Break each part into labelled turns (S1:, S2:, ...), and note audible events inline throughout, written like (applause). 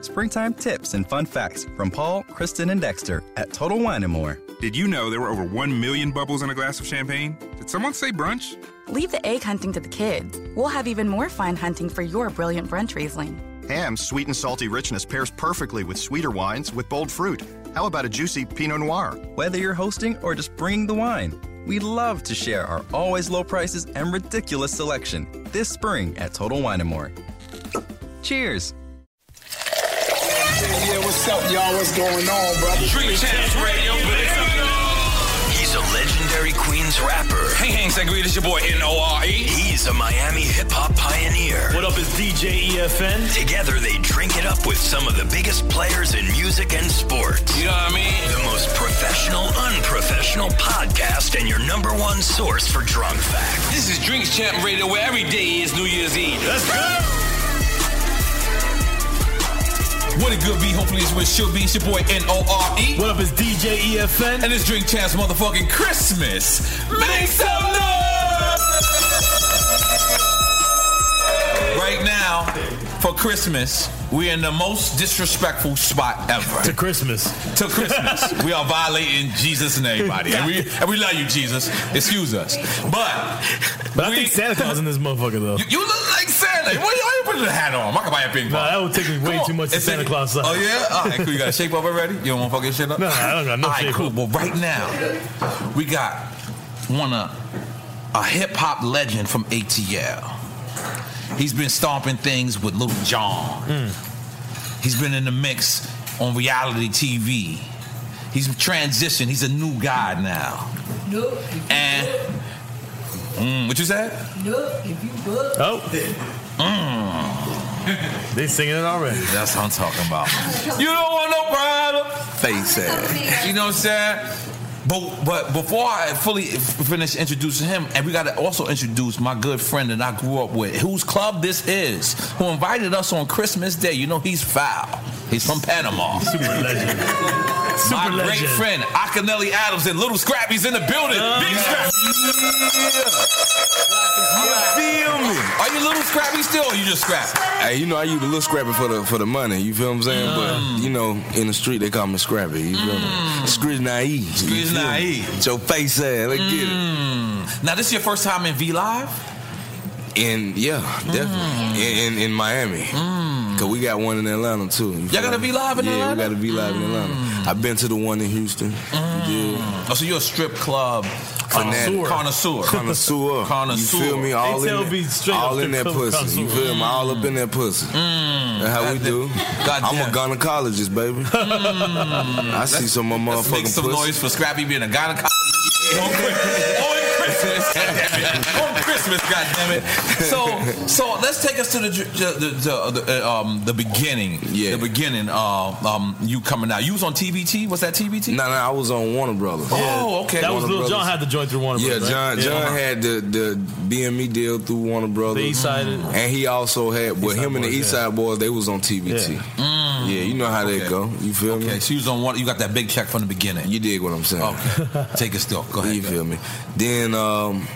S1: Springtime tips and fun facts from Paul, Kristen, and Dexter at Total Wine and More.
S2: Did you know there were over 1 million bubbles in a glass of champagne? Did someone say brunch?
S3: Leave the egg hunting to the kids. We'll have even more fine hunting for your brilliant brunch Riesling.
S4: Ham's sweet and salty richness pairs perfectly with sweeter wines with bold fruit. How about a juicy Pinot Noir?
S1: Whether you're hosting or just bringing the wine, we love to share our always low prices and ridiculous selection this spring at Total Wine and More. Cheers!
S5: Yeah, what's up, y'all? What's going on, brother?
S6: Dream Champs Radio.
S7: He's a legendary Queens rapper.
S6: Hey, hey, Sangre, this your boy N-O-R-E.
S7: He's a Miami hip hop pioneer.
S6: E. What up, is DJ EFN.
S7: Together, they drink it up with some of the biggest players in music and sports.
S6: You know what I mean?
S7: The most professional, unprofessional podcast and your number one source for drunk facts.
S6: This is Drinks Champ Radio, where every day is New Year's Eve. Let's go! What it could be, hopefully it's what it should be. It's your boy N-O-R-E.
S8: What up, it's E DJ EFN.
S6: E. And it's Drink Champs motherfucking Christmas. Make some noise! Right now, for Christmas, we're in the most disrespectful spot ever.
S8: To Christmas.
S6: To
S8: (laughs)
S6: Christmas. we are violating Jesus and everybody. And we, and we love you, Jesus. Excuse us. But.
S8: But I think Santa Claus in this motherfucker, though.
S6: You, you look like Santa. What, why you putting the hat on? I can buy a ping pong.
S8: Nah, that would take me way too much to Santa Claus side.
S6: Oh yeah? All right, cool. You got a shape up already? You don't want to fucking shit up?
S8: No, I don't got no
S6: All right,
S8: shape
S6: cool.
S8: up.
S6: Well, right now, we got one of a hip hop legend from ATL. He's been stomping things with Lil Jon. He's been in the mix on reality TV. He's transitioned. He's a new guy now.
S9: No, if you
S6: And mm, what you said?
S9: no, if you book,
S8: Oh,
S6: Mm.
S10: Oh. They singing it already.
S6: That's what I'm talking about.
S11: You don't want no problem.
S6: Face it. You know what I'm saying? But, but before I fully f- finish introducing him, and we got to also introduce my good friend that I grew up with, whose club this is, who invited us on Christmas Day. You know he's foul. He's from Panama. Super legend. my
S11: Super
S6: great
S11: legend.
S6: friend Akinelli Adams and Little Scrappy's in the building.
S10: Uh-huh.
S6: Big Scrappy. Feel me? Are you Little Scrappy still, or you just Scrappy?
S12: Hey, you know I use the little scrappy for the for the money. You feel what I'm saying?
S6: Mm.
S12: But you know, in the street they call me scrappy. You feel me? Scritch naive.
S6: Scritch Mm. naive. Mm.
S12: It's your face ass. Let's get it.
S6: Now this is your first time in V Live. Mm.
S12: And yeah, definitely in, in in Miami. Cause we got one in Atlanta too. You
S6: Y'all
S12: feel
S6: got a
S12: me?
S6: V-Live in
S12: yeah,
S6: Atlanta? Mm.
S12: we got to be live in Atlanta. I've been to the one in Houston.
S6: Oh, so you're a strip club
S12: Fanatic.
S6: connoisseur.
S12: Connoisseur.
S6: Connoisseur.
S12: You feel me? All
S6: They
S12: in
S6: tell
S12: that-
S6: me straight up
S12: all in
S6: strip
S12: that
S6: club
S12: pussy. You
S6: connoisseur.
S12: feel me? All up in that pussy.
S10: Mm.
S12: That's how we do. I'm a gynecologist, baby.
S10: Mm.
S12: I see some of my
S6: Let's make
S12: motherfucking
S6: some
S12: pussy.
S6: noise for Scrappy being a gynecologist. on Christmas, on (laughs) Christmas, goddammit. on Christmas,
S12: (laughs)
S6: goddammit. So, so let's take us to the the, the, the, uh, um, the beginning. Yeah, the beginning. Uh, um, you coming out? You was on TBT. What's that TBT?
S12: No, no, I was on Warner Brothers.
S6: Oh, okay.
S10: That was
S12: Warner
S10: Lil John
S12: Brothers.
S10: had to join through Warner
S12: Yeah,
S10: Brothers. right?
S12: John. John had the the BME deal through Warner Brothers.
S10: The East Side.
S12: and he also had. Well,
S10: East Side
S12: him and the
S10: Boys,
S12: East
S10: yeah.
S12: Side Boys, they was on TBT. Yeah, you know how that go. You feel me?
S6: Ah. Okay, so you was on one. You got that big check from the beginning.
S12: You dig what I'm saying? (laughs)
S6: Okay, take it still. Go ahead.
S12: You feel me? Then, um,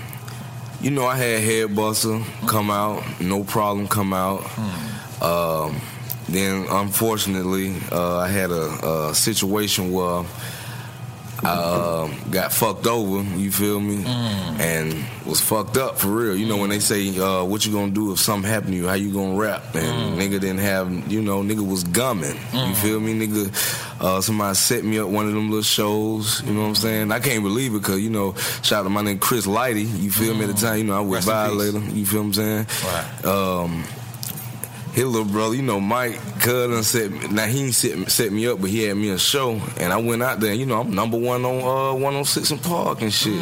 S12: you know, I had Head Buster come out, no problem come out.
S6: Hmm.
S12: Um, then, unfortunately, uh, I had a, a situation where I um got fucked over. You feel me?
S11: Mm.
S12: And was fucked up for real. You know when they say, uh, "What you gonna do if something happened to you? How you gonna rap?" And nigga didn't have. You know, nigga was gumming. You
S11: Mm.
S12: feel me, nigga? Uh, somebody set me up one of them little shows. You know what I'm saying? I can't believe it because you know, shout out to my nigga Chris Lighty. You feel me? At the time, you know, I was
S11: Mm. Rest in peace.
S12: violator. You feel what I'm saying? Um, his little brother, you know, Mike Cousin set now he ain't set, set me up, but he had me a show, and I went out there. And, you know, I'm number one on uh, 106 and Park and shit,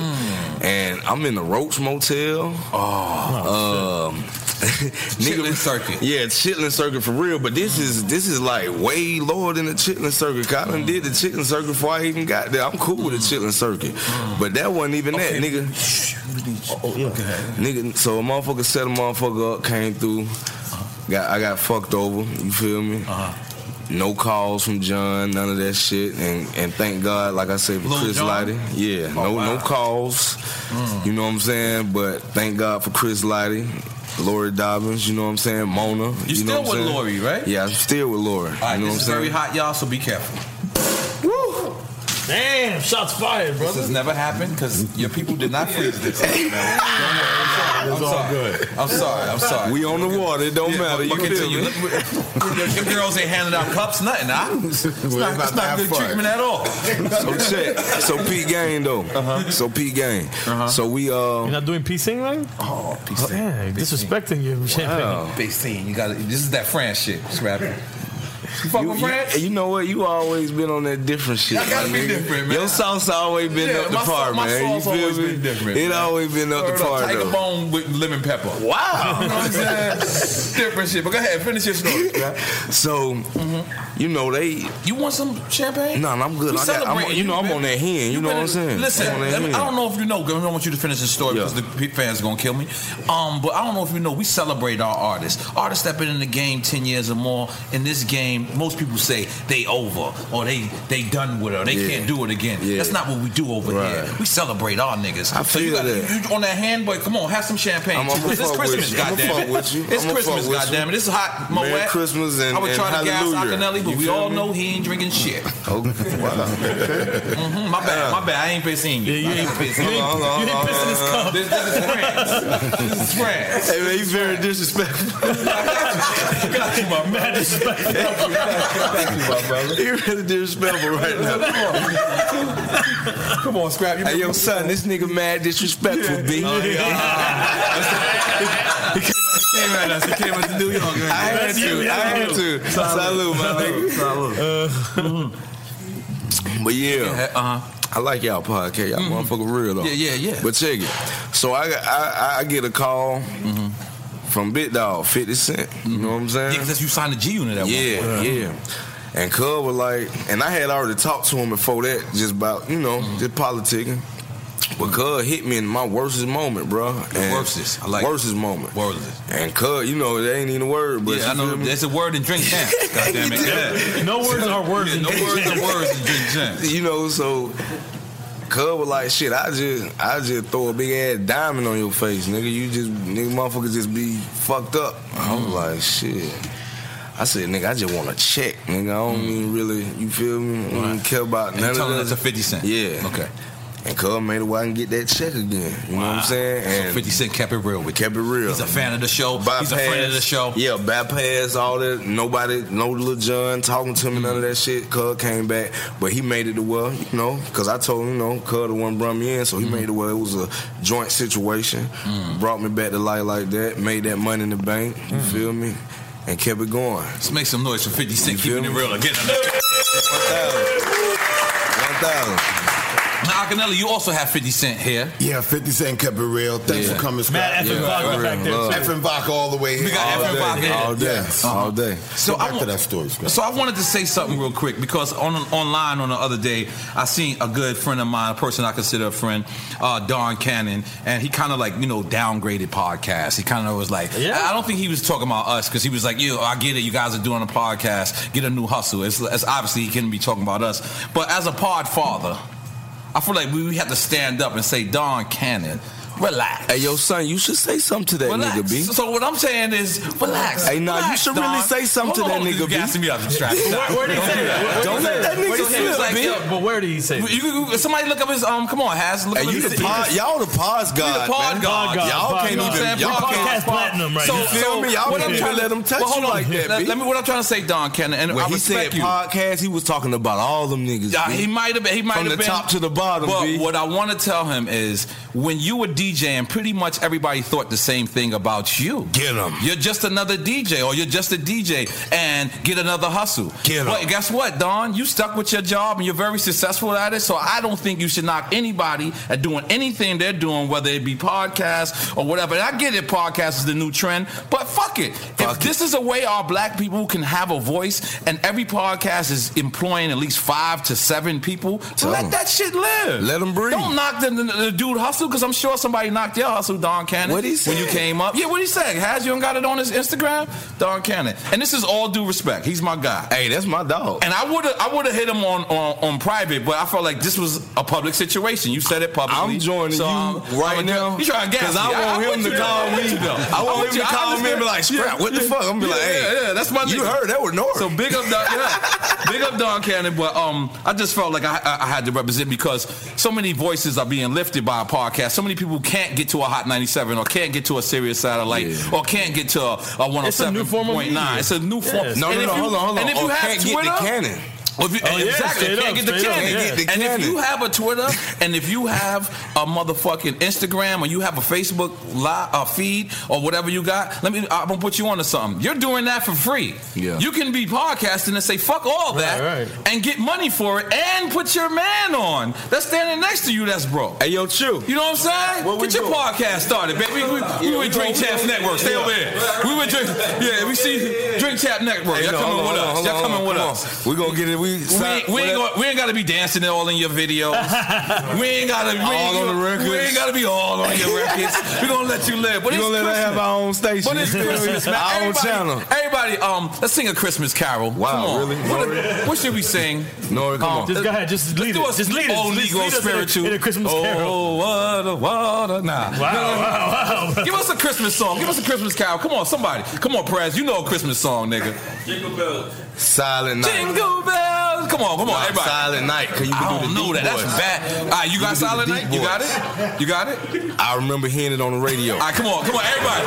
S12: and I'm in the Roach Motel. Oh, um, (laughs) Chitlin
S6: Circuit.
S12: Yeah, Chitlin Circuit for real. But this is this is like way lower than the Chitlin Circuit. 'cause I done did the Chitlin Circuit before I even got there. I'm cool with the Chitlin Circuit, but that wasn't even that, nigga.
S6: Oh, yeah.
S12: Nigga, so a motherfucker set a motherfucker up, came through. Got I got fucked over. You feel me?
S6: Uh-huh.
S12: No calls from John, none of that shit. And and thank God, like I said, for
S11: Lil
S12: Chris
S11: Jon?
S12: Lighty. Yeah,
S6: Oh,
S12: no no calls.
S6: Mm.
S12: You know what I'm saying? But thank God for Chris Lighty. Lori Dobbins, you know what I'm saying? Mona. You,
S6: still
S12: know what I'm
S6: with
S12: saying?
S6: Lori, right?
S12: Yeah, I'm still with Lori.
S6: All right,
S12: you know
S6: this
S12: what I'm
S6: is very
S12: saying?
S6: hot, y'all. So be careful.
S10: Damn, shots fired, brother.
S6: This has never happened because your people did not freeze this. man. I'm
S11: It's all
S6: sorry.
S11: good.
S6: I'm sorry. I'm sorry.
S12: We on the water. It don't
S6: Yeah,
S12: matter.
S6: but-
S12: You
S6: but
S12: feel
S6: continue.
S12: me?
S6: Look, Your girls ain't handing out cups, nothing. Huh? It's not, it's
S12: about to
S6: not
S12: have
S6: good
S12: fun.
S6: treatment at all.
S12: So check. So Pete Gang though.
S6: Uh-huh.
S12: So Pete Gang. So we uh. You're
S10: not doing piecing, right?
S6: Oh,
S10: piecing. Dang, disrespecting you, champagne.
S6: Big scene. You got this is that Fran shit. Scrap it. You fuck
S12: you,
S6: with Fran?
S12: You know what? You always been on that different shit.
S6: I gotta
S12: my
S6: be
S12: nigga.
S6: different, man.
S12: Your sauce always been
S6: Yeah,
S12: up the
S6: my sau-
S12: par,
S6: my
S12: man.
S6: sauce
S12: you feel
S6: always
S12: me?
S6: been different,
S12: It
S6: man.
S12: always been up
S6: Heard
S12: the
S6: of
S12: par,
S6: Tiger
S12: though.
S6: bone with lemon pepper.
S12: Wow.
S6: You know what I'm saying? (laughs) Different shit. But go ahead, finish your story. Mm-hmm.
S12: So, you know they.
S6: You want some champagne?
S12: Nah, nah, I'm good.
S6: We
S12: I got, I'm,
S6: celebrating
S12: you know, I'm
S6: man.
S12: on that hand. You, know what I'm
S6: better-
S12: saying?
S6: Listen,
S12: I'm on that
S6: I mean, I
S12: hand.
S6: don't know if you know. 'cause I don't want you to finish the story because the p- fans are gonna kill me. Um, but I don't know if you know. We celebrate our artists. Artists that been in the game ten years or more. In this game, most people say they over or they they done with it or they
S11: Yeah.
S6: can't do it again.
S11: Yeah.
S6: That's not what we do over here. We celebrate our niggas.
S11: I
S6: so you
S11: feel
S6: got
S11: that.
S6: you on that hand, boy. Come on, have some champagne.
S11: I'ma- I'ma
S6: it's
S11: fuck
S6: Christmas,
S11: with you. I'ma
S6: goddamn it.
S11: fuck with you.
S6: It's
S11: I'ma fuck
S6: Christmas,
S11: with you.
S6: goddamn it. It's hot.
S11: Merry
S6: Moet.
S11: Christmas and-
S6: I was
S11: and
S6: trying to gas
S11: hallelujah.
S6: Akinelli, but
S11: You
S6: we
S11: feel
S6: all
S11: me?
S6: know he ain't drinking shit.
S12: Oh, wow.
S13: Oh,
S6: Mhm, my bad, my bad. I ain't been seeing you. Yeah, you ain't pissing.
S12: you ain't- Hold on, you ain't hold on, pissing his hold cup.
S6: This, this is France. This is France.
S12: Hey,
S6: (laughs)
S12: (laughs) man, he's very disrespectful.
S6: Got you, my man. Disrespectful. Thank you, my brother.
S12: You're really disrespectful right now.
S6: Come on, Scrap.
S12: Hey, yo, son, this nigga mad disrespectful, B.
S11: Came at us. He came at the New York. Man.
S12: I had to. I had to. Salute, my nigga.
S6: Uh,
S12: (laughs) But yeah,
S6: uh-huh.
S12: I like y'all podcast.
S6: Mm-hmm.
S12: Y'all motherfucker real though.
S11: Yeah, yeah, yeah.
S6: Mm-hmm.
S12: But check it. So I I, I get a call from Big Dog, 50 Cent. You know what I'm saying? Yeah, because
S6: you signed the G Unit at
S12: one yeah,
S6: point.
S12: Yeah, yeah. And Cub was like, and I had already talked to him before that, just about, you know,
S6: Mm-hmm.
S12: just politicking. But Cub hit me in my worstest moment, bro. And
S6: worstest. I like
S12: worstest moment.
S6: Worstest.
S12: And Cub, you know, that ain't even a word, but
S6: yeah, I know. That's a word in drink
S12: (laughs)
S6: champs. God damn it. Yeah.
S10: No words are words.
S6: Yeah, no words are words in drink champs.
S12: You know, so Cub was like, shit, I just I just throw a big ass diamond on your face, nigga. You just nigga motherfucker just be fucked up. I
S6: Mm-hmm.
S12: was like, shit. I said, nigga, I just want a check, nigga. I don't even really, you feel me? I don't even care about
S6: Mm-hmm. And
S12: none
S6: you
S12: of
S6: told him
S12: that.
S6: that's a 50 cent.
S12: Yeah.
S6: Okay.
S12: And Cub made it where I can get that check again. You know what I'm saying?
S6: So
S12: And
S6: 50 Cent kept it real with
S12: kept it real.
S6: He's a fan of the show. He's a friend of the show.
S12: Yeah, bypass all that. Nobody, no little John talking to me, none of that shit. Cub came back, but he made it to well, you know, because I told him, you know, Cub the one brought me in, so he made it well. It was a joint situation.
S6: Mm.
S12: Brought me back to life like that. Made that money in the bank. You feel me? And kept it going.
S6: Let's make some noise for 50 Cent
S12: feel
S6: keeping it
S12: me?
S6: real again.
S12: One thousand.
S6: Now, Akinelli, you also have 50 Cent here.
S13: (laughs) Yeah, 50 Cent kept it real. Thanks
S6: Yeah.
S13: for coming, Scott.
S6: Matt Effenbach Yeah, was back there, love. too.
S13: Effenbach all the way here.
S6: We got
S13: all
S6: Effenbach
S13: day.
S6: here.
S13: All day.
S6: Yes.
S13: All day.
S6: So
S13: So
S6: I
S13: back to
S6: want-
S13: that story, Scott.
S6: So I wanted to say something real quick because on online on the other day, I seen a good friend of mine, a person I consider a friend, uh, Don Cannon, and he kind of like you know downgraded podcasts. He kind of was like, I I don't think he was talking about us because he was like, yo, I get it, you guys are doing a podcast, get a new hustle. It's, it's obviously he couldn't be talking about us, but as a pod father, I feel like we, we have to stand up and say, Don Cannon, relax.
S12: Hey, yo, son, you should say something to that
S6: Relax.
S12: nigga, B.
S6: So what I'm saying is, relax.
S12: Hey, nah, you
S6: Relax,
S12: should really
S6: Don.
S12: say
S6: Hold
S12: something to
S6: on,
S12: that
S6: hold on,
S12: nigga,
S6: you
S12: B.
S6: gassing me out of track.
S12: Where- where'd he
S6: Don't
S12: say
S6: do
S12: that?
S6: Where'd
S12: Don't
S6: he say
S12: let that nigga
S6: Where'd he say
S12: slip,
S6: that?
S12: B.
S6: Like, yo,
S10: But where did he say?
S6: you- you- you- Somebody look up his um. Come on, Has. Look
S10: Hey,
S6: up
S10: you
S6: his,
S10: the pod-
S13: y'all the
S6: pods
S10: god,
S6: the pod
S10: man.
S6: god.
S10: Pod god,
S6: Y'all
S10: pod
S6: can't
S10: god.
S6: even.
S10: Y'all
S6: can't-
S10: podcast platinum right
S6: so,
S10: now. You feel
S6: so
S10: me? Y'all
S6: what
S10: can't
S6: I'm
S10: even
S6: trying to
S10: let 'em touch
S6: well,
S10: you
S6: hold on.
S10: like that,
S6: Let,
S10: B.
S6: let me. What I'm trying to say, Don Cannon, and
S12: When
S6: I
S12: he
S6: respect
S12: said
S6: you.
S12: podcast, he was talking about all them niggas.
S6: Yeah,
S12: B.
S6: he might have been. He might
S12: From
S6: have
S12: the
S6: been
S12: top to the bottom.
S6: But
S12: B.
S6: what I want to tell him is, when you were DJing, pretty much everybody thought the same thing about you.
S12: Get 'em.
S6: You're just another DJ, or you're just a DJ, and get another hustle. Get But guess what, Don? You stuck with your job, and you're very successful at it. So I don't think you should knock anybody at doing anything they're doing, whether it be podcasts or whatever. And I get it, podcasts is the new trend, but fuck it. if this is a way our black people can have a voice, and every podcast is employing at least five to seven people, let
S12: him.
S6: that shit live.
S12: Let him breathe.
S6: Don't knock the, the, the dude hustle because I'm sure somebody knocked your hustle, Don Cannon.
S12: What'd he
S6: When
S12: say?
S6: you came up, yeah, what he said? Has you don't got it on his Instagram, Don Cannon. And this is all due respect. He's my guy.
S12: Hey, that's my dog.
S6: And I would have I would have hit him on, on on private, but I felt like this was a public situation. You said it publicly.
S12: I'm joining
S6: So,
S12: you
S6: um, I'm
S12: right
S6: a-
S12: now
S6: You trying to gas
S12: because I
S6: me.
S12: want
S6: I'm
S12: him
S6: with
S12: to
S6: you, though.
S12: call
S6: I'm (laughs)
S12: me.
S6: with you, though.
S12: I
S6: I'm
S12: want
S6: with
S12: him to
S6: you. I
S12: call me and be like,
S6: understand.
S12: "Scrap, what the fuck?" I'm gonna be like,
S6: Yeah,
S12: "Hey,
S6: yeah, yeah, that's my
S12: you
S6: nigga."
S12: heard that was Norris.
S6: So big up, Don, yeah. big up, Don Cannon. But um, I just felt like I, I, I had to represent because so many voices are being lifted by a podcast. So many people can't get to a Hot 97 or can't get to a Sirius Satellite or can't get to a, a 107.9. It's a new form.
S12: media. Yes. No, no,
S6: And
S12: no,
S6: if you-
S12: hold on, hold on.
S6: And if
S12: Or
S6: you have
S12: can't get the
S6: Twitter,
S12: Cannon.
S6: Or if you-
S12: Oh, yeah,
S6: exactly,
S12: straight
S6: can't
S12: up,
S6: get the
S12: straight up,
S6: cannon.
S12: yeah. Get the
S6: and
S12: Cannon.
S6: if you have a Twitter and if you have a motherfucking Instagram or you have a Facebook live, uh, feed or whatever you got, let me. I'm gonna put you onto something. You're doing that for free.
S12: Yeah.
S6: You can be podcasting and say fuck all that and get money for it and put your man on that's standing next to you that's broke.
S12: Hey, yo, Chew.
S6: You know what I'm saying? get your podcast started, baby. We, we, were
S12: we
S6: Drink
S12: gonna-
S6: Champs
S12: we gonna-
S6: Network. Stay
S12: yeah.
S6: over here. We were Drink. Yeah, we see Drink Champ Network.
S12: Hey,
S6: Y'all
S12: no,
S6: coming with
S12: hold on, hold on,
S6: us.
S12: hold
S6: Y'all
S12: on,
S6: coming with
S12: come
S6: us.
S12: We gonna get it. We
S6: We ain't, we, ain't gonna, we ain't gotta be dancing in all in your
S12: (laughs)
S6: videos. we ain't gotta we
S12: All
S6: ain't,
S12: on the records.
S6: We ain't gotta be all on
S12: (laughs)
S6: your records. We're gonna let you live. But
S12: We
S6: it's
S12: gonna let her
S6: Christmas.
S12: have our own station.
S6: But it's Christmas, man.
S12: Our own
S6: everybody,
S12: channel.
S6: Everybody, um, let's sing a Christmas carol. Wow, Come on.
S12: really?
S6: What, what should we sing?
S12: No, come
S6: Um,
S12: on.
S10: Just go ahead. Just lead
S6: do
S10: us.
S6: a
S10: Just lead us.
S6: old
S10: Just
S6: Negro
S10: lead us in a-
S6: spiritual.
S10: in a Christmas
S6: oh,
S10: carol.
S6: what a, what a, nah.
S10: Wow, wow, wow.
S6: Give us a Christmas song. Give us a Christmas carol. Come on, somebody. Come on, Prez. You know a Christmas song, nigga.
S11: Jingle bells.
S12: Silent night.
S6: Jingle bells. Come on, come on,
S12: Nah,
S6: everybody.
S12: Silent night. 'cause you can
S6: I
S12: do
S6: don't
S12: the
S6: know
S12: deep
S6: that. That's
S12: voice.
S6: bad. All right, you got
S12: can do the
S6: Silent
S12: deep
S6: Night? You got
S12: voice.
S6: it? You got it?
S12: I remember hearing it on the radio.
S6: All right, come on, come on, everybody.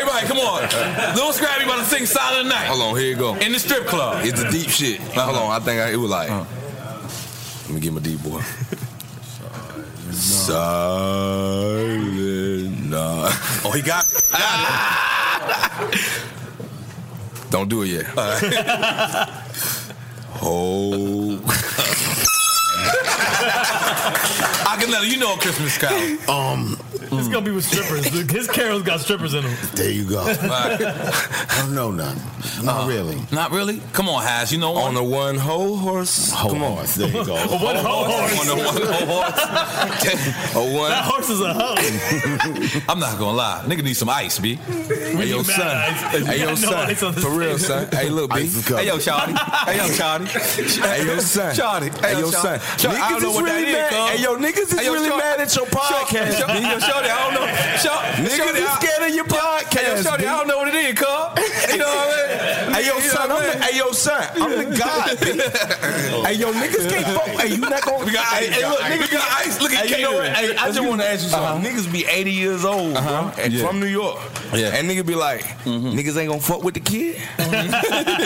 S6: Everybody, come on. Little Scrappy about to sing Silent Night.
S12: Hold on, here you go.
S6: In the strip club. Uh-huh.
S12: It's the deep shit. Hold on, I think I, it was like. Let me get my deep boy. Silent night.
S6: Oh, he got.
S12: Don't do it yet. oh.
S6: (laughs) I can Leonard, you know a Christmas carol.
S13: Um,
S8: It's gonna be with strippers. His carol's got strippers in them.
S13: There you go.
S8: I
S13: don't
S6: (laughs)
S13: know none. (laughs) Not really.
S6: Uh, Not really? Come on, Has. You know one. On the one whole horse.
S13: Whole Come horse. There you go.
S6: (laughs) A one whole horse. On the one (laughs) whole horse. a one.
S8: That horse is a hoe.
S6: I'm not gonna lie. Nigga need some ice, B. Hey,
S8: need
S6: yo,
S8: mad
S6: son.
S8: ice. You
S6: (laughs) Hey, yo,
S8: got no
S6: son.
S8: ice on this
S6: For real,
S8: thing.
S6: son. Hey, look, B.
S8: Ice is
S6: Hey, yo, Charlie. Hey, yo, Charlie.
S12: Hey, yo, son.
S6: Charlie.
S12: Hey, yo, son.
S6: Charlie, I
S12: Niggas
S6: don't know
S12: is
S6: what
S12: really
S6: that is,
S12: mad.
S6: cuz.
S12: Hey, yo, niggas is really
S6: Shorty.
S12: mad at your podcast,
S6: Shorty,
S12: B.
S6: Yo, Shorty, I don't know. Shorty,
S12: Niggas
S6: Shorty,
S12: is
S6: I-
S12: scared of your
S6: Hey, yo,
S12: podcast,
S6: Shorty, I
S12: B.
S6: don't know what it is, cuz. You know what I mean?
S12: Hey yo, son, I'm the, hey yo, son, I'm the
S6: (laughs)
S12: god. bitch. hey yo, niggas can't fuck. Hey, you not gonna.
S6: We got ice.
S12: Hey, hey, look,
S6: We
S12: niggas
S6: got ice. Look at
S12: hey, you know what?
S6: catering.
S12: Hey, I
S6: Let's
S12: just
S6: get-
S12: (laughs) want to ask you something. Niggas be 80 years old,
S6: Uh-huh.
S12: bro, and
S6: Yeah.
S12: from New York.
S6: Yeah.
S12: And nigga be like, niggas ain't gonna fuck with the kid. (laughs)
S6: yeah,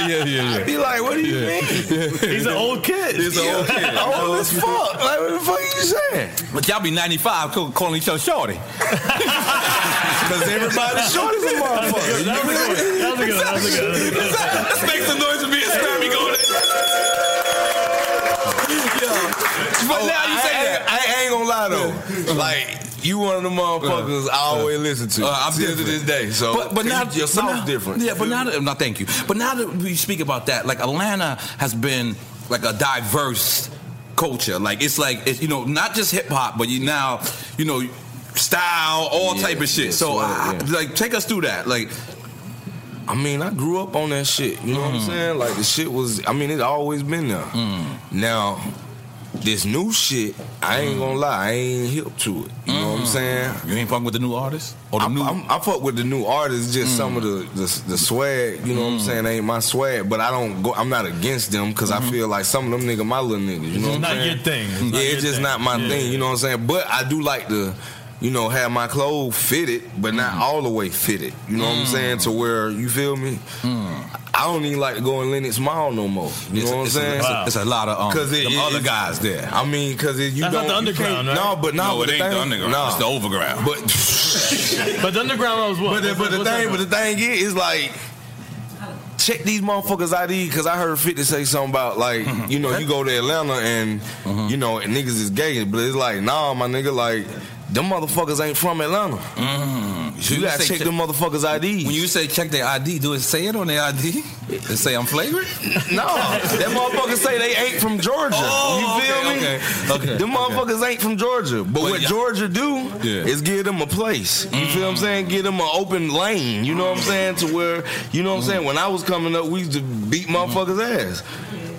S6: yeah, yeah.
S12: I be like, what do you
S6: Yeah.
S12: mean? (laughs)
S8: He's an old kid.
S6: He's an old kid.
S12: Old as fuck. Like, what the fuck you saying?
S6: But y'all be 95 co- calling each other shorty. Because
S12: everybody's short as a motherfucker.
S6: That was good. That was good. That was good. Let's make some noise for being scrammy going in. But
S12: Oh,
S6: now you
S12: I-
S6: say
S12: I-
S6: that.
S12: I, ain't gonna lie though. Uh-huh. like you one of the motherfuckers I always listen to.
S6: Uh, I'm
S12: still to
S6: different.
S12: this day. So,
S6: but, but now
S12: your
S6: but
S12: sound's
S6: now-
S12: different.
S6: Yeah, but now that, no, thank you. But now that we speak about that, like Atlanta has been like a diverse culture. Like it's like it's, you know not just hip hop, but you now you know style, all
S12: Yeah,
S6: type of shit.
S12: yeah,
S6: so
S12: swear,
S6: I,
S12: yeah.
S6: like take us through that. Like
S12: I mean, I grew up on that shit. You know what I'm
S6: Mm.
S12: saying? Like the shit was. I mean, it always been there. Now, this new shit, I ain't gonna lie, I ain't hip to it. You know what I'm saying?
S6: You ain't fucking with the new artists
S12: or the new. I'm, I fuck with the new artists. Just some of the, the the swag. You know what I'm saying? Ain't my swag, but I don't go. I'm not against them because I feel like some of them nigga, my little niggas. You
S8: It's
S12: know, what I'm
S8: not
S12: saying?
S8: your thing. It's not
S12: yeah,
S8: your
S12: it's just
S8: thing.
S12: not my
S8: Yeah.
S12: thing. You know what I'm saying? But I do like to, you know, have my clothes fitted, but not all the way fitted. You know what I'm
S6: Mm.
S12: saying? To where you feel me? I don't even like to go in Lennox Mall no more. You
S6: It's-
S12: know what I'm
S6: it's a-
S12: saying?
S6: it's a- it's a lot of, um, them other guys there.
S12: I mean, because you
S6: That's
S12: don't
S6: not the
S12: you can't-
S6: underground, right?
S12: No, but no,
S6: No,
S12: but
S6: it ain't the
S12: thing-
S6: underground.
S12: no.
S6: It's the overground.
S12: But
S8: But the underground was what?
S12: But the, but the thing, but the thing is, is like. Check these motherfuckers ID because I heard 50 say something about like
S6: Mm-hmm.
S12: you know you go to Atlanta and you know and niggas is gay but it's like nah my nigga like them motherfuckers ain't from Atlanta
S6: Mm.
S12: you, gotta check, them motherfuckers ID
S6: When you say check their ID, do it say it on their ID? And say I'm (laughs) flavored?
S12: no that motherfuckers say they ain't from Georgia
S6: Oh,
S12: you feel
S6: okay,
S12: me
S6: okay, okay,
S12: them
S6: okay.
S12: motherfuckers ain't from Georgia but, what
S6: yeah.
S12: Georgia do
S6: Yeah. Mm.
S12: is give them a place you feel what I'm saying give them an open lane you know what I'm saying to where you know what I'm
S6: Mm.
S12: saying when I was coming up we used to beat motherfuckers ass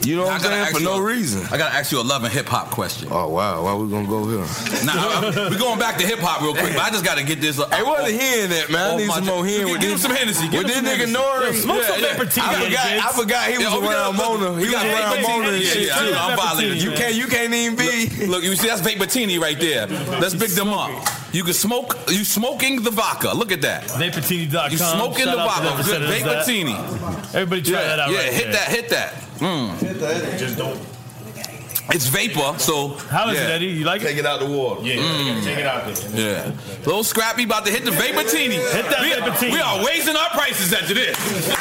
S12: you know what I'm
S6: gotta
S12: saying
S6: ask
S12: for
S6: you
S12: no
S6: a-
S12: reason
S6: I gotta ask you a love and hip hop question.
S12: Oh wow, why we gonna go here?
S6: Nah, I- I- we going back to hip hop real quick, but I just gotta get this.
S12: Hey, what the hen at, man? I
S6: Oh,
S12: need
S6: my
S12: some
S6: j-
S12: more hen
S6: Give-
S12: with
S6: give
S12: this.
S6: him some Hennessy. Give
S12: With
S6: him
S12: this
S6: some
S12: nigga
S6: Hennessy.
S12: Nori.
S6: Yo, smoke some pepper tea,
S12: I
S6: yeah,
S12: forgot, I
S6: Vince.
S12: forgot he
S6: Yeah,
S12: was
S6: oh, we got-
S12: around
S6: look,
S12: Mona. He
S6: we
S12: was
S6: got
S12: around
S6: Vince.
S12: Mona and
S6: Yeah,
S12: shit
S6: yeah,
S12: too.
S6: I'm violating.
S12: You can't, you can't even be.
S6: Look, you see, that's Vape Patini right there. Let's big them up. You can smoke. You smoking the vodka. Look at that.
S8: Vapatini.com.
S6: You smoking the vodka. Good
S8: Vape
S6: Vapatini.
S8: Everybody try
S6: yeah,
S8: that out
S6: yeah,
S8: right
S6: hit
S8: there.
S6: that. Hit that. Mm.
S8: Just don't.
S6: It's vapor, so
S8: How is it, Eddie? You like it?
S12: Take it out the water. Mm.
S8: Yeah, take it out there.
S6: Yeah. Little Scrappy about to hit the Vaportini. Hit
S8: that
S6: we,
S8: Vaportini.
S6: We are raising our prices after this.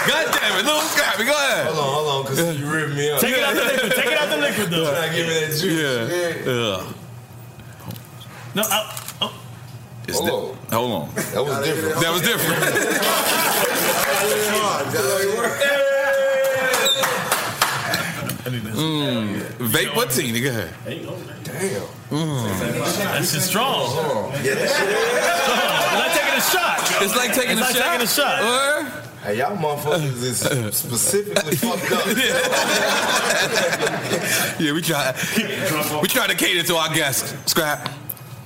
S6: God damn it, Little Scrappy, go ahead.
S12: Hold on, hold on, because you ripped me up.
S8: Take it out the liquid. Take it out the liquid, though.
S12: Try to give me that juice.
S6: Yeah.
S8: No, I,
S6: It's di- hold, on. hold on.
S12: That was different.
S6: That was different. Mm. Vaportini, go ahead.
S12: Damn.
S8: that's just strong.
S6: It's like taking a shot. It's like
S8: It's
S6: taking a
S8: like
S6: shot.
S8: taking a shot.
S6: Or-
S12: Hey, y'all motherfuckers
S6: (laughs)
S12: is specifically fucked up.
S6: yeah, we try. (laughs) We try to cater to our guests. Scrap.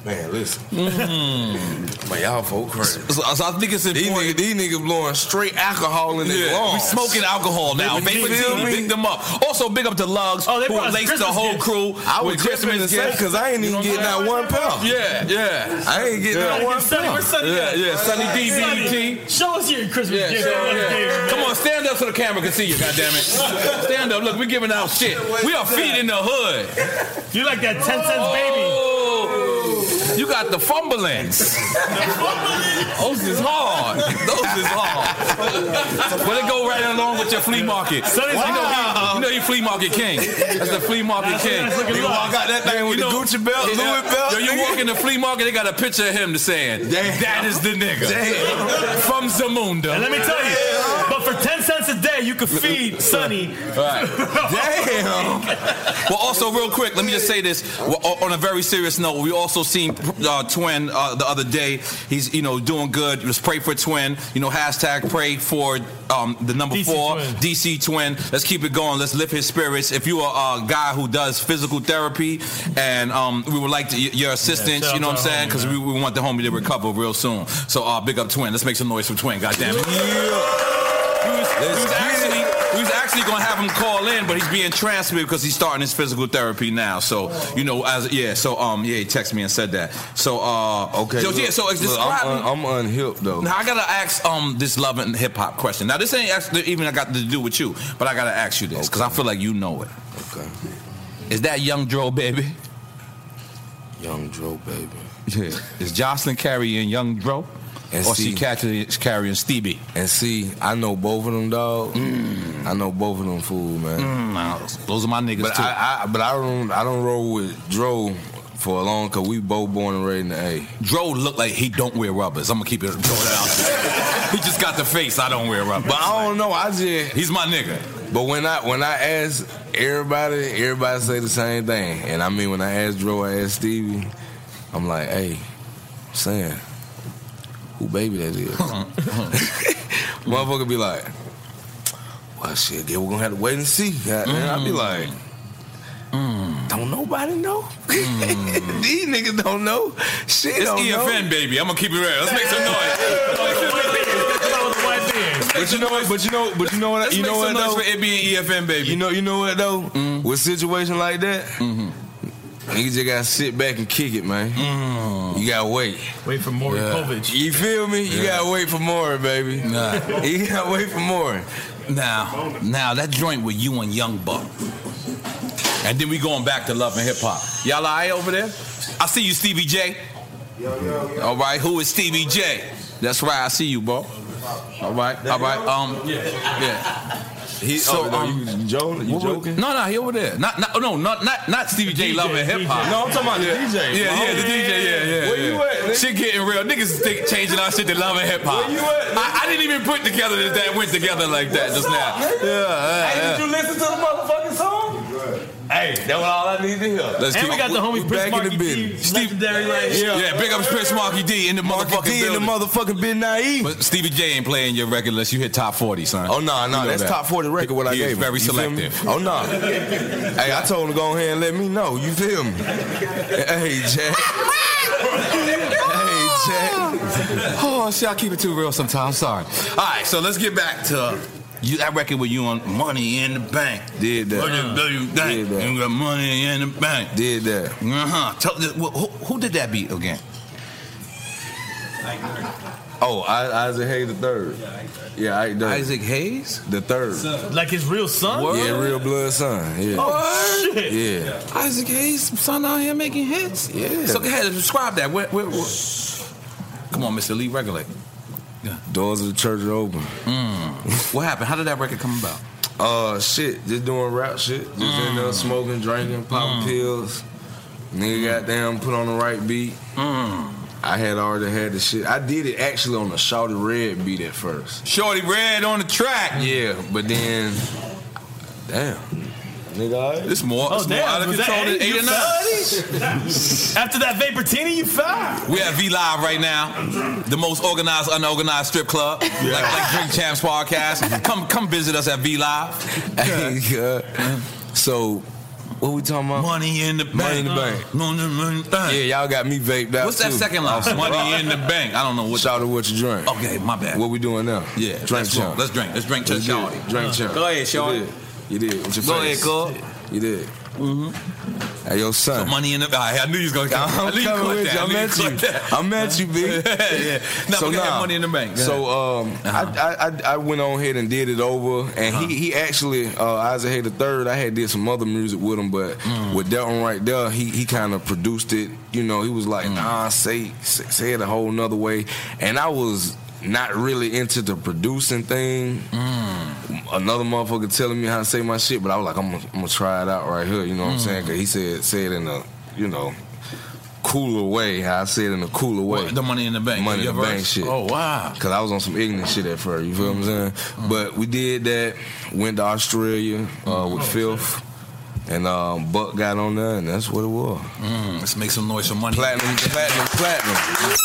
S12: Man, listen.
S6: Mm.
S12: Man, y'all folk crazy.
S6: So, so I think it's
S12: These
S6: important.
S12: niggas, these niggas blowing straight alcohol in their
S6: Yeah, we
S12: lungs.
S6: smoking alcohol now.
S12: They-
S6: Vapor
S12: you feel
S6: team,
S12: me?
S6: big them up. Also, big up to Lugs, oh, who
S12: brought us
S6: laced the
S12: Christmas
S6: whole
S12: gifts.
S6: crew
S12: I
S6: with
S12: was just
S6: Christmas
S12: finna say,
S6: gifts.
S12: 'cause I ain't
S6: You
S12: even
S6: know
S12: get
S6: what I'm
S12: not one
S6: saying?
S12: puff.
S6: Yeah, yeah.
S12: I ain't get not one puff.
S6: Yeah, yeah. Sunny D,
S8: Sonny,
S6: BBT.
S8: Show us your Christmas
S6: Yeah,
S8: gift.
S6: sure, yeah. Come on, stand up so the camera can see you. Goddamn it! Stand up. Look, we're giving out shit. We are feeding the hood.
S8: You like that 10 cents baby.
S6: Oh. You got the fumblings.
S8: (laughs)
S6: Those is hard. Those is hard. but it go right along with your flea market.
S8: So it's-
S6: you, know,
S8: Wow.
S6: he, you know you flea market king. That's the flea market
S8: That's-
S6: king.
S8: that's looking
S6: You
S8: lost.
S6: walk out that thing with the Gucci belt,
S8: Louis belt,
S6: Yo, you
S8: nigga.
S6: walk in the flea market, they got a picture of him saying, "That is the nigga
S8: Damn.
S6: from Zamunda."
S8: And let me tell you, but for 10 cents a day, you could feed Sonny.
S6: Damn. well, also real quick, let me just say this well, o- on a very serious note. We also seen uh, Twin uh, the other day. He's you know doing good. Let's pray for Twin. You know hashtag pray for um, the number four DC Twin. Let's keep it going. Let's lift his spirits. If you are a guy who does physical therapy, and um, we would like to, y- your assistance.
S8: shout
S6: you know
S8: out
S6: what I'm
S8: to our homie,
S6: saying? Because we, we want the homie to recover real soon. So uh, big up Twin. Let's make some noise for Twin. God damn it. We was actually we was actually gonna have him call in, but he's being transferred because he's starting his physical therapy now. So you know, as yeah, so um, yeah, he texted me and said that. So uh,
S12: Okay.
S6: so yeah,
S12: look,
S6: so it's
S12: look,
S6: describe.
S12: I'm, un, I'm unhip though.
S6: now I gotta ask um this love and hip hop question. Now this ain't actually even I got to do with you, but I gotta ask you this because I feel like you know it.
S12: Okay.
S6: Is that Young Dro baby?
S12: Young Dro baby.
S6: Yeah. Is Jocelyn carrying Young Dro,
S12: And
S6: or
S12: see-
S6: she carrying, carrying Stevie?
S12: And see, I know both of them, dog. I know both of them, fool, man.
S6: Mm, those are my niggas
S12: but
S6: too.
S12: I, I, but I don't, I don't roll with Dro for a long, cause we both born and raised in the A.
S6: Dro look like he don't wear rubbers. I'm gonna keep it throwing it out. (laughs) there. he just got the face. I don't wear rubbers.
S12: But I don't know. I just
S6: he's my nigga.
S12: But when I when I ask everybody, everybody say the same thing. And I mean, when I ask Dro, I ask Stevie, I'm like, hey, son, who baby that
S6: (laughs)
S12: is? (laughs) Motherfucker be like, well, shit, guess we're gonna have to wait and see. Goddamn. I be
S6: Mm.
S12: like. Don't nobody know. (laughs) These niggas don't know. Shit,
S6: Mm. it's E
S12: don't know.
S6: EFN baby. I'm gonna keep it real. Let's make some noise.
S12: But you know what? But you know. But you know what?
S6: Let's
S12: you
S6: make
S12: know
S6: some
S12: what
S6: noise
S12: though?
S6: for it being EFN baby. Mm-hmm.
S12: You know. You know what though? With situation like that, niggas just gotta sit back and kick it, man.
S6: Mm.
S12: You gotta wait.
S8: Wait for more
S12: Yeah.
S8: COVID.
S12: You feel me? You
S8: Yeah.
S12: gotta wait for more, baby.
S6: Nah.
S12: (laughs) you gotta wait for more.
S6: Now, now that joint with you and Young Buck, and then we going back to love and hip hop. Y'all all right over there? I see you, Stevie J. All right, who is Stevie J? That's right, I see you, bro. All right, all right. Um, yeah. He,
S12: oh, no,
S6: um,
S12: you joking? You joking?
S6: No, no, he over there. Not, not, no, not, not, not Stevie J.
S12: DJ,
S6: Love and hip hop.
S12: DJ. No, I'm talking about the DJ.
S6: Yeah, yeah, the
S12: Yeah,
S6: DJ.
S12: yeah,
S6: Yeah,
S12: yeah.
S6: yeah.
S12: Where you
S6: yeah.
S12: at, nigga?
S6: Shit getting real. Niggas think changing our shit to love and hip hop.
S12: Where you at,
S6: I, I didn't even put together that that went together like that just now. Yeah, yeah,
S12: Hey,
S6: yeah.
S12: did you listen to the motherfucking song? Hey, that was all I need to hear.
S6: Let's
S12: and
S6: keep-
S12: we got the
S6: we
S12: homie Prince
S6: back in the
S12: Marky D,
S6: business.
S8: legendary like-
S6: yeah. yeah, big up Prince Marky
S12: (laughs)
S6: D in the motherfucking
S12: D in the
S6: motherfucking bit naive. But Stevie J ain't playing your record unless you hit top forty, son.
S12: Oh no, no,
S6: You know
S12: that's
S6: that.
S12: top forty record. What I
S6: He is
S12: gave him.
S6: Very
S12: You feel me?
S6: selective. (laughs)
S12: Oh no. hey, I told him to go ahead and let me know. You feel me? hey,
S6: (laughs)
S12: Jack. hey, Jack.
S6: Oh shit, I keep it too real sometimes. Sorry. All right, so let's get back to you. That record with you on Money in the Bank.
S12: Did that.
S6: Money in the
S12: Did
S6: Bank.
S12: that.
S6: And we got Money in the Bank.
S12: Did that.
S6: Uh huh. Tell wh- who, who did that beat again?
S12: Oh, I, Isaac Hayes the third. Yeah, Ike Dirty.
S6: Isaac Hayes
S12: the third.
S8: Like his real son?
S12: Yeah, real blood son. Yeah.
S8: Oh, shit.
S12: Yeah.
S6: Isaac Hayes, son out here making hits.
S12: Yeah.
S6: So go ahead and describe that. Where, where, where- Come on, Mr. Lee, regulate.
S12: Doors of the church are open.
S6: Mm. What happened? How did that record come about? Mm.
S12: Uh, shit, just doing rap shit. Just in there smoking, drinking, popping pills.
S6: Mm.
S12: Nigga goddamn put on the right beat. I had already had the shit. I did it actually on the Shorty Red beat at first.
S6: Shorty Red on the track.
S12: Yeah, but then, damn. Nigga,
S6: It's more,
S8: Oh,
S6: it's more
S8: damn,
S6: out of
S8: was that
S6: control than
S8: eight?
S6: eight
S8: You
S6: and nine.
S8: After that Vaportini, you foul.
S6: We at V Live right now, the most organized, unorganized strip club, like, like Drink Champs podcast. Come, come visit us at V Live.
S12: (laughs) Hey, God. So, what we talking about?
S6: Money in the bank.
S12: Money in the bank.
S6: Money in the bank.
S12: Yeah, y'all got me vaped out.
S6: What's that
S12: too.
S6: second line? Money in the bank. I don't know what.
S12: Shout out what you drink.
S6: Okay, my bad.
S12: What we doing now?
S6: Yeah,
S12: drink
S6: let's roll.
S12: chunk.
S6: Let's drink. Let's drink to
S12: You did.
S6: Shawty.
S12: Drink chunk.
S6: Go ahead,
S12: You
S6: Shawty.
S12: did. You did. With your
S6: Go ahead,
S12: face.
S6: Cole.
S12: You did. Mm-hmm. Hey, yo, son.
S6: Money in the. I I knew you was gonna.
S12: I'm
S6: I knew you
S12: coming
S6: caught
S12: with
S6: that.
S12: you.
S6: I
S12: I'm
S6: knew
S12: at
S6: caught
S12: you.
S6: that.
S12: I'm at you,
S6: (laughs)
S12: B.
S6: yeah. No,
S12: so
S6: we had
S12: nah.
S6: money in the bank. Go
S12: So
S6: ahead. Uh-huh.
S12: um, I, I I went on ahead and did it over, and he he actually uh, Isaac Hayter third. I had did some other music with him, but
S6: Mm.
S12: with that one right there, he he kind of produced it. You know, he was like,
S6: Mm.
S12: nah, say, say say it a whole nother way, and I was not really into the producing thing
S6: Mm.
S12: another motherfucker telling me how to say my shit, but I was like, I'm gonna, I'm gonna try it out right here. You know what I'm
S6: Mm.
S12: saying? Cause he said say it in a you know cooler way. How I said it in a cooler way.
S6: the money in the bank.
S12: Money
S6: Your
S12: in the bank
S6: verse?
S12: shit.
S6: Oh, wow. Uh-huh.
S12: Cause I was on some ignorant shit at first. You feel what I'm saying? But we did that. Went to Australia
S6: Oh,
S12: uh, with Filth. And um, Buck got on there, and that's what it was.
S6: Mm, let's make some noise for money.
S12: Platinum, platinum, platinum.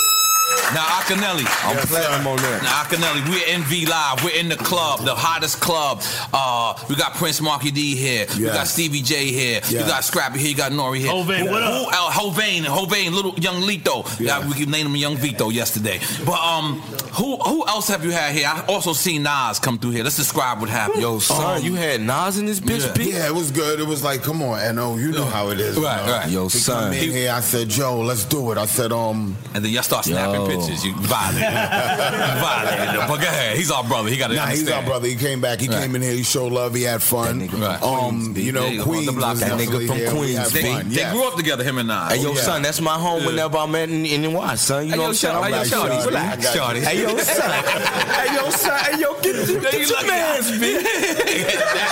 S6: Now, Akinelli.
S12: I'm platinum on that.
S6: Now, Akinelli, we're in V Live. We're in the club, the hottest club. Uh, we got Prince Marky D here. We
S13: Yes.
S6: got Stevie J here. You
S13: Yes.
S6: got Scrappy here. You got Nori here.
S13: Hovain, what up?
S6: Who, uh, Hovain, Hovain, little young Lito. Yeah. we could name him Young Vito yesterday. But um, who who else have you had here? I also seen Nas come through here. Let's describe what happened.
S13: Yo, son, you
S12: had Nas in this
S13: Bitch, yeah. yeah, it was good. It was like, come on, and oh, you know how it is.
S6: Right,
S13: you know?
S6: right. Yo,
S13: They
S6: son.
S13: Come in here, I said, Joe, let's do it. I said, um,
S6: And then y'all start snapping
S13: Yo.
S6: pictures. You
S13: (laughs)
S6: violated. you violated. But go ahead. He's our brother. He got to
S13: nah,
S6: understand.
S13: he's our brother. He came back. He
S6: Right.
S13: came in here. He showed love. He had fun. Um, you know, Queens. was
S6: That
S13: definitely
S6: nigga
S13: here.
S6: from
S13: We
S6: Queens,
S13: had
S6: B.
S13: fun.
S6: They
S13: Yes.
S6: grew up together, him and I.
S13: Hey, yo, son,
S12: that's my home whenever I'm at in, in NY, son. You
S6: Oh, Hey,
S12: know
S6: yo,
S12: what I'm saying?
S6: shorty,
S12: I'm like,
S6: yo, shorty, relax, shorty.
S12: Hey, yo, son. hey, yo, son. Hey, yo, get, get, get your man's, (laughs) B.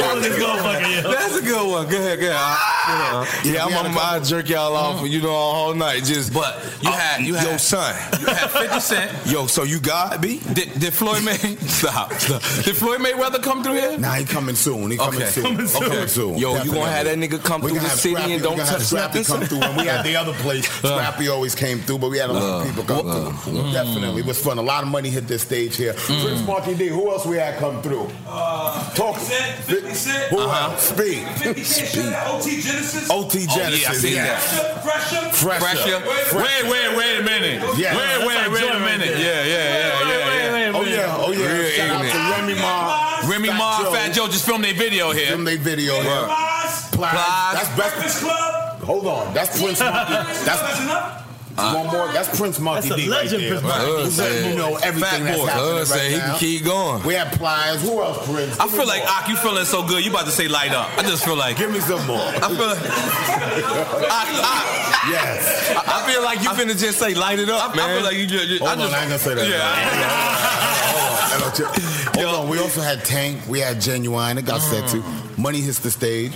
S12: That's a good one. Go ahead, go ahead. I- yeah, I'm, I'm, I jerk y'all off, you know, all night. Just but
S6: you had- you
S12: yo,
S6: had-
S12: son.
S6: You had 50 Cent.
S12: Yo, so you got B?
S6: Did, did Floyd
S8: (laughs)
S6: May stop, stop? Did Floyd Mayweather come through here?
S13: Nah, he coming soon. He coming
S6: Okay.
S13: soon.
S6: Coming soon.
S13: Coming soon.
S6: Yo, you gonna have that
S12: nigga come
S13: We
S12: through
S13: gonna
S12: the
S13: have
S12: city and
S13: Scrappy- we
S12: don't
S13: gonna have
S12: touch
S13: Scrappy
S12: nothing,
S13: come through. And we had
S6: (laughs)
S13: the other place.
S6: Uh.
S13: Scrappy always came through, but we had a lot
S12: Uh,
S13: of people come through. Mm. Definitely, it was fun. A lot of money hit this stage here.
S6: Mm.
S8: Mm.
S13: Prince Marky D. Who else we had come through? Talk. Fifty Cent. Who else? Speed. Speed.
S8: OT Genesis.
S13: OT
S8: Uh-huh. Oh, yeah, I
S13: Genesis.
S8: seen
S13: yes.
S8: Pressure.
S13: Pressure.
S8: Wait, wait, wait a minute.
S13: Yes.
S8: Wait, wait, wait a minute. Yeah, yeah, yeah, yeah, yeah.
S13: Oh yeah, oh yeah.
S8: Real
S13: Shout out
S8: ignorant.
S13: to Remy Ma.
S6: Remy Ma, Fat Joe just filmed their video here.
S13: Filmed their video here. Plies. That's Breakfast Club. Hold on, that's Prince Monkey. That's one more. That's Prince Monkey
S12: That's a
S13: D
S12: legend,
S13: right
S12: Prince
S13: there.
S12: Monkey.
S13: He's letting you know everything
S6: Uh. Fat
S13: that's
S6: boy.
S13: happening
S6: Us
S13: right
S6: say he can
S13: now.
S6: keep going.
S13: We had Plies. Who else, Prince?
S6: I feel like Ak, you feeling so good. You about to say light up. I just feel like. Give
S13: me some more.
S6: I feel like.
S13: yes.
S12: I, I feel like you finna just say light it up, man.
S6: I feel like you just.
S13: Hold
S6: I just,
S13: on, I ain't gonna say that. Hold on. Hold on. We also had Tank. We had Genuine. It got
S6: Uh-huh.
S13: set to. Money hits the stage.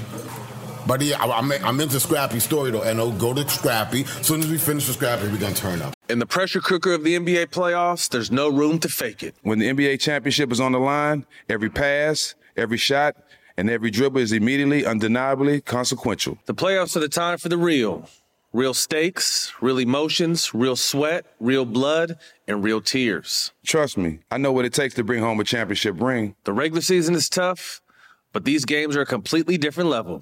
S13: But yeah, I, I'm, I'm into Scrappy story though, and I'll go to Scrappy. soon as we finish with Scrappy, we're gonna turn up.
S14: In the pressure cooker of the NBA playoffs, there's no room to fake it.
S15: When the NBA championship is on the line, every pass, every shot, and every dribble is immediately, undeniably consequential.
S14: The playoffs are the time for the real. Real stakes, real emotions, real sweat, real blood, and real tears.
S15: Trust me, I know what it takes to bring home a championship ring.
S14: The regular season is tough, but these games are a completely different level.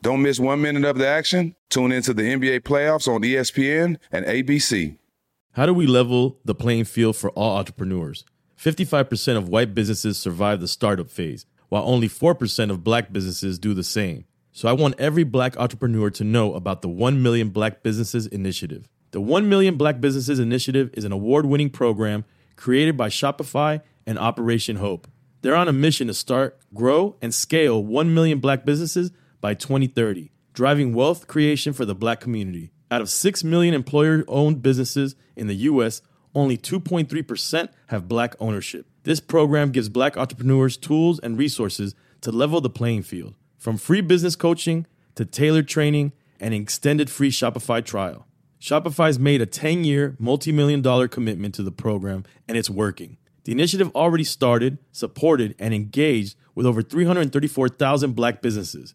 S15: Don't miss one minute of the action. Tune into the NBA playoffs on E ESPN and ABC.
S10: How do we level the playing field for all entrepreneurs? 55% of white businesses survive the startup phase, while only 4% of black businesses do the same. So I want every black entrepreneur to know about the 1 Million Black Businesses Initiative. The 1 Million Black Businesses Initiative is an award winning program created by Shopify and Operation Hope. They're on a mission to start, grow, and scale 1 million black businesses by 2030, driving wealth creation for the black community. Out of 6 million employer owned businesses in the US, only 2.3% have black ownership. This program gives black entrepreneurs tools and resources to level the playing field, from free business coaching to tailored training and an extended free Shopify trial. Shopify's made a 10 year, multi million dollar commitment to the program, and it's working. The initiative already started, supported, and engaged with over 334,000 black businesses,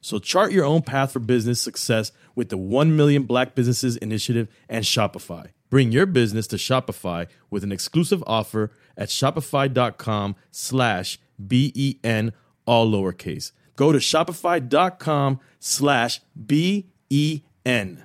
S10: So chart your own path for business success with the 1 Million Black Businesses Initiative and Shopify. Bring your business to Shopify with an exclusive offer at shopify.com slash B-E-N, all lowercase. Go to shopify.com slash E B-E-N.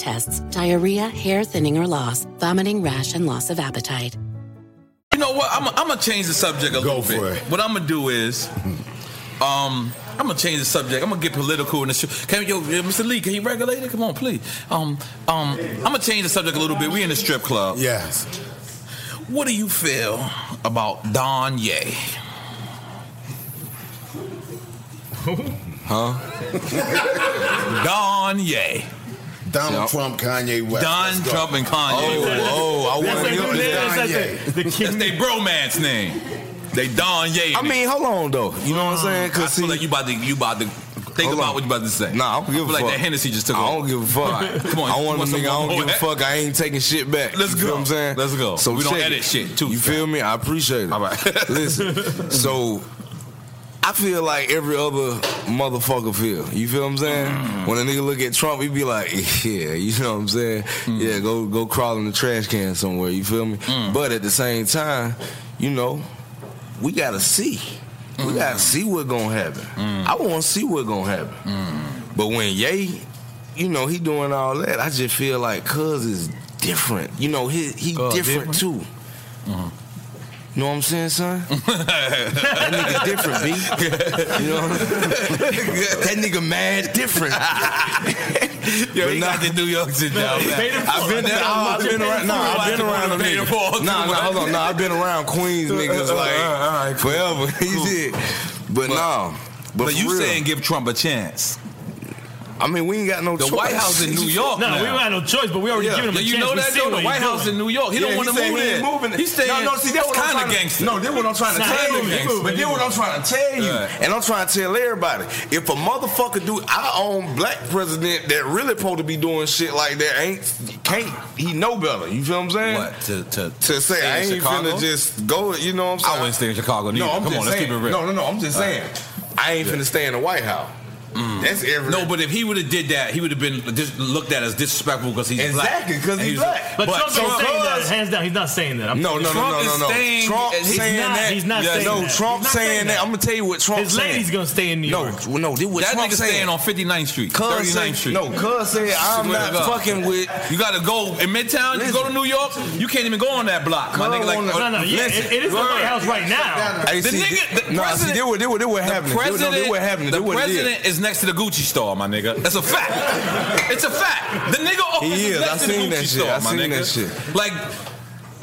S16: tests, diarrhea, hair thinning or loss, vomiting, rash, and loss of appetite.
S6: You know what? I'm I'm gonna change the subject a little bit. What I'm gonna do is, um, I'm gonna change the subject. I'm gonna get political in the show. Can yo, yo, Mr. Lee? Can you regulate it? Come on, please. Um, um, I'm gonna change the subject a little bit. We in the strip club.
S13: Yes.
S6: What do you feel about Don Ye? huh? Don Ye.
S13: Donald Trump, Kanye West.
S6: Don
S13: Let's go.
S6: Trump and Kanye. Oh, oh, I
S13: That's
S6: want
S13: like
S6: to
S13: the- that's like
S6: Kanye. That's their bromance name. They Don Ye. Uh,
S12: I mean, hold on though. You know what I'm saying?
S6: I feel like you about to you about to think about what you about to say.
S12: Nah, I don't give
S6: I
S12: a
S6: feel like
S12: fuck.
S6: that Hennessy just took.
S12: I don't
S6: over.
S12: give a
S6: (laughs)
S12: fuck.
S6: Come on,
S12: I
S6: you
S12: want a
S6: some
S12: nigga. I
S6: more
S12: don't give a
S6: back?
S12: fuck. I ain't taking shit back.
S6: Let's
S12: you
S6: go.
S12: Feel what I'm saying.
S6: Let's go.
S12: So
S6: We don't
S12: check it.
S6: edit shit, too.
S12: You feel me? I appreciate it.
S6: (laughs)
S12: All right. Listen. So. I feel like every other motherfucker feel. You feel what I'm saying?
S6: Mm.
S12: When a nigga look at Trump, he be like, (laughs) yeah, you know what I'm saying?
S6: Mm.
S12: Yeah, go go crawl in the trash can somewhere. You feel me? But at the same time, you know, we gotta see. We gotta see what gonna happen. I wanna see what gonna happen. But when Ye, you know, he doing all that, I just feel like Cuz is different. You know, he he
S6: Cuz
S12: different, Mm-hmm.
S6: different?
S12: too. You know what I'm saying, (laughs) son? that nigga different, B. You know what I'm That nigga mad different.
S6: Yo, he got the New York shit down.
S12: I've been, I've been around. Nah, I've been around them niggas. Nah, nah, hold on. Nah, I've been
S8: (laughs)
S12: around Queens niggas
S8: Uh-huh.
S12: like forever. (laughs) He's it. But no. But,
S6: But you
S12: for real.
S6: saying give Trump a chance?
S12: I mean, we ain't got no
S6: The
S12: choice.
S6: White House
S12: (laughs)
S6: in
S10: (laughs)
S6: New York.
S12: No,
S6: now.
S12: we don't have
S10: no choice, but we
S12: already given him a
S6: you
S12: chance.
S6: know
S12: We
S6: that
S12: see
S6: though.
S12: what
S6: The
S12: he
S6: White House
S12: doing.
S6: in New York. He
S12: Yeah,
S6: don't want to
S12: he said
S6: move
S12: he ain't
S6: in.
S12: moving it.
S6: He's saying
S12: No, no, see, that's what I'm
S6: kind
S12: trying
S6: of
S12: to-
S6: gangster.
S12: No, that's what I'm trying to tell you. But then what I'm trying to tell you, and I'm trying to tell everybody, if a motherfucker do our own black president that really supposed to be doing shit like that, ain't can't he know better? You feel what I'm saying?
S6: What to to
S12: To say
S6: stay
S12: I
S6: in
S12: ain't
S6: Chicago?
S12: finna just go, you know what I'm saying?
S6: I wouldn't stay in Chicago.
S12: No,
S6: neither.
S12: I'm
S6: Come
S12: just
S6: on, let's
S12: saying.
S6: keep it real.
S12: No, no, no. I'm just
S6: All
S12: saying. I ain't finna stay in the White House. That's every.
S6: Mm. No, but if he would have did that, he would have been dis- looked at as disrespectful because he's
S12: Exactly,
S6: black.
S12: 'cause
S6: And
S12: he's
S6: he was-
S12: black.
S17: But, Trump
S6: so
S17: ain't saying that.
S6: cuz-
S17: Hands down, he's not saying that. I'm
S12: No, no,
S17: Trump
S12: no,
S17: is
S12: no, no,
S17: saying-
S12: no. Trump
S17: he's
S12: saying
S17: not-
S12: that.
S17: He's not
S12: Yeah,
S17: saying
S12: no,
S17: that.
S12: Trump
S17: He's not
S12: saying that. I'm gonna tell you what Trump
S17: His
S12: saying.
S17: lady's gonna stay in New
S12: No,
S17: York.
S12: well, no, this what
S6: that
S12: Trump
S6: nigga
S12: saying.
S6: staying on 59th Street,
S12: Cuz
S6: 39th
S12: said-
S6: Street.
S12: no, Cuz said, I'm
S6: Swear
S12: not
S6: to God.
S12: fucking with-
S6: You gotta go in Midtown. You go to New York, you can't even go on that block. My
S12: Cuz
S6: nigga, like,
S12: wanna-
S6: uh,
S12: No, no, yeah,
S6: listen,
S12: it- it is the
S6: word.
S12: White House right now. Hey,
S6: the
S12: see,
S6: nigga, the
S12: nah, see,
S6: president,
S12: they were- they were- they were happening. They
S6: The
S12: were- no, they
S6: president,
S12: were happening. They
S6: The
S12: were dead.
S6: president is next to the Gucci store, my nigga. That's a fact. it's a fact. The nigga office
S12: He
S6: is
S12: is.
S6: next
S12: I
S6: to the
S12: seen
S6: Gucci
S12: that shit.
S6: store,
S12: I
S6: my
S12: seen
S6: nigga.
S12: that shit.
S6: Like,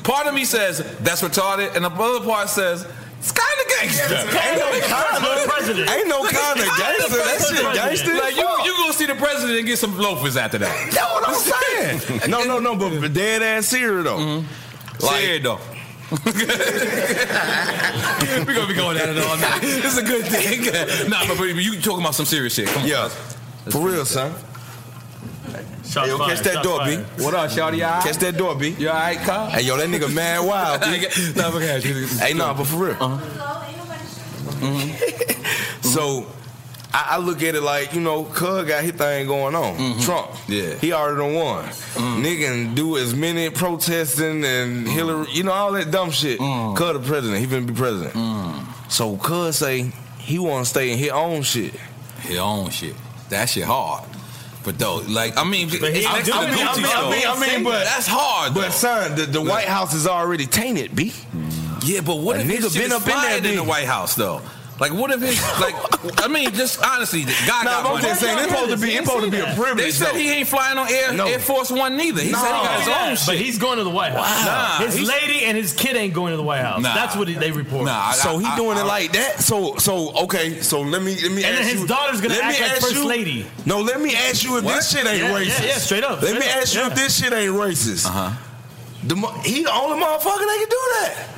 S6: Part of me says that's retarded, and the other part says it's kind of gangster.
S12: Yes, it's kinda gangster. Ain't no kinda gangster. That shit gangster.
S6: Like you, you gonna see the president and get some loafers after that.
S12: That's what I'm saying. (laughs) no, no, no, but dead ass serious though.
S6: Mm-hmm. Serious though. (laughs) We're gonna be going at it all night. It's a good thing. (laughs) nah, but, but you talking about some serious shit. Come on.
S12: Yeah. For real, son. Hey, yo, catch that door, B.
S6: What up, Shawty? You all right?
S12: Catch that door, B.
S6: You all right, Kyle?
S12: Hey, yo, that nigga mad
S6: (laughs)
S12: wild. B.
S6: Nah, but guys, you-
S12: Hey, nah, but for real.
S6: Uh-huh.
S12: Mm-hmm. so I, I look at it like, you know, Cug got his thing going on. Trump.
S6: Mm-hmm. Yeah. Mm-hmm.
S12: He already done won. Nigga can do as many protesting and Hillary, you know, all that dumb shit.
S6: Mm-hmm.
S12: Cuz the president, he finna be president. So Cuz say he wanna stay in his own shit.
S6: His own shit. That shit hard. But though, like I mean,
S12: But he
S6: I,
S12: ain't doing it. I mean, I mean, I mean, but-
S6: that's hard.
S12: But
S6: though.
S12: son, the, the White House is already tainted, B.
S6: Yeah, but what
S12: A
S6: if
S12: nigga
S6: his shit
S12: been
S6: is
S12: up in there,
S6: fired in
S12: B?
S6: the White House though? Like, what if his like? I mean, just honestly, the guy got
S12: Nah, but I'm
S6: one.
S12: just saying, it's supposed to be- it's supposed to be a privilege,
S6: They said
S12: though.
S6: he ain't flying on Air,
S12: No.
S6: Air Force One neither. He said he got his own shit.
S10: But he's going to the White House.
S6: Wow. Nah,
S10: his
S6: he's-
S10: lady and his kid ain't going to the White House.
S6: Nah.
S10: That's what they report.
S6: Nah, I-
S12: So he doing it like that. So so okay. So let me let me.
S10: And then
S12: ask
S10: his
S12: you-
S10: daughter's gonna
S12: let me
S10: act like
S12: ask
S10: first
S12: you-
S10: lady.
S12: No, let me ask you if
S10: What?
S12: this shit ain't
S10: Yeah, yeah,
S12: racist.
S10: yeah, straight up,
S12: Let
S10: straight
S12: me
S10: up,
S12: ask you
S10: yeah.
S12: if this shit ain't racist. Uh
S6: Uh-huh.
S12: huh. The, mo- he the only motherfucker that can do that.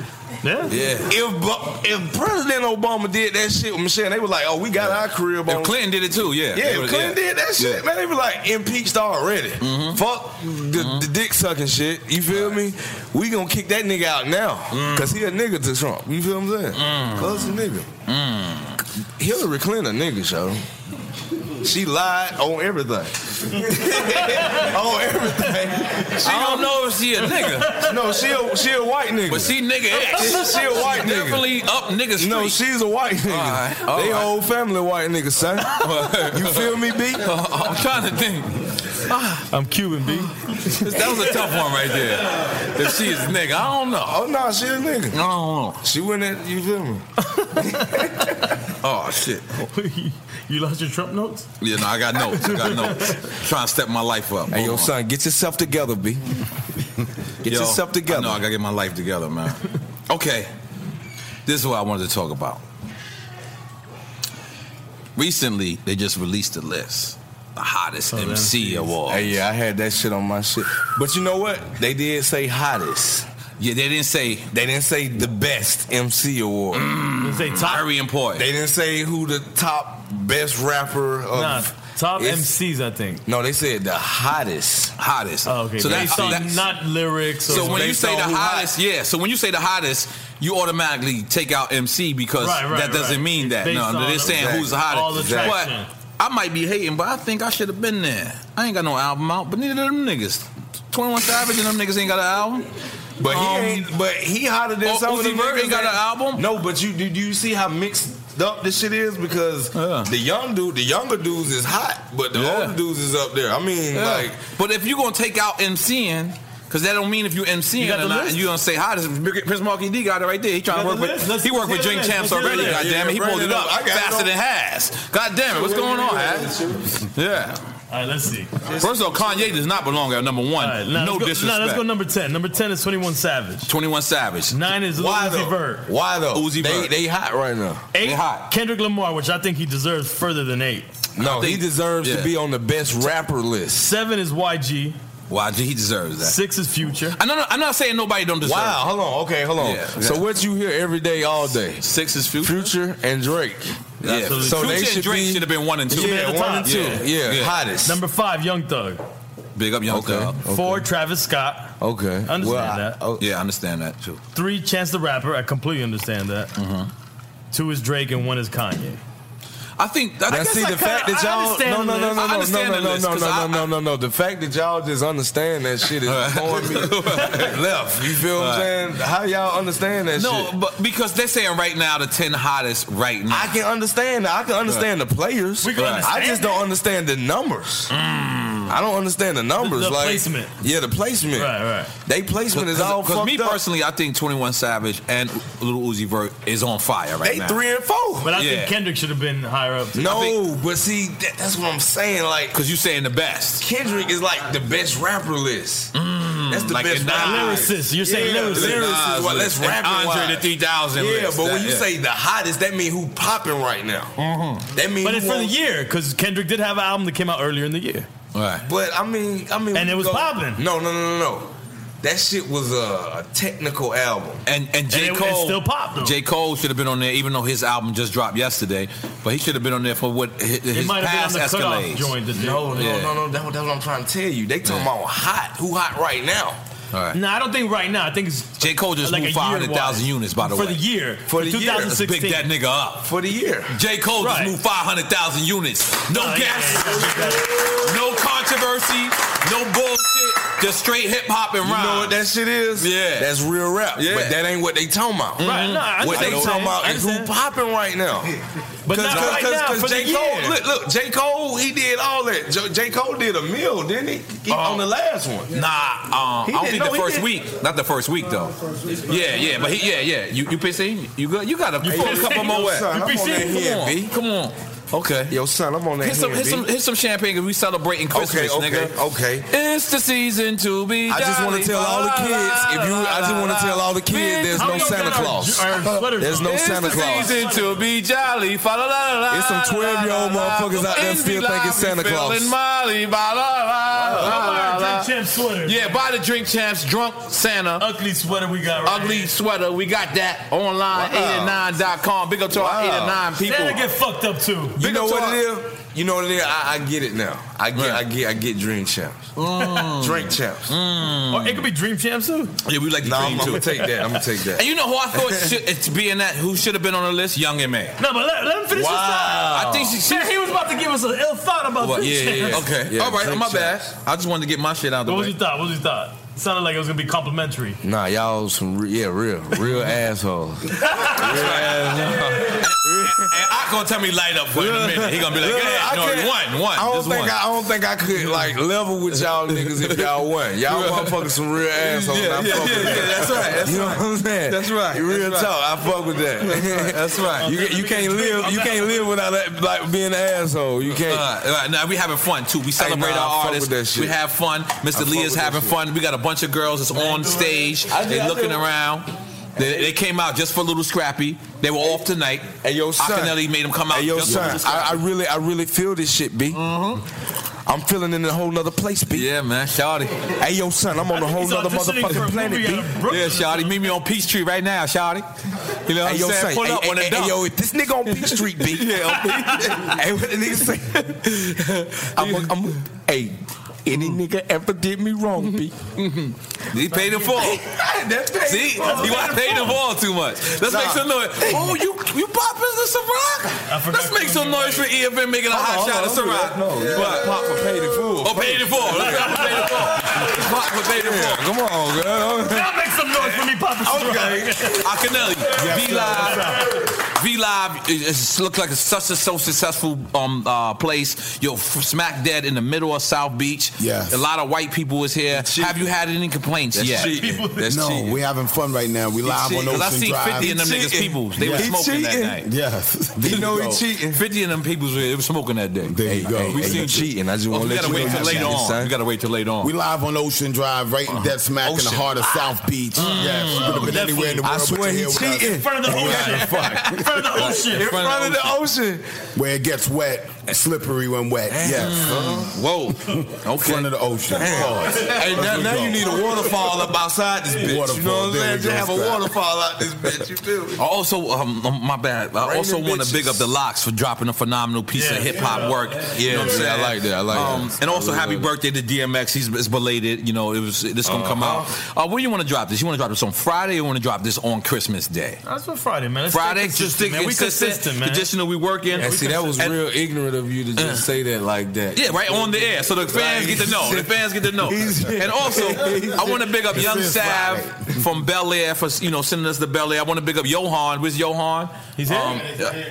S10: Yeah.
S6: Yeah.
S12: If Bo- if President Obama did that shit with Michelle, they were like, "Oh, we got our career."
S6: If Clinton did it too, yeah.
S12: Yeah,
S6: They
S12: if
S6: would-
S12: Clinton did that
S6: Yeah. Mm-hmm.
S12: shit, man, they be like impeached already. Fuck the, the dick sucking shit. You feel me? We gonna kick that nigga out now
S6: Mm.
S12: because he a nigga to Trump. You feel what I'm saying? Cause a nigga.
S6: Mm.
S12: Hillary Clinton a nigga, show. She lied on everything.
S6: (laughs)
S12: on everything. She
S6: I don't know if she a nigga.
S12: No, she a, (laughs) she a white nigga.
S6: But she (laughs) nigga X.
S12: she a white nigga.
S6: Definitely up nigga street.
S12: No, she's a white nigga.
S6: right, all
S12: they
S6: right.
S12: whole family white
S6: (laughs)
S12: nigga, son. you feel me, B?
S6: I'm trying to think. Ah,
S10: I'm Cuban, B.
S6: That was a tough one right there. If she is nigga, I don't know.
S12: Oh no, she a nigga.
S6: I don't know.
S12: She went at you feel me?
S6: Oh shit.
S10: you lost your Trump notes?
S6: Yeah, no, I got notes. I got
S12: (laughs)
S6: notes. Trying to step my life up.
S12: Hey
S6: Hold
S12: yo
S6: on.
S12: son, get yourself together, B. Get
S6: Yo,
S12: yourself together.
S6: I know I gotta get my life together, man. okay, this is what I wanted to talk about. Recently, they just released the list, the hottest MC award.
S12: Oh, Hey yeah, I had that shit on my shit. But you know what? They did say hottest.
S6: Yeah, they didn't say Mm.
S12: They didn't say the best MC award.
S10: They say top,
S6: very important.
S12: They didn't say who the top best rapper of
S10: nah, top
S12: It's-
S10: MCs, I think.
S12: No, they said the hottest.
S6: hottest.
S10: Oh, okay.
S6: So
S10: they
S6: that's,
S10: saw
S6: that's
S10: not lyrics. Or
S6: so when you
S12: based
S6: say
S12: on
S6: the
S12: who
S6: hottest, yeah. So when you say the hottest, you automatically take out MC because
S10: Right, right,
S6: that doesn't
S10: right.
S6: mean that.
S10: Based
S6: no,
S10: on-
S6: they're saying who's the
S10: Exactly.
S6: hottest.
S10: All the traction.
S6: But I might be hating, but I think I should have been there. I ain't got no album out, but neither of them niggas. Twenty One Savage and them niggas ain't got an album.
S12: But he
S6: Um,
S12: ain't. But he hotter than
S6: Oh,
S12: some of
S6: Uzi
S12: them
S6: Vert
S12: niggas
S6: ain't got
S12: that-
S6: an album?
S12: No, but you do. do you see how mixed up this shit is? Because
S6: Yeah.
S12: the young dude, the younger dudes is hot, but the
S6: Yeah.
S12: older dudes is up there. I mean,
S6: Yeah.
S12: like
S6: but if you gonna take out MCing, because that don't mean if you MCing
S10: You got
S6: or
S10: the
S6: not,
S10: list?
S6: and you gonna say hottest. Prince Marky D got it right there. He trying to
S10: You got
S6: work
S10: the
S6: with.
S10: list? Let's-
S6: he worked with
S10: let's hear
S6: Drink
S10: the list.
S6: Champs
S10: Let's hear
S6: already.
S10: the
S6: God
S10: list.
S6: damn it, he
S12: Yeah,
S6: pulled
S12: bring
S6: it
S12: it
S6: up
S12: up. I got it
S6: faster
S12: on-
S6: than Has. God damn it, what's going on, Has? Yeah.
S10: All right, let's see.
S6: First of all, Kanye does not belong at number one.
S10: All right, now
S6: no
S10: let's go,
S6: disrespect.
S10: Now let's go number 10. Number 10 is 21 Savage.
S6: Twenty One Savage.
S10: Nine is Lil
S12: why
S10: Uzi
S12: though?
S10: Vert.
S12: Why though?
S6: Uzi
S12: they,
S6: Vert.
S12: they hot right now.
S10: Eight,
S6: They hot.
S10: Kendrick Lamar, which I think he deserves further than eight.
S12: No,
S6: think-
S12: he deserves
S6: yeah.
S12: to be on the best rapper list.
S10: Seven is YG.
S6: Why he deserves that?
S10: Six is Future.
S6: I know. I'm not saying nobody don't deserve.
S12: Wow, hold on. Okay, hold on.
S6: Yeah.
S12: So what you hear every day, all day?
S6: it. Six is future.
S12: Future and Drake.
S6: Yeah.
S10: Absolutely.
S6: So
S12: So they
S6: Future and
S12: should
S6: Drake
S12: be-
S6: should have been one and two.
S10: be at
S12: Yeah,
S10: the
S12: one
S10: top.
S12: and two.
S6: Yeah.
S12: Yeah,
S6: Yeah.
S12: hottest.
S10: Number five, Young Thug.
S6: Big up Young Thug.
S10: Four, Travis Scott.
S12: okay.
S10: Understand that.
S12: oh,
S6: Yeah, I understand that too.
S10: Three, Chance the Rapper. I completely understand that.
S6: Mm-hmm.
S10: Two is Drake and one is Kanye.
S6: I think. I,
S12: Now
S6: guess
S12: see
S6: I
S12: the
S6: kinda-
S12: fact that
S6: I
S12: y'all
S6: understand
S12: no
S6: the list.
S12: no no
S6: I
S12: no no
S6: understand
S12: no no
S6: the
S12: no
S6: list,
S12: no
S6: 'cause
S12: no
S6: I-
S12: no no no the fact that y'all just understand that shit is
S6: (laughs)
S12: throwing me left. You feel what I'm saying? How y'all understand that
S6: No,
S12: shit?
S6: but because they're saying right now the ten hottest right now.
S12: I can understand. that. I can understand the players.
S10: We can
S12: I just
S10: understand
S12: don't understand the numbers.
S6: Mm.
S12: I don't understand the numbers.
S10: The- the
S12: like
S10: placement.
S12: Yeah, the placement.
S10: Right, right.
S12: They placement is all
S6: Because
S12: fucked
S6: me
S12: up.
S6: personally, I think Twenty One Savage and Little Uzi Vert is on fire right
S12: they
S6: now.
S12: three and four.
S10: But I
S6: Yeah.
S10: think Kendrick should have been higher up.
S12: no, but see, that, that's what I'm saying. Like
S6: Because you saying the best.
S12: Kendrick is like the best rapper list. That's the
S8: Like
S12: best
S8: a
S12: rap.
S8: lyricist. You're saying lyricist. Lyricist.
S12: Well, let's
S8: And
S12: rap
S8: Andre
S12: wise.
S8: the 3000
S12: Yeah,
S8: list.
S12: but
S8: That-
S12: when you
S8: yeah.
S12: say the hottest, that means who popping right now. Mm-hmm. That means
S8: But
S12: who
S8: it's for the
S12: on-
S8: year because Kendrick did have an album that came out earlier in the year.
S12: Right. But I mean, I mean,
S8: And it was popping.
S12: No, no, no, no, no. That shit was a, a technical album,
S6: and and J. Cole J. Cole should have been on there, even though his album just dropped yesterday. But he should have been on there for what his, his past escalades.
S12: No, no,
S6: Yeah.
S12: no, no. That's what, that's what I'm trying to tell you. They talking
S6: Yeah.
S12: about hot. Who hot right now?
S6: All right.
S8: No, I don't think right now. I think it's
S6: J. Cole just
S8: like a
S6: moved
S8: year
S6: 500,000
S8: wise.
S6: units, by the
S8: for
S6: way.
S8: the year
S6: For the year. Let's big
S8: 2016.
S6: that nigga up.
S12: For the year.
S6: J. Cole
S8: Right.
S6: just moved 500,000 units. No
S8: Oh, yeah,
S6: gaps, no controversy, no bullshit, just straight hip hop and
S12: You
S6: rhyme.
S12: know what that shit is?
S6: Yeah.
S12: That's real rap.
S6: Yeah.
S12: But that ain't what they talking about.
S6: Right, no, I
S12: what they
S6: understand.
S12: talking about
S6: I
S12: is who popping right now.
S8: But not right now, for the
S12: J. Cole,
S8: year.
S12: look, look, J. Cole, he did all that. J. J. Cole did a meal, didn't he? He-
S8: Uh-huh.
S12: on the last one.
S6: Nah, um, I
S12: He
S6: don't
S12: did-
S6: think
S12: no,
S6: the
S12: he
S6: first
S12: did.
S6: week. Not the first week though. Yeah, yeah, but he, yeah, yeah. You, you PC? You good? You got a
S12: Hey,
S6: pull a
S12: yo,
S6: couple
S12: son,
S6: more.
S12: I'm on that
S6: Come on,
S12: hand, B.
S6: come on. Okay.
S12: Yo, son, I'm on that
S6: Hit some,
S12: hand,
S6: hit some,
S12: B.
S6: hit some champagne because we celebrating Christmas,
S12: okay,
S6: nigga.
S12: okay, okay.
S6: It's the season to be.
S12: I just want to tell all the kids. If you, I just want to tell all the kids, there's no Santa Claus. There's no Santa
S6: It's
S12: Claus.
S6: the season to be jolly. Fa la la la la.
S12: It's some 12 year old motherfuckers out there still thinking Santa
S6: Feeling
S12: Claus.
S6: Molly, ba la la la la la.
S8: Champ sweater.
S6: Yeah, buy the drink champs drunk Santa.
S8: Ugly sweater we got. Right
S6: Ugly sweater, we got that online
S12: Wow.
S6: 89.com. Big up to our
S12: Wow.
S6: 89 people.
S12: Santa
S8: get fucked up too.
S12: You know what it is? You know what it is? I, I get it now. I get, I get, I get dream champs. Drink Mm. champs.
S6: Mm.
S8: Or it could be Dream Champs too.
S6: Oh. Yeah, we like
S12: Nah, I'm, I'm gonna take that. I'm (laughs) gonna take that.
S6: And you know who I thought should, it's being that who should have been on the list? Young and man.
S8: No, but let, let him finish this
S6: Wow.
S8: thought.
S6: I think she-
S8: Man, he was about to give us an ill thought about
S6: What?
S8: Dream
S6: Yeah, yeah, yeah.
S8: Champs.
S6: Okay. All right, my bad. I just wanted to get my shit out of the
S8: What was
S6: way.
S8: your thought? What was your thought? It sounded like it was gonna be
S12: (laughs)
S8: complimentary.
S12: Nah, y'all some re- yeah, real,
S6: (laughs)
S12: real assholes.
S6: And I gonna tell me light up for in a minute. He gonna be like,
S12: Look,
S6: yeah,
S12: I
S6: no,
S12: can't-
S6: one, one.
S12: I don't
S6: just
S12: think
S6: one.
S12: I, I don't think I could like level with y'all niggas if y'all won.
S6: (laughs)
S12: Y'all motherfuckers some real assholes.
S6: Yeah,
S12: and I
S6: yeah,
S12: fuck
S6: yeah,
S12: with
S6: yeah,
S12: that.
S6: that's right, that's
S12: you know what I'm saying?
S6: That's right,
S12: Real
S6: that's right.
S12: talk. I fuck with that.
S6: That's right, that's right.
S12: (laughs) You, you can't live. You can't live without that, like being an asshole. You can't.
S6: Uh, uh, now we having fun too. We celebrate
S12: nah, I
S6: our
S12: fuck
S6: artists.
S12: with that shit.
S6: We have fun.
S12: I
S6: Mr.
S12: fuck
S6: Lee
S12: with
S6: is
S12: that
S6: having
S12: shit.
S6: fun. We got a bunch of girls that's on stage.
S12: I did- I
S6: they looking
S12: did-
S6: around. They, they came out just for Little Scrappy. They were off tonight. And
S12: yo, son.
S6: Akinelli made them come out.
S12: Hey, yo,
S6: just for
S12: son,
S6: Little Scrappy.
S12: I, I really, I really feel this shit, B. am feeling in a whole nother place, B.
S6: Mm-hmm. yeah, man, Shawty.
S12: Hey, yo, son, I'm on a whole
S6: He's
S12: nother
S6: auditioning for a
S12: motherfucking planet,
S6: movie
S12: B.
S6: out of Brooklyn. Yeah, Shawty, meet me on Peachtree right now, Shawty. You know what
S12: Hey,
S6: I'm
S12: yo,
S6: saying?
S12: son,
S6: Pull
S12: hey,
S6: up
S12: hey,
S6: on the
S12: hey,
S6: dump.
S12: yo, if this nigga on Peach Street, B.
S6: (laughs) Yeah, on
S12: hey, what the nigga
S6: (laughs)
S12: say? I'm, a, I'm a, hey, any nigga ever did me wrong, B.
S6: Mm-hmm. He paid in
S12: (laughs)
S6: full.
S12: That's paid
S6: See,
S12: in full.
S6: you got paid in full too much. Let's make
S12: Nah.
S6: some noise. Oh, you you popping the Ciroc? Let's make some noise for EFN making a hot shot of Ciroc.
S12: No, you gotta pop for paid in full.
S6: Oh, paid in full. Let's
S8: (laughs)
S6: pop for paid in full. Let's Pop for paid in full.
S12: Come on, girl.
S8: Now make some noise for me, Papa.
S6: Okay. Akinelli, V Live. V Live it- it looks like it's such a so successful um uh place. You're f- smack dead in the middle of South Beach.
S13: Yes.
S6: A lot of white people is here. Have you had any complaints
S12: That's
S6: yet?
S12: cheating. That's
S13: no,
S12: cheating.
S13: we having fun right now. We live on
S6: cheating.
S13: Ocean
S6: 'Cause I seen
S13: Drive.
S6: 50 in them
S13: He
S6: niggas'
S13: cheating.
S6: peoples. They were
S13: He
S6: smoking that
S13: cheating.
S6: night.
S12: (laughs)
S13: Yes.
S12: You
S13: There
S12: know
S13: go.
S12: he cheating.
S6: 50 of them peoples were, was smoking that day.
S13: There you go.
S12: Hey,
S6: We
S12: hey,
S6: seen
S12: you
S6: it.
S12: cheating. I just
S6: Oh,
S12: wanna
S6: we
S12: let
S6: gotta
S12: you
S6: wait
S12: know
S6: till
S12: you
S6: later
S12: cheating,
S6: on.
S12: son.
S6: We gotta wait till later on.
S13: We live on Ocean Drive, right
S12: Uh-huh.
S13: in dead smack in
S6: Ocean.
S13: the heart of
S12: Ah.
S13: South Beach. Yes, you could have been anywhere in the
S12: Mm. Oh,
S13: world.
S12: I
S13: but
S12: swear
S13: you're
S12: he
S13: here with us.
S12: cheating.
S8: In front of the ocean.
S13: (laughs) Fuck.
S8: In front of the ocean.
S12: In front of the ocean.
S13: Where it gets wet, slippery when wet. Yes.
S6: Whoa.
S13: (laughs) In front of the ocean. Pause.
S12: Hey, now, now you need a waterfall up outside this bitch. you know
S13: Waterfall,
S12: what
S13: there
S12: I'm saying?
S13: we
S12: Just
S13: go,
S12: have a
S13: Scrap.
S12: waterfall out this bitch. You feel me?
S6: I also, um, um, my bad. I
S12: Raining
S6: also want
S12: bitches.
S6: to big up the locks for dropping a phenomenal piece
S8: Yeah,
S6: of hip hop
S8: yeah.
S6: work. you know what I'm
S12: Yeah,
S6: saying?
S12: I like that, I like that.
S6: Um, And also,
S12: I really
S6: happy
S12: like
S6: birthday to DMX. He's it's belated. You know, it was this gonna come
S12: Uh-huh.
S6: out. Uh, when you want to drop this? You want to drop this on Friday? or You want to drop this on Christmas Day?
S8: That's for Friday, man. Let's stay
S6: Friday, just
S8: consistent,
S6: stick
S8: man. We consistent, man.
S6: Additional, we working.
S12: And see, that was
S6: And- Uh.
S12: real ignorant of you to just say that like that.
S6: Yeah, right on the air. So the fans get to know.
S12: (laughs)
S6: The fans get to know. And also, I want to big up Young
S13: is
S6: Sav from Bel Air for you know sending us the Bel Air. I want to big up Johan. Where's Johan?
S8: He's here.
S6: uh,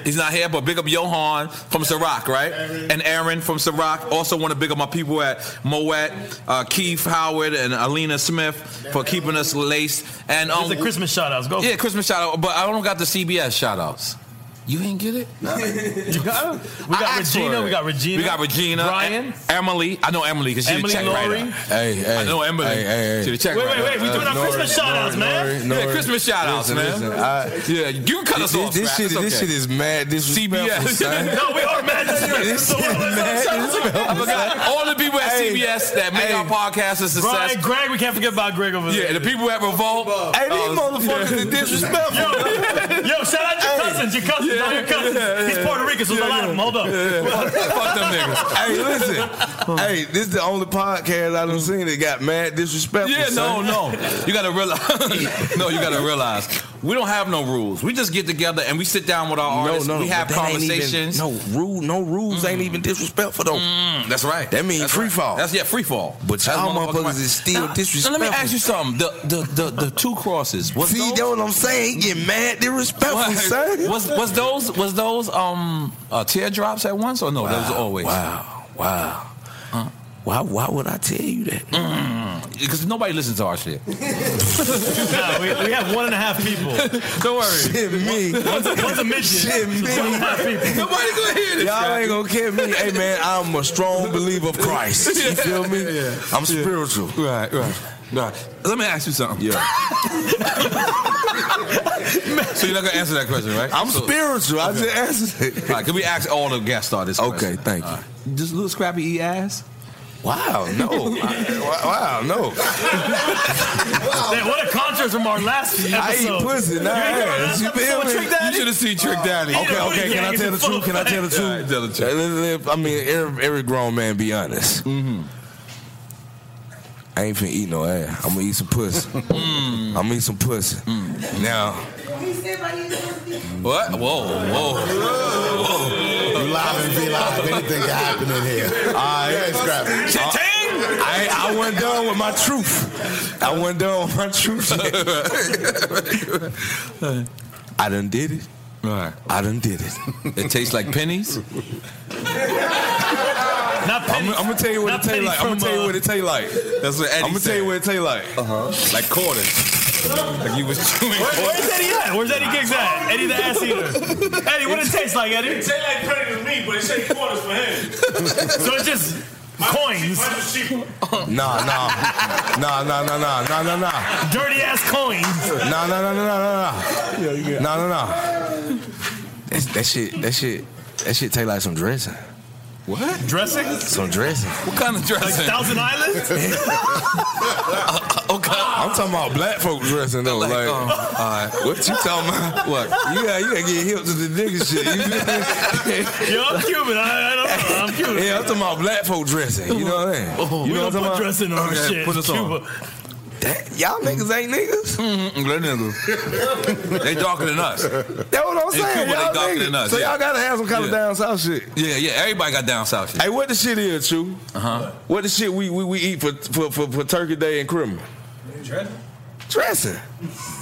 S6: he's not here, but big up Johan from Ciroc, right? And Aaron from Ciroc. Also want to big up my people at Moet, uh, Keith Howard, and Alina Smith for keeping us laced. And um,
S8: It's a Christmas shout outs. Go.
S6: yeah, Christmas shout out. But I don't got the CBS shout outs. You ain't get it?
S8: (laughs) You got it? We got Regina. We got Regina.
S6: We got Regina.
S8: Brian.
S6: E- Emily. I know Emily because she's the
S8: Emily
S6: check
S8: Laurie.
S6: writer. Hey, hey. I know Emily.
S12: Hey, hey, hey.
S6: She's the check
S8: Wait,
S6: writer.
S8: wait, wait. We doing our
S12: Nori,
S8: Christmas shout outs,
S12: Nori,
S8: man.
S12: Nori, Nori.
S6: Yeah, Christmas shout outs,
S12: Listen,
S6: man.
S12: listen, I-
S6: yeah, you can cut us
S12: This-
S6: off.
S12: this
S6: Rap.
S12: shit-
S6: It's
S12: this
S6: okay.
S12: shit is mad disrespectful,
S6: (laughs)
S12: son.
S8: no, we are mad disrespectful.
S12: This
S8: So
S12: shit
S8: what-
S12: is mad disrespectful,
S6: I forgot
S12: son.
S6: all the people at
S12: Hey,
S6: CBS that make
S12: hey,
S6: our podcast a success.
S8: Brian, Greg, we can't forget about Greg over there.
S6: Yeah, the people at Revolt.
S12: Hey, these
S6: uh, (laughs)
S12: motherfuckers are disrespectful.
S8: Yo, Oh, yo, (laughs) shout out your cousins, your cousins, all your cousins. He's Puerto Rican, so there's a lot of them. Hold up. (laughs)
S6: Fuck them niggas.
S12: Hey, listen. hey, this is the only podcast I done seen that got mad disrespectful.
S6: Mm. Yeah, no,
S12: son.
S6: no. (laughs) You gotta realize. (laughs) no, you gotta realize. We don't have no rules. We just get together and we sit down with our
S12: (laughs) No,
S6: artists.
S12: no,
S6: we have
S12: but that ain't even-
S6: conversations.
S12: no rule, no rules ain't even disrespectful though.
S6: Mm, that's right.
S12: That means
S6: That's
S12: free
S6: right.
S12: fall.
S6: That's yeah, free fall.
S12: But
S6: That's
S12: y'all
S6: motherfucking
S12: motherfuckers
S6: right.
S12: is still
S6: Now, let me ask
S12: disrespectful.
S6: you something. The the the, the two crosses. Was
S12: See,
S6: those,
S12: that's what I'm saying. Get mad disrespectful, son.
S6: (laughs) was was those was those um uh, teardrops at once or no? That was always
S12: Wow, wow. Why, why would I tell you that?
S6: because Mm. nobody listens to our
S12: (laughs)
S6: shit.
S8: No, we, we have one and a half people.
S6: Don't worry.
S12: Shit, me.
S8: One's a, one's a midget.
S12: Shit,
S8: One and a
S12: me.
S8: half people.
S6: Nobody gonna hear this.
S12: Y'all
S6: crap.
S12: ain't gonna kill me. Hey man, I'm a strong believer of Christ. You feel me? I'm spiritual.
S6: Right, right. Right. Let me ask you something.
S12: Yeah.
S6: (laughs) So you're not gonna answer that question, right?
S12: I'm
S6: so,
S12: spiritual. I just answered it.
S6: All right, can we ask all the guest artists?
S12: Okay, thank you.
S6: Does little Scrappy eat ass?
S12: Wow,
S6: (laughs)
S12: no. I- wow, no.
S8: Man, what a contrast from our last episode.
S12: I eat pussy, not ass. You feel me?
S6: You should have seen Trick
S8: Uh,
S6: Daddy.
S12: Okay,
S8: Yeah,
S12: okay. Can I tell the truth? Can I tell the
S6: All right,
S12: truth?
S6: tell the truth.
S12: Let- let- I mean, every, every grown man be honest.
S6: Mm-hmm.
S12: I ain't finna eat no ass. I'm gonna eat some
S6: (laughs)
S12: pussy.
S6: Mm.
S12: I'm gonna eat some pussy. Now,
S6: What? Whoa, whoa.
S13: You live and be live. Anything can happen in
S8: (laughs)
S13: here. All right. Yeah, scrap.
S6: Cha-ching!
S12: Uh, I, I wasn't done with my truth. I wasn't done with my
S8: (laughs)
S12: truth yet. (laughs) I done did it.
S6: All right.
S12: I done did (laughs) it.
S6: It tastes like
S8: (laughs)
S6: pennies.
S8: Not
S12: I'm,
S8: pennies.
S12: I'm gonna tell you what
S8: Not
S12: it taste
S8: pennies
S12: like. I'm gonna
S8: from,
S12: tell you
S8: uh,
S12: what it taste like.
S6: That's what Eddie
S12: I'm gonna tell you what it taste like.
S6: Uh-huh. Like quarters. Like you was chewing
S8: Where,
S6: quarters.
S8: where's Eddie at? Where's Eddie Gigs at? Eddie the ass eater. Eddie, what it taste like, Eddie? It tastes like credit to me, but it tastes quarters for him. so it's just coins,
S12: Nah, (laughs) nah, nah, nah, nah, nah, nah, nah, nah.
S8: dirty ass coins.
S12: No, no, no, no, no, no, no. No, no, no. That, that shit, that shit, that shit taste like some dressing.
S6: What?
S8: Dressing?
S12: Some dressing.
S6: What kind of
S8: Like
S6: dressing?
S8: Thousand (laughs) Island?
S6: okay.
S12: I'm talking about black folk dressing though. Like,
S6: Like, um, all right.
S12: what you talking about? What? You got, you got to get hip to the nigga shit. You feel
S8: (laughs)
S12: me?
S8: Yo, I'm Cuban. I, I don't know. I'm Cuban. Oh,
S12: Yeah, I'm talking about black folk dressing. You know what I'm saying?
S8: (laughs)
S12: You
S8: we
S12: know
S8: don't
S12: what I'm
S8: put
S12: talking about?
S8: dressing on
S6: Okay,
S8: shit.
S6: put us on.
S8: Cuba.
S12: That- y'all niggas ain't niggas.
S6: Mm-hmm. Let them go. (laughs) They darker than us.
S12: That's what I'm
S6: In
S12: saying.
S6: Cuba, they
S12: Y'all
S6: darker
S12: niggas.
S6: than us,
S12: so
S6: yeah.
S12: y'all gotta have some kind of
S6: Yeah.
S12: down south shit.
S6: Yeah, yeah. Everybody got down south shit.
S12: Hey, what the shit is, Chew?
S6: Uh-huh.
S12: What the shit we, we, we eat for, for, for, for Turkey Day and Christmas? Dressing.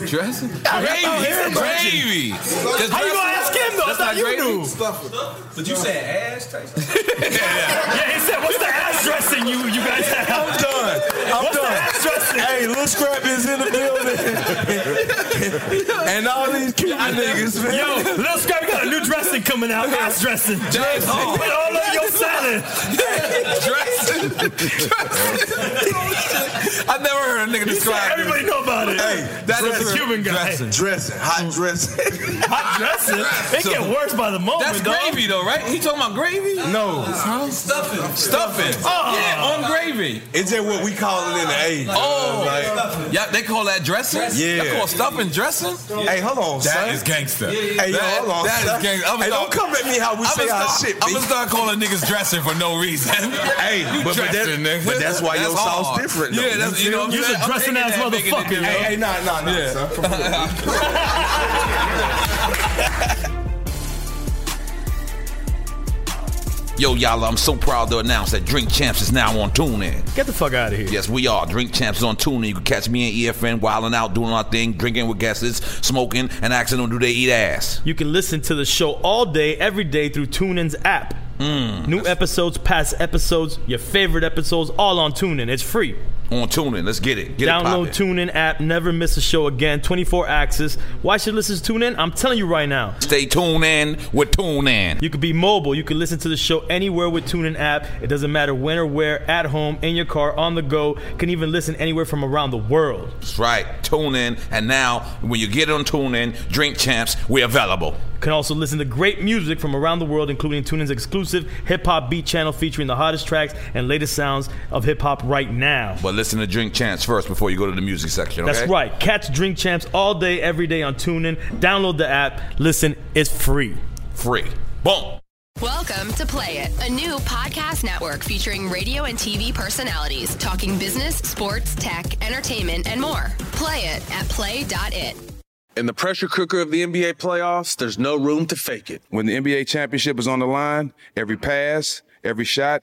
S6: Dressing? Gravy.
S12: I
S8: Oh,
S12: thought
S6: It's Gravy.
S12: everybody-
S6: It's
S8: How you gonna
S6: dressing.
S8: ask him though? I thought
S6: That's not
S8: you
S6: gravy.
S8: knew.
S18: But you
S12: (laughs)
S18: said ass
S8: Yeah, he said, "What's the ass dressing you you guys have?"
S12: I'm done. I'm
S8: What's the
S12: done.
S8: ass dressing?
S12: Hey, Lil Scrap is in the
S8: (laughs)
S12: building. and all these cute niggas, man.
S8: Yo, Lil Scrappy
S7: (laughs)
S8: got a new dressing coming out. Ass dressing. Oh,
S6: Dressing.
S7: Oh,
S8: Put it all over your salad.
S6: Dressing. Dressing. I never heard a nigga
S8: He said
S6: describe it.
S8: everybody know about it.
S12: Hey,
S8: that is
S12: dressing.
S8: a Cuban guy.
S12: Dressing. Dressing. Hot dressing.
S8: Hot dressing. It get worse by the moment.
S6: That's
S8: dog.
S6: gravy though, right? He talking about gravy?
S12: no.
S6: Stuffing. Stuffing.
S8: Oh.
S6: Yeah, on gravy.
S12: It's just what we call it in the A.
S6: Oh.
S12: Like,
S6: Yeah, they call that dressing?
S12: Yeah.
S6: They call stuffing dressing?
S12: hey, hold on, son.
S6: gangster.
S12: Hey, yo, hold on.
S6: That
S12: son.
S6: is gangster.
S12: Hey, don't come at me how we say our shit,
S6: I'm
S12: bitch.
S6: gonna start calling niggas dressing for no reason.
S12: (laughs) Hey,
S6: you
S12: but- but that-
S6: dressing, nigga.
S12: but that's why your sauce
S6: hard.
S12: different, though.
S6: Yeah, that's, you know what I'm
S8: You's a
S6: saying? I'm
S8: dressing
S6: taking
S8: ass
S6: that, making it
S8: motherfucker,
S6: different.
S8: yo.
S12: Hey, hey, nah, nah, nah,
S6: (laughs)
S12: son. Come on.
S18: Yo, y'all, I'm so proud to announce that Drink Champs is now on TuneIn.
S8: Get the fuck out of here.
S18: Yes, we are. Drink Champs is on TuneIn. You can catch me and E EFN wilding out, doing our thing, drinking with guests, smoking, and asking them, do they eat ass?
S10: You can listen to the show all day, every day through TuneIn's app.
S6: Mm.
S10: New episodes, past episodes, your favorite episodes, all on TuneIn. It's free.
S6: on TuneIn. Let's get it. Get
S10: Download
S6: it
S10: TuneIn app. Never miss a show again. 24 access. Why should listeners tune in? I'm telling you right now.
S6: Stay tuned in with TuneIn.
S10: You could be mobile. You can listen to the show anywhere with TuneIn app. It doesn't matter when or where, at home, in your car, on the go. Can even listen anywhere from around the world.
S6: That's right. Tune in. And now, when you get on TuneIn, Drink Champs, we're available.
S10: Can also listen to great music from around the world, including TuneIn's exclusive hip hop beat channel featuring the hottest tracks and latest sounds of hip hop right now.
S6: But listen to Drink Champs first before you go to the music section, okay?
S10: That's right. Catch Drink Champs all day, every day on TuneIn. Download the app. Listen, it's free.
S6: Free. Boom.
S19: Welcome to Play It, a new podcast network featuring radio and TV personalities talking business, sports, tech, entertainment, and more. Play it at play.it.
S14: In the pressure cooker of the NBA playoffs, there's no room to fake it.
S15: When the NBA championship is on the line, every pass, every shot,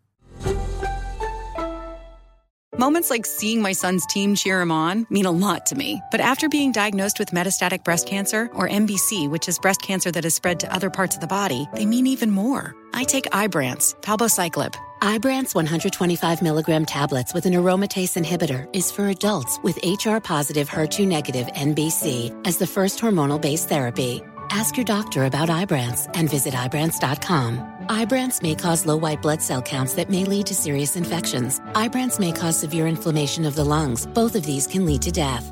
S3: Moments like seeing my son's team cheer him on mean a lot to me. But after being diagnosed with metastatic breast cancer, or MBC, which is breast cancer that has spread to other parts of the body, they mean even more. I take Ibrance, palbociclib.
S16: Ibrance 125 milligram tablets with an aromatase inhibitor is for adults with HR positive, HER2 negative NBC as the first hormonal based therapy. Ask your doctor about Ibrance and visit Ibrance.com. Ibrance may cause low white blood cell counts that may lead to serious infections. Ibrance may cause severe inflammation of the lungs. Both of these can lead to death.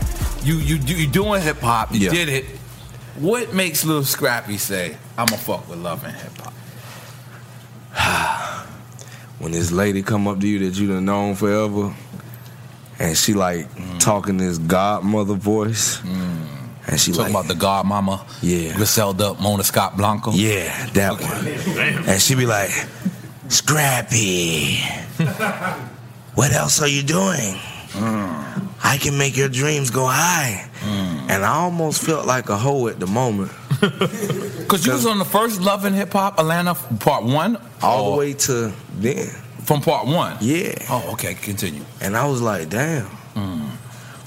S20: you you do- you doing hip hop? You
S21: Yeah.
S20: did it. What makes Lil Scrappy say, "I'ma fuck with love and hip hop"?
S12: when this lady come up to you that you done known forever, and she like
S6: Mm.
S12: talking this godmother voice, and she
S20: Talking
S12: like
S20: about the Godmama,
S12: yeah,
S20: Griselda, Mona Scott Blanco,
S12: yeah, that one, and she be like, Scrappy, What else are you doing?
S6: Mm.
S12: I can make your dreams go high. And I almost felt like a hoe at the moment.
S6: (laughs) Cause you was on the first Love and Hip Hop Atlanta f- part one,
S12: all the way to then.
S6: From part one.
S12: Uh, Yeah.
S6: Oh, okay. Continue. Mm.
S12: And I was like, damn.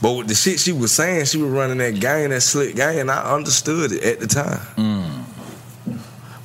S12: But with the shit she was saying, she was running that gang, that slick gang, and I understood it at the time.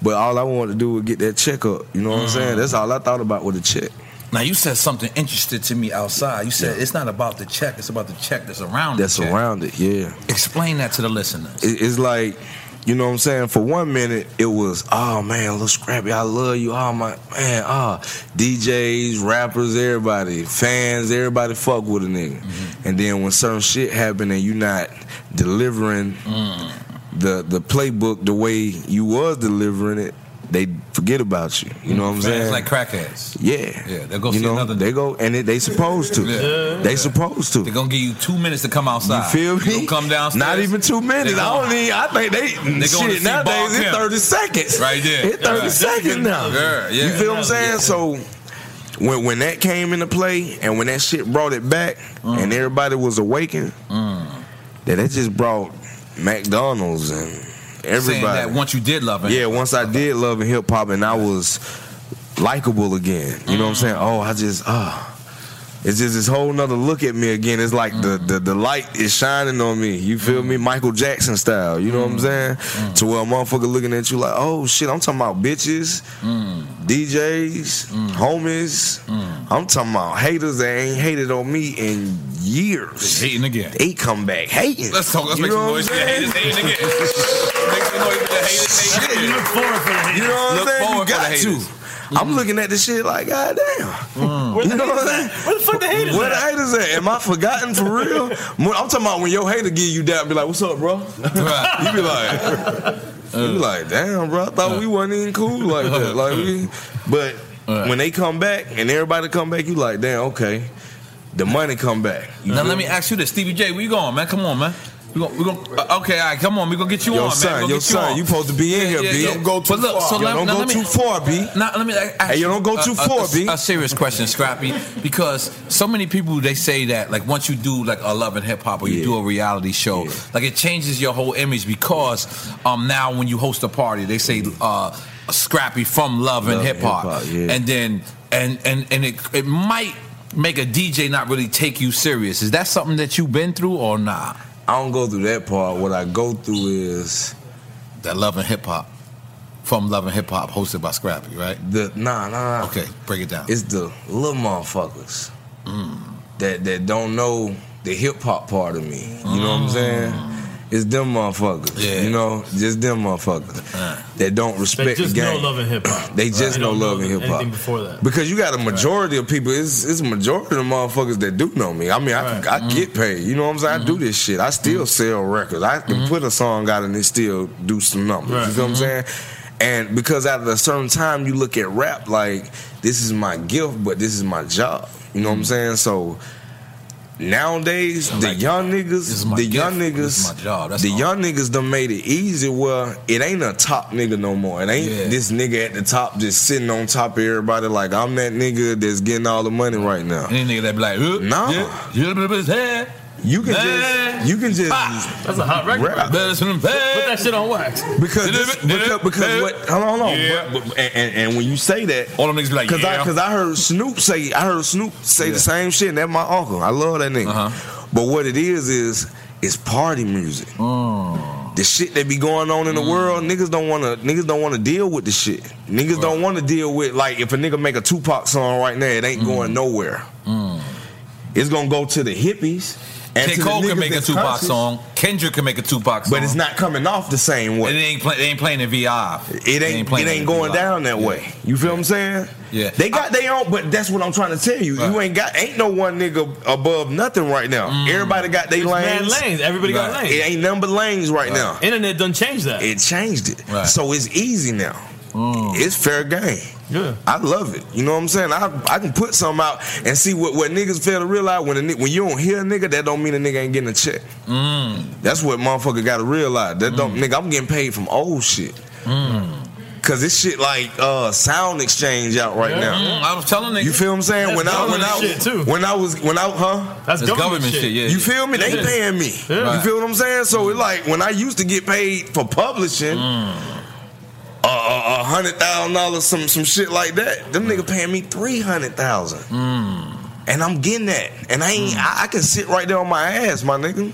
S12: But all I wanted to do was get that check up. You know what I'm
S6: Mm.
S12: saying? That's all I thought about with the check.
S6: Now you said something interesting to me outside. You said it's not about the check; it's about the check that's around. the
S12: That's
S6: check.
S12: around it, yeah.
S6: Explain that to the listener.
S12: It- It's like, you know what I'm saying? For one minute, it was, oh man, little scrappy, I love you. Oh my man, ah, DJs, rappers, everybody, fans, everybody fuck with a nigga.
S6: Mm-hmm.
S12: And then when certain shit happen and you not delivering
S6: Mm.
S12: the the playbook the way you was delivering it, they forget about you. You know what I'm
S6: Fans
S12: saying?
S6: like crackheads.
S12: yeah.
S6: Yeah, they'll go
S12: you
S6: see
S12: know,
S6: another-
S12: They go and it, they supposed to.
S6: Yeah.
S12: They supposed to.
S6: They're gonna give you two minutes to come outside.
S12: You feel me?
S6: You'll come downstairs.
S12: Not even two minutes.
S6: They
S12: I
S6: gonna-
S12: don't even. I think they.
S6: They going to
S12: shit,
S6: see
S12: nowadays
S6: Bob
S12: it's
S6: Kemp.
S12: thirty seconds.
S6: Right there.
S12: It's thirty
S6: Yeah.
S12: seconds now.
S6: Yeah, yeah.
S12: You feel what
S6: Yeah.
S12: I'm saying? So when when that came into play and when that shit brought it back
S6: Uh-huh.
S12: and everybody was awakened,
S6: Mm.
S12: that that just brought McDonald's and everybody.
S6: Saying that once you did love it.
S12: Yeah, once I did love and hip hop and I was likable again. You know
S6: Mm.
S12: what I'm saying? Oh, I just ah. it's just this whole nother look at me again. It's like the, the the light is shining on me. You feel
S6: Mm.
S12: me? Michael Jackson style. You know what I'm saying? To where a motherfucker looking at you like, oh shit, I'm talking about bitches,
S6: Mm.
S12: DJs, homies.
S6: Mm.
S12: I'm talking about haters that ain't hated on me in years.
S6: Hating again.
S12: They come back hating.
S6: Let's talk. Let's
S12: You
S6: make some
S12: know what
S6: noise.
S12: I'm
S6: for the
S12: saying?
S6: haters. Hating again. Make some noise. for the haters. Hating again. Look forward for the haters.
S12: You know what I'm
S6: Look
S12: saying? You
S6: forward for the
S12: got
S6: haters. Mm.
S12: to. I'm looking at this shit like, God damn. You know what I'm saying? Where the fuck the haters Where the haters at? Am I forgotten for real? When- I'm talking about when your hater give you down, be like, what's up, bro? (laughs) you be like, you be like, damn, bro. I thought we wasn't even cool
S6: (laughs)
S12: like that. Like we, but when they come back and everybody come back, you like, damn, okay. The money come back. You
S6: Now
S12: feel
S6: let me ask you this, Stevie J. Where you going, man? Come on, man. We gon' we gon' uh, okay, all right, come on, we gonna get you
S12: Yo,
S6: on,
S12: son,
S6: man. We gonna
S12: yo,
S6: get you
S12: son,
S6: on.
S12: you supposed to be in here, B. Don't go too
S6: but look,
S12: far.
S6: So
S12: Yo,
S6: let,
S12: don't
S6: now
S12: go
S6: let me,
S12: too far, B.
S6: Now, let me like, ask Uh,
S12: Hey, yo, don't go
S6: a-
S12: too
S6: a-
S12: far,
S6: a,
S12: B.
S6: A serious question, Scrappy, because so many people they say that like once you do like a love and hip hop or you do a reality show, like it changes your whole image because um now when you host a party they say uh Scrappy from Love and
S12: Love and
S6: Hip Hop,
S12: Hip Hop, yeah.
S6: and then and and and it it might make a DJ not really take you serious. Is that something that you've been through or nah?
S12: I don't go through that part. What I go through is
S6: that Love and Hip Hop from Love and Hip Hop, hosted by Scrappy, right?
S12: The nah, nah, nah.
S6: Okay, break it down.
S12: It's the little motherfuckers that that don't know the hip hop part of me. You know what I'm saying?
S6: Mm.
S12: It's them motherfuckers. You know, just them motherfuckers that don't
S10: They
S12: respect
S10: just
S12: the
S10: know
S12: game.
S10: love and hip
S12: (clears throat)
S10: hop.
S12: They just know
S10: don't
S12: love and hip hop.
S10: Anything before that.
S12: Because you got a majority of people, it's, it's a majority of motherfuckers that do know me. I mean, I, I
S10: Mm-hmm.
S12: get paid. You know what I'm saying? I do this shit. I still sell records. I can
S10: Mm-hmm.
S12: put a song out and it still do some numbers.
S8: Right.
S12: You feel what I'm saying? And because at a certain time you look at rap like this is my gift, but this is my job. You know what I'm
S10: Mm-hmm.
S12: saying? So nowadays the young niggas, the young niggas, the young niggas done made it easy where it ain't a top nigga no more. It ain't this nigga at the top just sitting on top of everybody like I'm that nigga that's getting all the money right now.
S6: Any nigga that be like, "Huh,
S12: nah,
S6: yeah, yeah, blah, blah, blah,
S12: you can
S6: Man.
S12: just you can just
S6: That's a hot record.
S12: Rap.
S6: Put that shit on wax. (laughs)
S12: Because, this, because, because what? Hold on, hold on. But- but- and, and- and when you say that,
S6: all them niggas be like,
S12: because I
S6: yeah.
S12: because I heard Snoop say, I heard Snoop say the same shit. And that's my uncle. I love that nigga.
S6: Uh-huh.
S12: But what it is is it's party music.
S6: Oh.
S12: The shit that be going on in
S6: Mm.
S12: the world, niggas don't wanna niggas don't wanna deal with the shit. Niggas don't wanna deal with like if a nigga make a Tupac song right now, it ain't
S6: Mm.
S12: going nowhere. It's gonna go to the hippies. And
S6: J.
S12: to the
S6: Cole can
S12: niggas
S6: make a
S12: that's
S6: Tupac
S12: conscious.
S6: song. Kendrick can make a Tupac song.
S12: But it's not coming off the same way.
S6: It ain't, play, they ain't playing in VI.
S12: It ain't, it ain't going down that way. You feel what I'm saying?
S6: Yeah.
S12: They got their own, but that's what I'm trying to tell you. You ain't got ain't no one nigga above nothing right now. Everybody got their
S10: Mm. It's mad
S12: lanes.
S10: lanes. Everybody got Right. lanes.
S12: It ain't nothing but lanes right, now.
S10: Internet done changed that. Mm.
S12: It changed it. So it's easy now. It's fair game. Yeah. I love it. You know what I'm saying? I I can put something out and see what, what niggas fail to realize when a, ni- when you don't hear a nigga, that don't mean a nigga ain't getting a check.
S6: Mm.
S10: Mm.
S8: Mm.
S12: That's what motherfucker gotta realize. That don't nigga, I'm getting paid from old shit. because this shit like uh, Sound Exchange out right
S6: Yeah.
S12: now.
S6: Mm, I was telling niggas.
S12: You feel what I'm saying?
S6: That's
S12: when I when
S6: government
S12: I
S6: shit, too.
S12: when I was when I huh?
S6: That's That's government government shit. shit, yeah,
S12: You
S6: yeah.
S12: feel me? They
S6: Yeah.
S12: paying me.
S6: Yeah.
S12: You feel what I'm saying? So it like when I used to get paid for publishing.
S6: Mm.
S12: A a- a hundred thousand dollars, some some shit like that. Them nigga paying me three hundred thousand, and I'm getting that, and I
S6: Mm.
S12: ain't. I, I can sit right there on my ass, my nigga.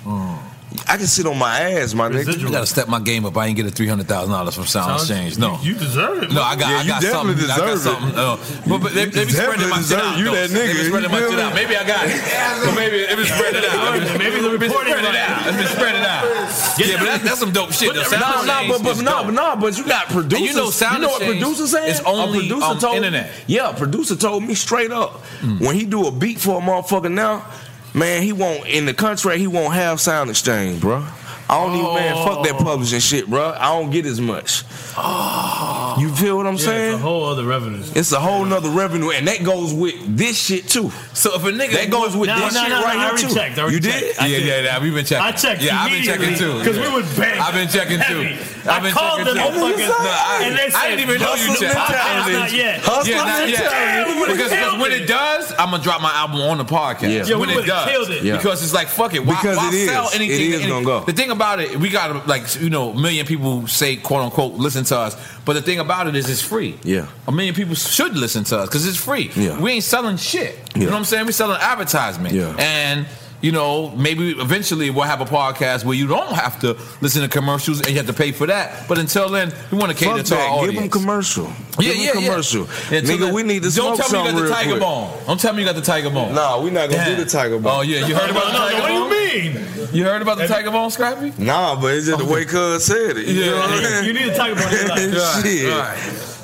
S12: I can sit on my ass, my nigga.
S6: You gotta step my game up. I ain't get a three hundred thousand dollars from Sound Exchange.
S8: (laughs)
S6: No,
S8: You deserve it.
S6: No, I got,
S8: Yeah,
S6: I
S8: you
S6: got
S8: definitely
S6: something. I got
S8: deserve it.
S6: something. Uh, but but they, they be spreading my shit out.
S8: You
S6: though.
S8: that
S6: They
S8: nigga,
S6: be
S8: you
S6: spreading my
S8: feel
S6: shit
S8: me?
S6: out. Maybe I got
S8: (laughs)
S6: it. But maybe it was spread it out. maybe the reporting spread it out. It's been spread it out. Yeah, but that, that's some dope shit.
S8: But
S6: though.
S8: there-
S6: Sound
S8: nah, nah,
S6: Exchange
S8: but- but
S6: is
S8: nah,
S6: dope.
S8: but nah, but
S12: you got
S6: And
S12: producers.
S6: you know, sound
S12: what
S6: exchange
S12: producer saying?
S6: is only
S12: a producer
S6: on
S12: told,
S6: internet.
S12: Yeah, a producer told me straight up when he do a beat for a motherfucker now, man, he won't in the contract he won't have sound exchange, bro. I don't even man, fuck
S6: Oh.
S12: that publishing shit, bro. I don't get as much. You feel what I'm saying? It's a
S8: whole other revenue.
S12: It's a whole nother revenue, and that goes with this shit too.
S6: So if a nigga
S12: that goes with
S8: No,
S12: this
S8: no,
S12: shit
S8: no, no,
S12: right
S8: I
S12: here
S8: already
S12: too.
S8: checked, I already
S12: you did?
S8: checked. I
S6: yeah,
S8: did.
S6: yeah, yeah. We've been checking.
S8: I checked
S6: Yeah, I've been checking too.
S8: Because
S6: yeah.
S8: we would bang.
S6: I've been checking
S8: heavy.
S6: too.
S8: I
S6: I've been
S8: called
S6: checking
S8: them
S6: too.
S8: motherfuckers,
S6: No, I,
S8: and they
S6: I
S8: said,
S6: didn't even know you
S8: "Hustler
S6: checked.
S8: mentality." Not yet. Hustler
S6: yeah, not
S8: mentality. We
S6: yet.
S8: would've
S6: Because, because
S8: killed
S6: when it does, I'm gonna drop my album on the podcast.
S12: Yeah. Yeah, we
S6: when it
S12: would've
S6: does,
S12: killed it. Yeah.
S6: because it's like fuck it. Why,
S12: Because
S6: why
S12: it is.
S6: sell
S12: It
S6: anything?
S12: is
S6: any-
S12: gonna go.
S6: The thing about it, we got like you know, a million people say quote unquote listen to us, but the thing about it is it's free.
S12: Yeah.
S6: A million people should listen to us because it's free.
S12: Yeah.
S6: We ain't selling shit. You
S12: Yeah.
S6: know what I'm saying? We're selling advertisement.
S12: Yeah.
S6: And, you know, maybe eventually we'll have a podcast where you don't have to listen to commercials and you have to pay for that. But until then, we want to cater
S12: Fuck
S6: to
S12: that.
S6: our
S12: Give them
S6: audience.
S12: commercial.
S6: yeah,
S12: Give
S6: yeah,
S12: them
S6: yeah.
S12: commercial.
S6: Yeah, until
S12: Nigga,
S6: then-
S12: we need to
S6: Don't
S12: smoke
S6: tell me you got
S12: something
S6: the
S12: real
S6: tiger
S12: quick.
S6: bone. Don't tell me you got the tiger bone.
S12: Nah, we not gonna do the tiger bone.
S6: Oh yeah, you heard about the
S8: No, no, (laughs)
S6: tiger
S8: what do
S6: bone?
S8: you mean?
S6: You heard about the tiger bone, Scrappy?
S12: Nah, but it's just the way Cuz said it. You
S6: Yeah.
S12: know what I'm saying?
S8: You need to talk
S12: (laughs)
S8: about it. like-
S6: Right,
S12: Shit.
S6: right.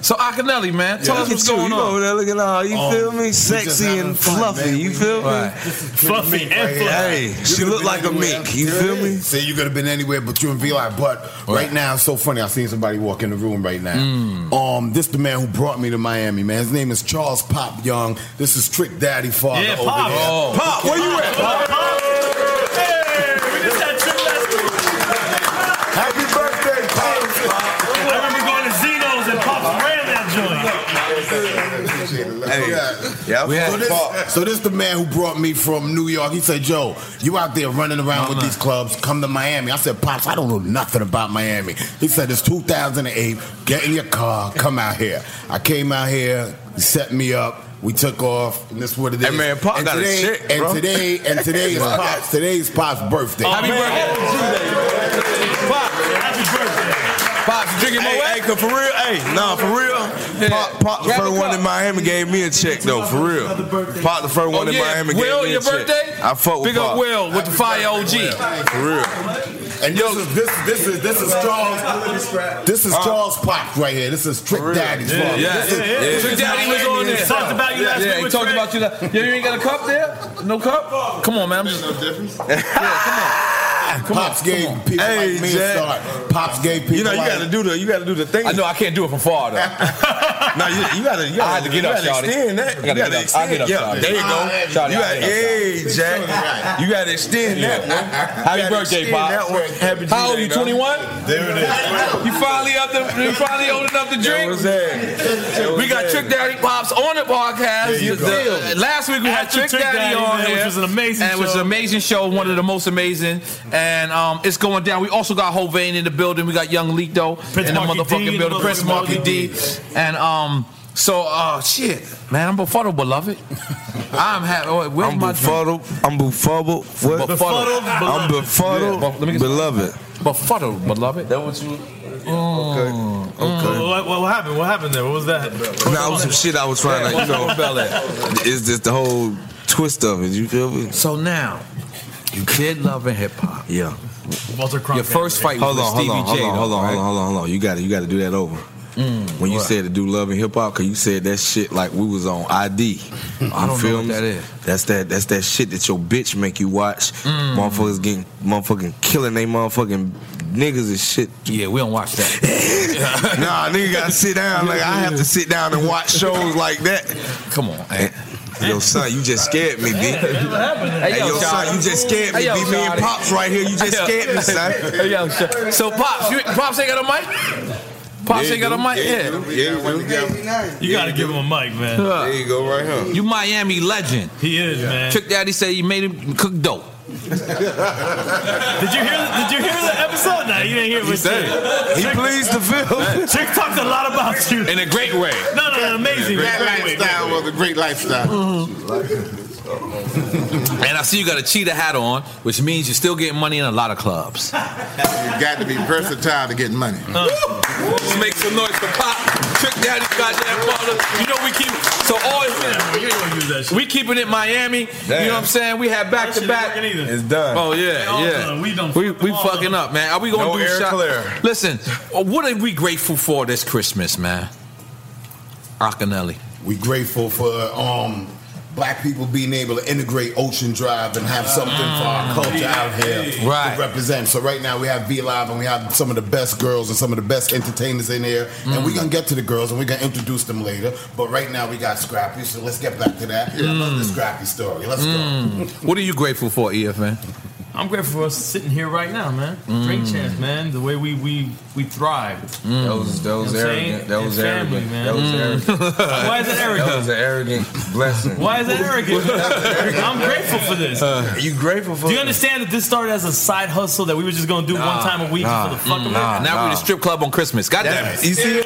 S6: So Akinelli, man, tell
S12: Yeah.
S6: us what's
S12: Look at you.
S6: going
S12: You
S6: on.
S12: over there looking all, you
S6: Oh,
S12: feel
S6: we
S12: me?
S6: just
S12: Sexy
S6: having
S12: and
S6: fun,
S12: fluffy,
S6: man.
S12: you
S6: We-
S12: feel
S6: Right.
S12: me?
S8: Fluffy and fluffy.
S12: Hey, she look like a mink, you feel me?
S13: Say you could have been anywhere, but you and be like, but right now, it's so funny. I seen somebody walk in the room right now.
S12: Mm.
S13: Um, this the man who brought me to Miami, man. His name is Charles Pop Young. This is Trick Daddy Father
S8: Yeah,
S13: over
S8: Pop.
S13: there.
S8: Oh.
S12: Pop, where you at?
S8: Hey, we just had Trick last week.
S13: Happy birthday, Pop.
S8: I remember going to Zeno's and Pop ran that joint.
S12: Yeah, we
S13: so, this, so this the man who brought me from New York. He said, "Joe, you out there running around with these clubs? Come to Miami." I said, "Pops, I don't know nothing about Miami." He said, "It's 2008. Get in your car. Come out here." I came out here. He set me up. We took off, and this is what it is.
S12: Hey, man, Pop
S13: and
S12: got a
S13: today,
S12: chick,
S13: and
S12: bro.
S13: today, and today is
S12: Wow.
S13: Pop's. Today's Pop's birthday.
S6: Happy
S8: Oh,
S6: birthday. Pops, you drinking
S12: Hey,
S6: more
S12: hey, cause for real, hey, nah, for real. Pop, Pop the
S6: Grab
S12: first
S6: a
S12: one
S6: cup.
S12: in Miami gave me a check though, for real. Pop the first one in Miami gave
S6: Oh, Will,
S12: me a
S6: your
S12: check.
S6: birthday?
S12: I fuck with
S6: Big up
S12: Pop.
S6: Will with the fire OG.
S12: For real.
S13: And this is this this is this is Charles. This
S12: Uh,
S13: is Charles Pop right here. This is Trick Daddy's
S6: Uh, Yeah,
S13: father.
S6: yeah,
S13: This is- this
S6: Trick
S13: is
S6: Daddy was
S13: Miami.
S6: on there.
S13: He talked about you
S6: yeah,
S13: last
S6: yeah,
S13: week
S6: he
S13: with
S6: talked
S13: Trick.
S6: about you. Last, yeah, you ain't got a cup there? No cup? Come on, man. I'm just. (laughs) Come on,
S13: Pops gave people
S12: Hey,
S13: like me
S12: Jack.
S13: a start. Pops gave people
S12: You know, you
S13: like
S12: gotta do the you gotta do the thing.
S6: I know I can't do it from far though.
S12: (laughs) No, you, you gotta you gotta,
S6: I had to get
S12: you
S6: up, Shawty.
S12: gotta extend that.
S6: I
S12: You
S6: gotta
S12: gotta
S6: get up. I'll
S12: extend.
S6: get up,
S12: yeah,
S6: Shawty.
S12: there you go.
S6: Shawty, I'll
S12: you
S6: get
S12: gotta,
S6: up,
S12: hey, Jack. You gotta extend
S6: Yeah.
S12: that one.
S6: Happy birthday, Pop.
S12: Happy
S6: How old you? 21?
S12: There it is.
S6: You finally up the, you finally old enough to drink.
S12: was that.
S6: We got Trick Daddy Pops on the podcast.
S8: you
S6: The-
S8: go.
S6: the- last week we had
S8: After
S6: Trick,
S8: Trick
S6: Daddy,
S8: Daddy,
S6: on
S8: man,
S6: here,
S8: which was an amazing
S6: and it was an
S8: show.
S6: amazing show, one of the most amazing. And um, it's going down. We also got Hovain in the building. We got Young Leak though
S8: Prince
S6: in the
S8: Marky D
S6: motherfucking
S8: in the
S6: building. Prince
S8: motherfucking
S6: Marky
S8: building.
S6: D, and um. So uh shit, man, I'm befuddled,
S8: (laughs)
S6: beloved. I'm happy. oh, Where's
S12: I'm
S6: my drink?
S12: befuddled. I'm befuddled. What?
S6: Befuddled,
S12: I'm
S6: beloved.
S12: befuddled.
S6: Yeah, bef- let me get-
S12: beloved.
S6: befuddled, beloved? That what you?
S12: Okay. Okay.
S8: What, what, what happened? What happened there? What was that?
S12: Now was some shit I was trying to, you know, it's just the whole twist of it. You feel me?
S6: So now, you did love and hip hop.
S12: Yeah.
S8: Walter Cronkite.
S6: Your first fight was
S12: Hold
S6: with
S12: on, hold
S6: Stevie
S12: on, hold
S6: J.
S12: on,
S6: though,
S12: hold on,
S6: right? Mm,
S12: hold on, hold on, hold on. You got to, you got to do that over. when you
S6: what?
S12: said to do love and hip hop, cause you said that shit like we was on ID. You
S6: (laughs) I don't know
S12: feel
S6: what
S12: me?
S6: that is.
S12: That's that. That's that shit that your bitch make you watch.
S6: Mm.
S12: Motherfuckers getting motherfucking killing they motherfucking niggas and shit.
S6: Yeah, we don't watch that.
S12: (laughs) nah, nigga gotta sit down. Like I have to sit down and watch shows like that.
S6: Come on, man.
S12: Yo, son, you just scared me, B. Hey, yo, son, you just scared me,
S6: Hey, yo,
S12: B. Me and
S6: Shawty.
S12: Pops right here, you just
S6: (laughs) Hey, yo.
S12: scared me, son.
S6: Hey, yo, Shawty. so pops, you, pops ain't got a mic. Pops ain't got a mic
S22: Yeah,
S6: yet.
S22: yeah.
S6: You gotta give him
S10: (laughs)
S6: a mic, man.
S22: There you go, right here.
S6: You Miami legend. He is, man. Trick Daddy said he made him cook dope.
S10: Did you hear? Did you hear the episode? No, you didn't hear what said. He pleased the
S8: (laughs)
S10: film. (laughs) Chick talked a lot about you in a great way. No, no, no amazing. way,
S23: That
S10: great way,
S23: lifestyle
S10: great way.
S23: was a great lifestyle.
S6: And I see you got a cheetah hat on, which means you're still getting money in a lot of clubs.
S23: You got to be versatile to get money.
S6: Let's make some noise for Pop. Trick Daddy's goddamn father. You know we keep so always. We keeping it Miami. You know what I'm saying? We have back to back. It's
S15: done.
S6: Oh yeah,
S10: all
S6: yeah.
S10: done.
S6: We we, fucking up, man. Are we gonna
S10: No
S6: do
S10: air
S6: shot?
S10: clear.
S6: Listen, uh, what are we grateful for this Christmas, man? Rockinelli.
S23: We grateful for um, black people being able to integrate Ocean Drive and have something for our culture out here
S6: Right.
S23: to represent. So right now we have V Live and we have some of the best girls and some of the best entertainers in there. And we're gonna get to the girls and we're gonna introduce them later. But right now we got Scrappy, so let's get back to that. I love
S10: Hmm.
S23: the Scrappy story. Let's go.
S6: Mm. What are you grateful for, E EFN?
S10: I'm grateful for us sitting here right now, man.
S6: Mm.
S10: Drink chance, man. The way we we we thrived.
S6: Mm. That was- that
S10: You know
S6: was
S10: what I'm
S6: arrogant.
S10: saying?
S6: That
S10: And
S6: was
S10: family,
S6: arrogant.
S10: man.
S6: That was
S10: Mm. (laughs) Why is it arrogant?
S22: That was an arrogant blessing.
S10: Why is
S22: (laughs)
S10: that arrogant? (laughs) I'm grateful for this.
S22: Uh, you grateful for
S10: Do you understand that this started as a side hustle that we were just gonna do one time a week
S6: Ah. Mm. Nah,
S10: for the fuck of
S6: nah,
S10: it?
S6: now we're the strip club on Christmas. God damn it.
S10: You see it?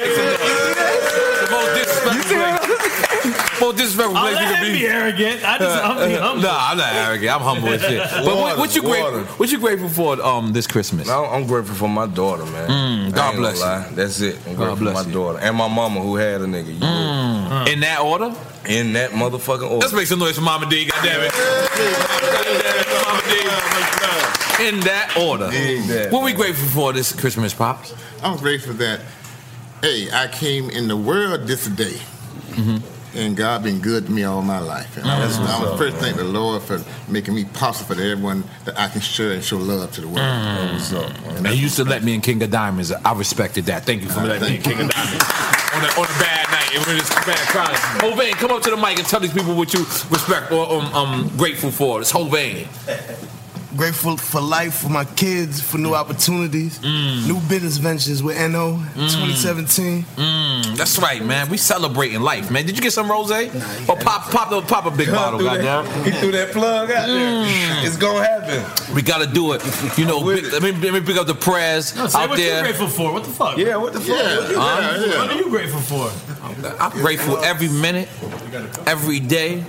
S6: The most disrespectful way- most disrespectful
S10: I'll
S6: place you
S10: let
S6: can
S10: him
S6: be.
S10: be arrogant. I just- I'm being
S6: (laughs)
S10: humble.
S6: Nah, I'm not arrogant. I'm humble as
S10: (laughs)
S6: shit. But what, what you
S22: Water,
S6: grateful? What you grateful for? Um, this Christmas.
S22: I'm grateful for my daughter,
S6: Mm,
S22: man.
S6: God
S22: I ain't gonna
S6: bless you.
S22: lie. That's it. I'm
S6: God
S22: grateful for
S6: bless
S22: my
S6: you.
S22: daughter and my mama who had a nigga. You
S6: Mm. In that order?
S22: In that motherfucking order.
S6: Let's make some noise for Mama D. God damn it. Mama D. In that order.
S23: Exactly.
S6: What we grateful for this Christmas, pops?
S23: I'm grateful that hey, I came in the world this day.
S6: Mm-hmm.
S23: And God been good to me all my life. And I was,
S22: That's
S23: I
S6: Mm-hmm.
S22: what's
S23: was
S22: up,
S23: first thank the Lord for making me possible for everyone that I can share and show love to the world.
S6: Man, you Mm-hmm. used to let me in King of Diamonds. I respected that. Thank you for letting me in King of Diamonds. (laughs) on, a, on a bad night, it was just bad crowd. Hovain, come up to the mic and tell these people what you respect or um, um grateful for. It's Hovain.
S1: Grateful for life, for my kids, for new opportunities, new business ventures with NO 2017.
S6: Mm, that's right, man. We celebrating life, man. Did you get some rose? Or pop, pop, a- pop a big bottle,
S22: threw that-
S6: goddamn. Mm.
S22: he threw that plug out there. It's gonna happen.
S6: We gotta do it. You know, big, let, me, let me pick up the prayers
S10: No, say
S6: out
S10: what
S6: there.
S10: you grateful for. What the fuck?
S6: Yeah, what the fuck?
S10: Yeah.
S6: What you grateful for?
S10: What are you grateful for?
S6: I'm grateful every minute, every day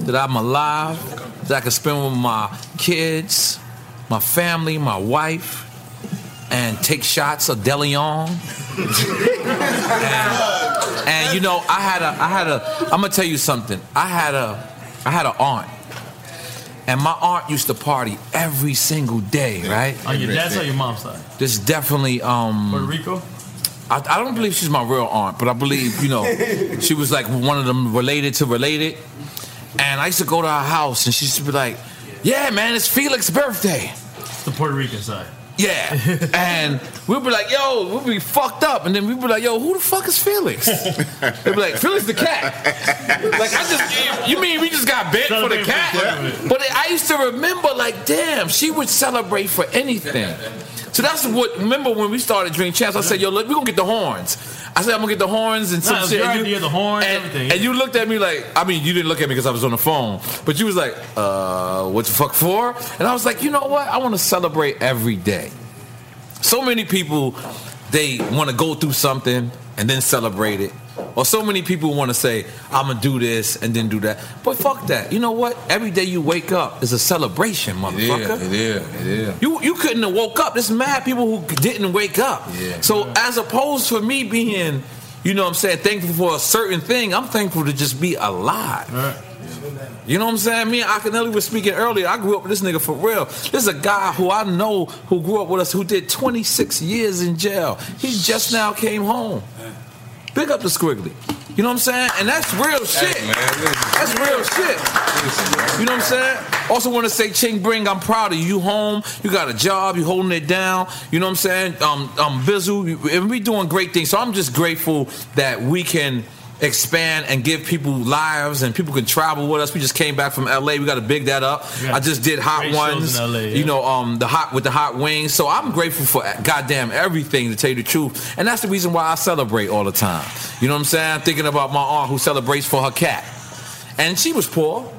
S6: that I'm alive, that I can spend with my kids, my family, my wife, and take shots of Deleon. and, and you know, I had a, I had a, I'm gonna tell you something. I had a, I had an aunt, and my aunt used to party every single day, right?
S10: On your dad's or your mom's side?
S6: This is definitely um
S10: Puerto Rico?
S6: I, I don't believe she's my real aunt, but I believe,
S10: (laughs)
S6: you know, she was like one of them related to related. And I used to go to her house and she used to be like, Yeah, man, it's Felix's birthday.
S10: The Puerto Rican side. (laughs)
S6: Yeah. And we'd be like, yo, we'd be fucked up. And then we'd be like, yo, who the fuck is
S10: (laughs)
S6: Felix? They'd be like, Felix the cat. Like, I just, you mean we just got bent for the
S10: Celebrate for the
S6: cat?
S10: cat.
S6: But I used to remember, like, damn, she would celebrate for anything. So that's what, remember when we started Drink Chance, I said, yo, look, we're gonna get the horns. I said, I'm gonna get the horns and some
S10: Nah, it was
S6: shit.
S10: your
S6: And you-
S10: idea, the horn,
S6: and,
S10: everything.
S6: and you looked at me like, I mean, you didn't look at me because I was on the phone, but you was like, uh, what the fuck for? And I was like, you know what? I want to celebrate every day. So many people, they want to go through something and then celebrate it. Or so many people want to say, I'm going to do this and then do that. But fuck that. You know what? Every day you wake up is a celebration, motherfucker.
S22: it is. It is.
S6: You you couldn't have woke up. There's mad people who didn't wake up.
S22: Yeah.
S6: So as opposed for me being, you know what I'm saying, thankful for a certain thing, I'm thankful to just be alive. You know what I'm saying? Me and Akinelli was speaking earlier. I grew up with this nigga for real. This is a guy who I know who grew up with us who did 26 years in jail. He just now came home. Big up the Squiggly. You know what I'm saying? And that's real shit. That's real shit. You know what I'm saying? Also want to say, Ching Bring, I'm proud of you. You home, you got a job, you holding it down. You know what I'm saying? Um, um, Bizzle, you- and we doing great things. So I'm just grateful that we can expand and give people lives and people can travel with us. We just came back from LA. We got to big that up.
S8: Yeah.
S6: I just did hot
S8: Great shows
S6: ones,
S8: in LA, yeah.
S6: you know, um, the hot with the hot wings. So I'm grateful for goddamn everything to tell you the truth, and that's the reason why I celebrate all the time. You know what I'm saying? Thinking about my aunt who celebrates for her cat, and she was poor.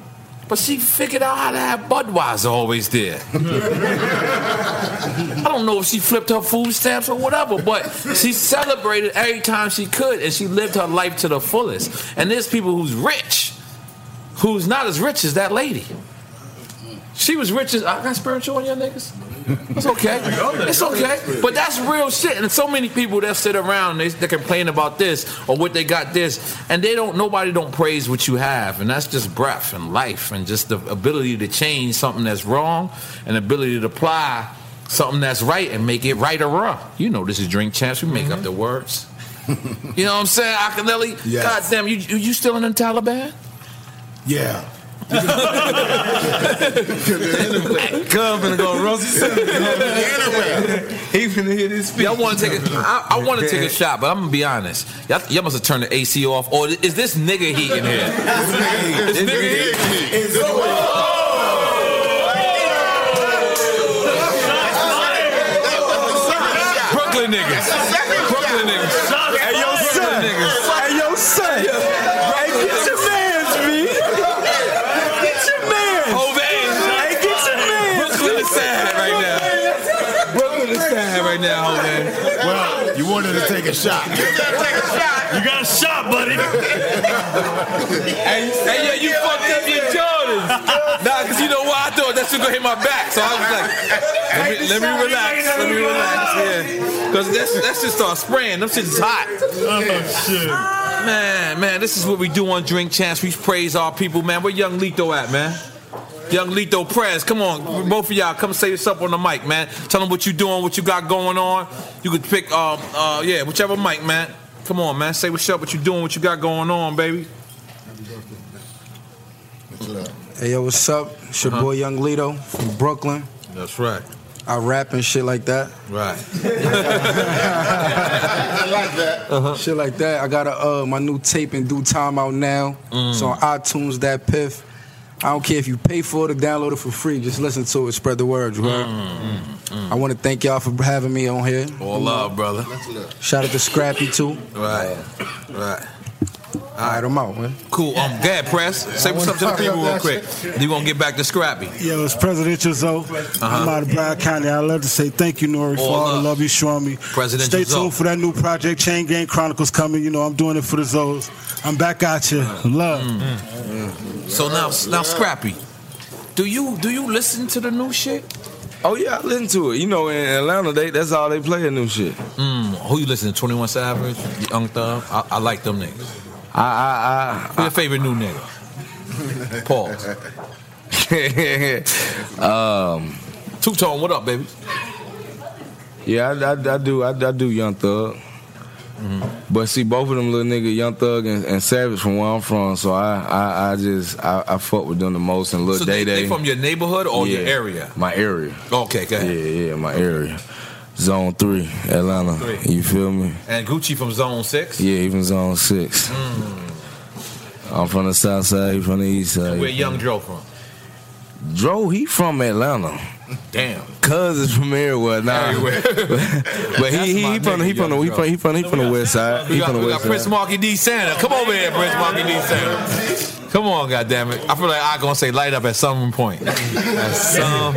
S6: But she figured out how to have Budweiser always there. (laughs) I don't know if she flipped her food stamps or whatever, but she celebrated every time she could and she lived her life to the fullest. And there's people who's rich, who's not as rich as that lady. She was rich as I got spiritual on y'all niggas. It's okay. It's okay. But that's real shit. And so many people that sit around they, they complain about this or what they got this, and they don't. Nobody don't praise what you have, and that's just breath and life and just the ability to change something that's wrong and ability to apply something that's right and make it right or wrong. You know, this is drink champs. We make up the words. you know what I'm saying, Akinelli?
S13: Yes.
S6: God damn, you you still in the Taliban?
S13: Yeah.
S6: Come and go, Rosie. He's gonna hear this. Y'all want to take a? I, (laughs) I want to take a shot, but I'm gonna be honest. Y'all, y'all must have turned the AC off, or is this nigga heat in (laughs) here? This nigga heat. Brooklyn niggas. Brooklyn niggas. (laughs) Hey, yo, son. Hey, yo, son. Hey, get your mans, B. Get your mans. Hey, get your mans. Brooklyn is sad right now. Brooklyn is sad right now, Hovan.
S13: Well, you wanted to take a shot. You gotta take a shot. You got a shot, buddy.
S6: Hey, hey, yo, you fucked up your Jordans. Nah, cause you know why I thought that shit gonna hit my back. So I was like, let me, let me relax, let me relax, yeah. Cause that's that shit start spraying. Them shit is hot. Oh shit. Man, man, this is what we do on Drink Chance. We praise our people, man. Where Young Lito at, man? Young Lito Prez, come on, both of y'all, come say this up on the mic, man. Tell them what you doing, what you got going on. You could pick, um, uh, yeah, whichever mic, man. Come on, man, say what's up, what you doing, what you got going on, baby.
S23: (laughs)
S24: Hey, yo, what's up? It's your
S6: Uh-huh.
S24: boy Young Lito from Brooklyn.
S6: That's right.
S24: I rap and shit like that.
S6: Right.
S24: I like that.
S6: Uh-huh.
S24: Shit like that. I got a, uh, my new tape in due time out now.
S25: Mm.
S24: So on iTunes, that piff. I don't care if you pay for it or download it for free. Just listen to it. Spread the word, bro.
S6: Mm,
S24: I want to thank y'all for having me on here.
S6: All love, brother.
S24: Shout out to Scrappy too.
S6: Right. Right.
S24: All right, I'm out, man.
S6: Cool. Um, Gad Press, say what's up to the people real quick. Then you gonna get back to Scrappy.
S26: Yo, it's Presidential Zoe.
S6: Uh-huh.
S26: I'm out of Broward County. I'd love to say thank you, Nori, for
S6: All
S26: all
S6: up.
S26: the love you showing me.
S6: Presidential
S26: Stay
S6: Zoe.
S26: tuned for that new project, Chain Gang Chronicles, coming. You know, I'm doing it for the Zoes. I'm back at you. Love.
S6: So now, now Scrappy, do you do you listen to the new shit?
S12: Oh yeah, I listen to it. You know, in Atlanta, they that's all they play a new shit.
S6: Mm, who you listen to? Twenty One Savage, Young Thug. I, I like them niggas.
S12: I I I.
S6: Who your favorite new nigga? Pause.
S12: (laughs) um,
S6: Two Tone, what up, baby?
S12: Yeah, I, I, I do. I, I do Young Thug.
S6: Mm-hmm.
S12: But see, both of them little nigga, Young Thug and, and Savage, from where I'm from, so I I, I just I, I fuck with them the most. And little
S6: so
S12: Day
S6: they, they
S12: Day
S6: from your neighborhood or your
S12: Yeah,
S6: area?
S12: My area.
S6: Okay, go ahead.
S12: Yeah, yeah, my area. Zone three, Atlanta.
S6: Three.
S12: You feel me?
S6: And Gucci from Zone Six. Hmm,
S12: Yeah, even zone six. I'm from the south side, he from the east side.
S6: Where Young Dro from?
S12: Dro, he from Atlanta.
S6: Damn.
S12: Cuz is from everywhere now.
S6: Everywhere.
S12: (laughs) but he he, he from he from the he from he from he from the west side.
S6: We
S12: He
S6: got,
S12: from the
S6: we got
S12: west
S6: Prince
S12: side.
S6: Marky D. Santa. Come over here, Prince Marky D. Santa. Come on, goddamn it! I feel like I gonna say light up at some point. At some
S8: (laughs)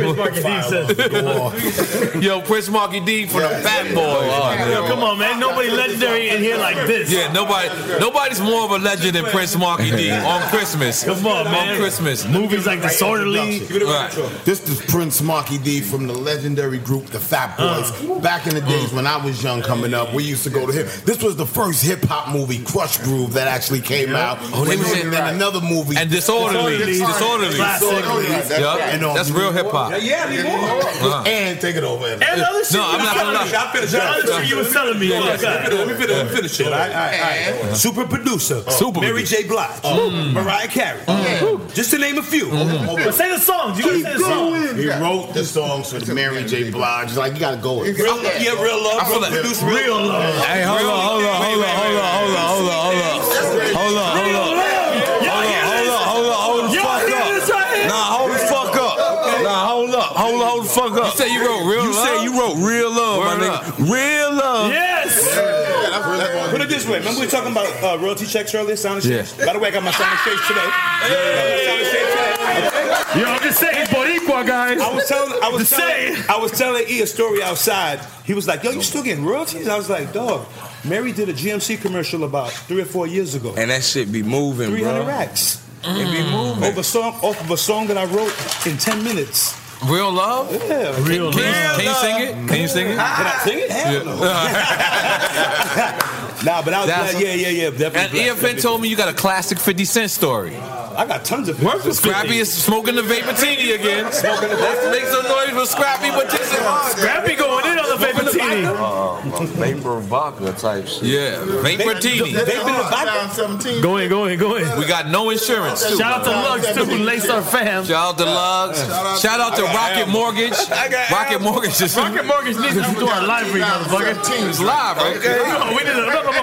S6: Yo, Prince Marky D for the Fat Boy.
S8: Yo, come on, man. Nobody legendary in here like this.
S6: Oh, Yeah, nobody, nobody's more of a legend than Prince Marky
S8: (laughs)
S6: D on Christmas. Come on,
S8: man.
S6: On Christmas,
S8: Movies like Disorderly.
S6: Right.
S13: This is Prince Marky D from the legendary group The Fat Boys.
S6: Uh-huh.
S13: Back in the days when I was young coming up, we used to go to him. This was the first hip hop movie, Crush Groove, that actually came out.
S6: Oh, they
S13: When
S6: was in-
S13: him and then another movie.
S6: and disorderly, disorderly.
S13: Disorderly.
S6: Yup.
S13: um,
S6: That's real hip hop.
S13: Yeah, we
S6: Uh-huh.
S13: And take it over.
S8: And the other shit
S6: No,
S8: you
S6: I'm
S8: was
S6: not gonna
S8: telling me.
S6: lie. I finished it.
S8: The other shit you was telling me.
S6: Yeah,
S8: Oh,
S6: yeah.
S8: God.
S6: Let me finish- let me finish it.
S27: All right, all right, all right.
S6: Yeah.
S27: Super
S8: Oh.
S27: producer.
S6: Super
S27: Mary
S6: producer.
S27: J. Blige.
S6: Mm.
S27: Mariah Carey. Just to name a few.
S13: Mm.
S8: But say the songs. You gotta say the songs.
S13: He wrote the songs for Mary J. Blige. He's like, you gotta go with it.
S27: Real love. Yeah, real love.
S13: I feel like-
S27: Produce
S13: Real love.
S6: Hey, hold on, hold on, hold on, hold on, hold on, hold on, hold on.
S12: Hold on, hold on. Hold on, hold on, hold on, hold the fuck up. Nah, hold the fuck up. Nah, hold up, hold up, hold the fuck up. You say you wrote real love. You say you wrote real love, my nigga. Real love.
S28: Yes.
S8: Put it this way. Remember we were talking about uh, royalty checks earlier, sound and shapes? By the way, I got my sound and shapes today.
S28: Yo, I'm just saying, Boricua guys.
S8: I was telling, I was
S28: Just
S8: telling,
S28: saying.
S8: I was telling E a story outside. He was like, "Yo, you still getting royalties?" I was like, "Dog, Mary did a GMC commercial about three or four years ago.
S12: And that shit be moving,
S8: Three
S12: bro.
S8: hundred racks.
S12: It be moving.
S8: Over song, off of a song that I wrote in ten minutes.
S6: Real love?
S8: Yeah.
S6: Real Can- love. can you sing it? Can you sing it?
S8: Can I sing it? Hell no. (laughs) nah, but I was
S6: That's-
S8: glad. Yeah, yeah, yeah. Definitely.
S6: And
S8: glad.
S6: EFN told me you got a classic 50 Cent story.
S8: I got tons of
S6: Work for Scrappy is smoking the Vapatini again. Smoking the Let's make some noise for Scrappy, but this is
S28: Scrappy going in on the Vapatini.
S12: Oh, vapor vodka type shit.
S6: Yeah, Vaportini.
S10: Go in, go in, go in.
S6: We got no insurance. Too,
S10: Shout out to Lux too, Lace Our Fam.
S6: Shout out to Lux. Shout out to Rocket Mortgage. Rocket Mortgage is
S10: Rocket Mortgage needs to do our live read, motherfucker.
S6: It's live, right?
S8: (laughs)
S10: No, we did
S6: (laughs)
S10: a.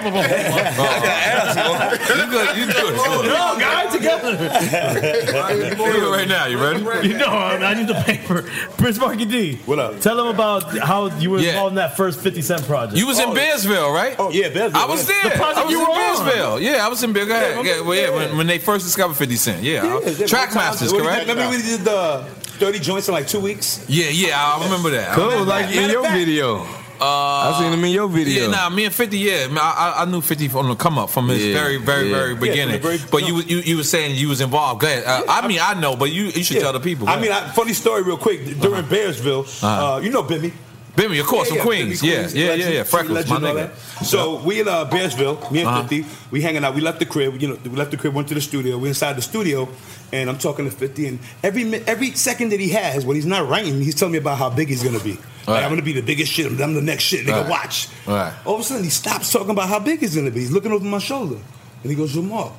S6: You good? You good?
S10: No, guys,
S6: (laughs)
S10: together.
S6: Do it right now. You ready?
S10: You know, Oh, I, I need the paper. Prince Marky D. What up? Tell them about how you were involved in that first 50 Cent project.
S6: You was in Bearsville, right? Oh
S8: yeah, Bearsville.
S6: I was there.
S10: The project
S6: I was
S10: you
S6: in
S10: were on.
S6: Bearsville. Yeah, I was in Bearsville. Go ahead.
S8: Yeah,
S6: Yeah, well, yeah, When, when they first discovered 50 Cent. Yeah. Trackmasters, correct?
S8: Remember we did the dirty joints in like two weeks.
S6: Yeah, yeah, I remember that. I
S8: Cool,
S6: remember
S8: like
S6: that.
S8: in
S6: Matter
S8: your
S6: of fact-
S12: video.
S6: Uh, I
S12: seen him in your video.
S6: Yeah, nah, me and Fifty. Yeah, man, I, I- I knew Fifty from the come up from his
S12: Yeah,
S6: very, very,
S12: yeah.
S6: very
S12: Yeah, from the
S6: beginning.
S12: very-
S6: but you, you, you were saying you was involved. Go ahead. Uh, I mean, I know, but you, you should tell the people. Go
S8: I mean,
S6: ahead.
S8: I, funny story, real quick. During Bearsville,
S6: Uh-huh.
S8: uh, you know Bimmy.
S6: Bimmy, of course, from Queens. Yeah, yeah, yeah, yeah. Freckles, my
S8: legend, all
S6: nigga.
S8: that. So we in uh, Bearsville, me and
S6: Uh-huh.
S8: 50, we hanging out. We left the crib. You know, we left the crib, went to the studio. We inside the studio, and I'm talking to 50. And every mi- every second that he has, when he's not writing, he's telling me about how big he's gonna be. Like,
S6: All right.
S8: I'm gonna be the biggest shit. I'm, I'm the next shit. Nigga,
S6: All right.
S8: watch.
S6: All right.
S8: All of a sudden, he stops talking about how big he's gonna be. He's looking over my shoulder, and he goes, "Jamal,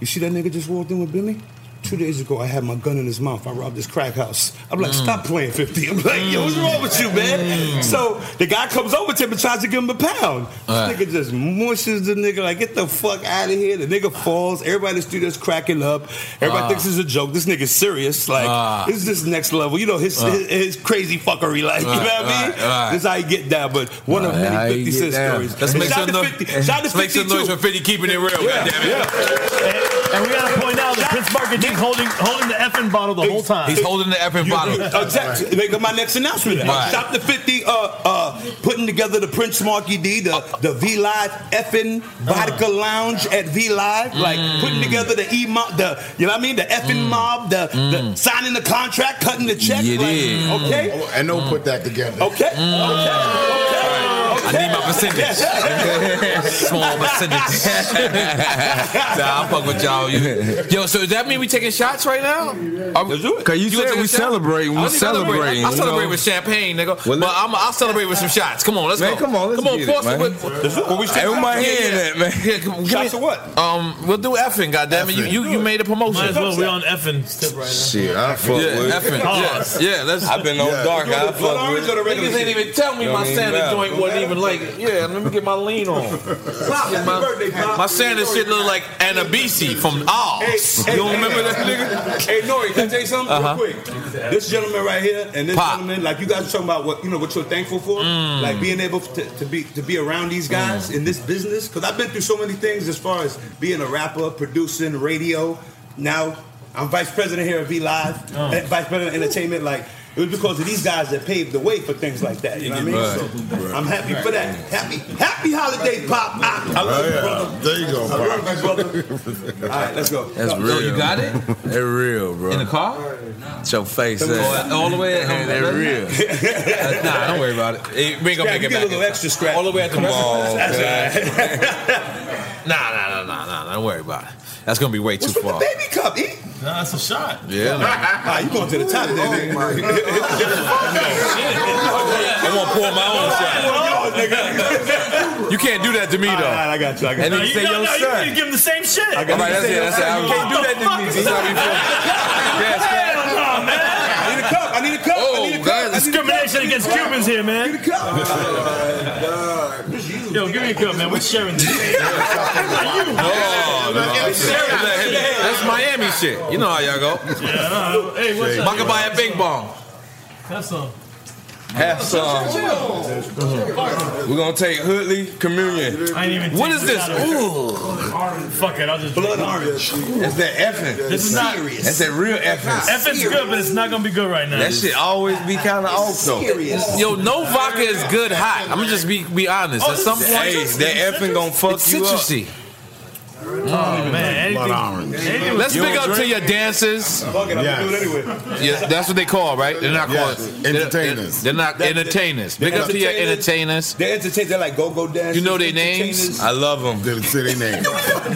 S8: you see that nigga just walked in with Bimmy." Two days ago, I had my gun in his mouth. I robbed this crack house. I'm like, stop playing 50. I'm like, yo, what's wrong with you, man?
S6: Mm.
S8: So the guy comes over to him and tries to give him a pound.
S6: Alright.
S8: This nigga just mushes the nigga, like, get the fuck out of here. The nigga falls. Everybody in the studio's cracking up. Everybody
S6: Ah.
S8: thinks it's a joke. This nigga's serious. Like,
S6: Ah.
S8: this is this next level. You know, his,
S6: Ah.
S8: his, his crazy fuckery. Like, you know what I mean?
S6: Alright, alright.
S8: This is how you get down. But one of
S6: How
S8: many 50
S6: you get
S8: Cent
S6: down.
S8: stories.
S6: Let's
S8: And
S6: make
S8: shout
S6: some
S8: to
S6: noise.
S8: 50 Shout to
S6: Make
S8: 50
S6: some noise
S8: too.
S6: for Fifty keeping it real.
S8: Yeah,
S6: goddammit.
S10: And we gotta point out that Prince Marky D's holding holding the effing bottle the whole time.
S6: He's holding the effing
S8: You-
S6: bottle.
S8: Exactly. Make my next announcement.
S6: Right.
S8: Shop the 50, uh, uh, putting together the Prince Marky D, the, the V Live effing vodka
S10: Uh.
S8: lounge at V Live.
S6: Mm.
S8: Like putting together the E mob, the, you know what I mean? The effing mob, the,
S6: Mm.
S8: the signing the contract, cutting the check.
S6: Yeah, it
S8: like,
S6: is.
S8: Okay.
S13: Oh, And they'll put that together. Mm.
S8: Okay.
S6: I need my percentage. Small percentage. (laughs) nah, I'm fuck with y'all. You- Yo, so does that mean we taking shots right now? Are we-
S12: Cause you said
S6: wanna take
S12: we
S6: a shot?
S12: celebrating,
S6: I
S12: we
S6: don't celebrate.
S12: celebrating,
S6: I'll
S12: you
S6: celebrate
S12: know.
S6: with champagne, nigga.
S12: Well,
S6: but
S12: let-
S6: I'm, I'll celebrate with some shots. Come on, let's
S12: Man,
S6: go.
S12: come on, let's
S6: come on,
S12: get it,
S6: pour some.
S12: man.
S6: With,
S8: what we
S6: Hey, with my
S12: Yeah,
S6: hand
S12: yeah.
S6: in it, man. Yeah, come, give
S8: Shots
S6: me-
S8: of what?
S6: Um, we'll do effing. Goddamn it, you, you you made a promotion.
S10: Might as well. We on effing tip right now.
S12: Shit, I fuck
S6: yeah,
S12: with
S6: effing.
S10: Pause.
S6: Yeah, yeah. Let's.
S12: I've been on
S6: Yeah.
S12: dark.
S6: You doing
S12: I
S6: the
S12: fuck
S6: blood
S12: with.
S6: orange or the regular Niggas ain't shit? even tell me
S12: Don't
S6: my
S12: even
S6: Santa
S12: matter.
S6: joint wasn't even like. Yeah, let me get my lean on. Get my, my Santa shit look like Anabisi from Oz. Oh, you don't remember that nigga?
S8: Hey, Nori, can I tell you something
S6: Uh-huh.
S8: real quick? This gentleman right here and this
S6: Pop.
S8: gentleman, like you guys are talking about what you know what you're thankful for,
S6: Mm.
S8: like being able to, to be to be around these guys in this business. Because I've been through so many things as far as being a rapper, producing, radio. Now I'm vice president here at V Live,
S6: Oh.
S8: eh, vice president of entertainment. Like it was because of these guys that paved the way for things like that. You know what I mean?
S13: Right.
S8: So I'm happy for that. Happy happy holiday, Pop. I, I love
S6: Oh,
S8: you, brother.
S13: There you go,
S8: I
S13: bro.
S8: love you, brother. All right, let's go.
S12: That's
S8: Go.
S12: real.
S8: Yo,
S12: That's real, bro. In the
S6: car?
S12: It's your face.
S6: All, all the way at home.
S12: That real.
S6: Uh, (laughs) nah, don't worry (laughs) about it. it we ain't gonna
S8: Scrap,
S6: make
S8: you get a
S6: it back.
S8: little extra scrap.
S6: All the way at the
S8: Come
S6: restaurant.
S8: on, That's
S6: Nah, nah, nah, nah, nah, nah. Don't worry about it. That's gonna be way too far.
S8: Baby cup, eat.
S10: Nah, that's a shot.
S6: Yeah,
S8: (laughs)
S6: man. Oh,
S8: Ah, you going to the top of that nigga. (laughs)
S6: I want to pour my own shot. You can't do that to me though.
S8: I got you. I got
S6: And
S8: you.
S6: then you say, "Yo, son."
S10: give him the same shit.
S6: All right, that's it. That's it. I can't do that to me. That's how we feel. Yes, man. Oh,
S8: I need a cup. I need a cup. I need a cup. I need a cup.
S10: Discrimination against Cubans here, man.
S8: I need a cup. This is Yo, give me a cup, man. We're sharing
S6: (laughs)
S8: this.
S12: Oh, no. That's Miami shit. You know how y'all go.
S8: Hey, what's up?
S12: Maka buy a big bong.
S8: Have some.
S12: Have some. We're gonna take Hoodley communion.
S8: I ain't even
S12: What
S8: taste
S12: is this?
S8: this
S12: Ooh,
S8: Orange. Fuck it, I'll just blood orange.
S12: that's that effing.
S8: This is not-
S12: That's that real effing.
S8: FN's good, but it's not gonna be good right now.
S12: That shit always be kind of off though.
S6: Yo, no vodka is good hot. I'm just be be honest.
S8: Oh,
S6: At
S8: this
S6: some
S8: is
S6: point,
S8: Hey, citrus? that effing
S6: gonna fuck
S12: you up.
S8: Oh man,
S6: Blood
S8: anything. anything
S6: Let's
S8: you
S6: big
S8: don't
S6: up to
S8: drink?
S6: your dancers. Yeah, that's what they call, right? They're not
S13: Yes,
S6: called they're-
S13: entertainers.
S6: They're, not
S13: That-
S6: entertainers.
S13: they're
S6: Big up to your
S13: entertainers.
S6: entertainers.
S13: They're entertainers. They're like go-go dancers.
S6: You know their names. I love them.
S29: Didn't say their names.
S6: You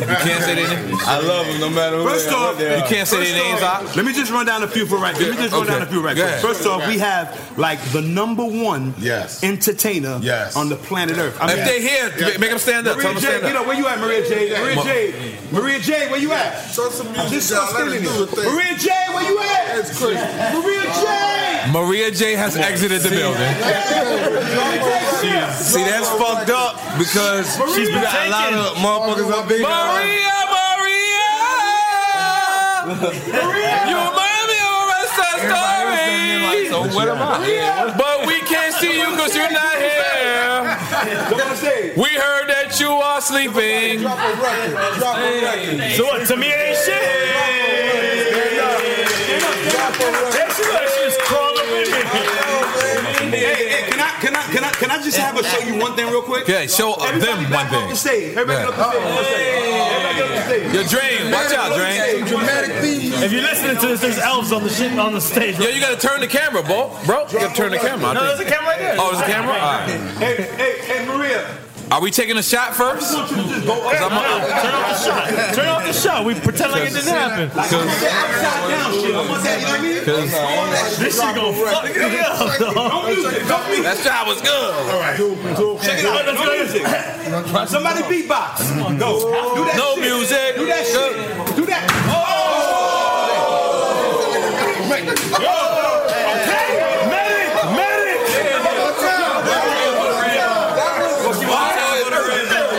S6: can't say their names.
S12: I love them no matter who
S13: First
S12: they are,
S13: off,
S12: what they are.
S6: You can't say
S13: first
S6: their names
S13: off,
S6: out.
S13: Let me just run down a few for right. Let me just run
S12: Okay.
S13: down a few right.
S12: Go
S13: quick.
S12: ahead.
S13: First off, we
S12: Right.
S13: have like the number one yes. entertainer yes. on the planet Earth.
S12: If they here, ma- make 'em stand up.
S13: Maria
S12: Tell 'em
S13: J,
S12: stand up.
S13: get up. Where you at, Maria J? Maria
S12: Ma-
S13: J. Maria J, where you at? Show some music. This is Maria J, where you at? That's crazy. Maria J.
S6: Maria J has exited the building.
S12: See, that's fucked up because she's been got a lot of motherfuckers up in
S6: Maria, Maria, you remind me of a restaurant story.
S12: So what am I?
S6: But we can't see you because you're not here. We heard that you are sleeping.
S8: So what? To me, it ain't shit. Yeah, she was- she was crawling with me.
S13: Hey, hey, can I can I can I can I just have her show you one thing real quick?
S6: Okay, show uh, them one
S13: Up the
S6: thing.
S13: stage. Everybody
S6: Yeah.
S13: get up the stage.
S6: Yo, Drain, watch out, Drain.
S8: If you're listening to this, there's elves on the shit on the stage.
S6: Yo, you gotta turn the camera, bro. Bro, you gotta turn the camera. I
S8: No,
S6: think.
S8: there's a camera right there.
S6: Oh, there's a camera? All right.
S13: Hey, hey, hey, Maria.
S6: Are we taking a shot first?
S13: Cause
S6: I'm a-
S8: Turn off the shot. Turn off the shot. We pretend like it didn't happen.
S13: Upside down shit. I'm gonna say, you know what I mean?
S8: This shit gonna fuck me up, dog.
S6: That shot was good.
S13: Check it out. No music. Somebody beatbox. Go. Do that
S6: No
S13: shit.
S6: music.
S13: Do that shit. Do that.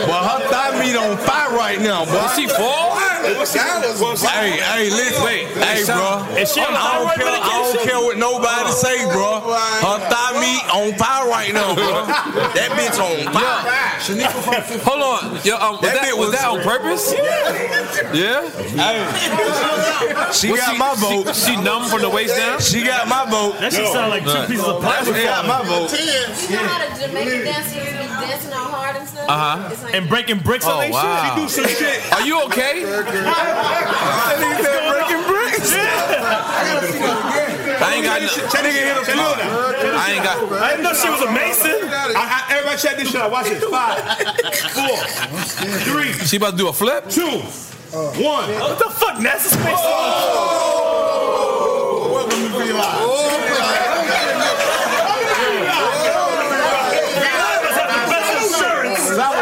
S12: But her thigh meat on fire right now, bro.
S6: Did she fall?
S12: Hey, hey, listen.
S6: Wait,
S12: Hey,
S6: shot-
S12: bro.
S8: Is she on
S12: I don't
S8: thyroid
S12: care, I don't
S8: medication?
S12: care what nobody say, bro. Her thigh meat on fire right now, bro. That bitch on fire.
S6: Hold on. Yo, um, was,
S12: That
S6: that,
S12: bit
S6: was
S12: was-
S6: that on purpose? Yeah.
S12: She
S6: Was
S12: got my vote.
S6: She, she numb from the waist down.
S12: She got my vote.
S8: That shit sound like two pieces of
S12: That's
S8: plastic.
S12: got my vote.
S30: You know how the Jamaican dancers be dancing all hard and stuff?
S6: Uh-huh.
S30: It's like
S8: And breaking bricks on
S6: Oh
S8: their shit.
S6: wow.
S13: Some shit.
S6: Are you okay? I ain't got. No,
S13: That nigga hit a floor now.
S6: I ain't got.
S8: I didn't know she was a mason.
S13: I, I, everybody check this shit out. Watch it. Five, four, three,
S6: She about to do a flip.
S13: two, one.
S8: What the fuck, NASA space?
S12: Oh,
S8: That's the best insurance.
S12: Hold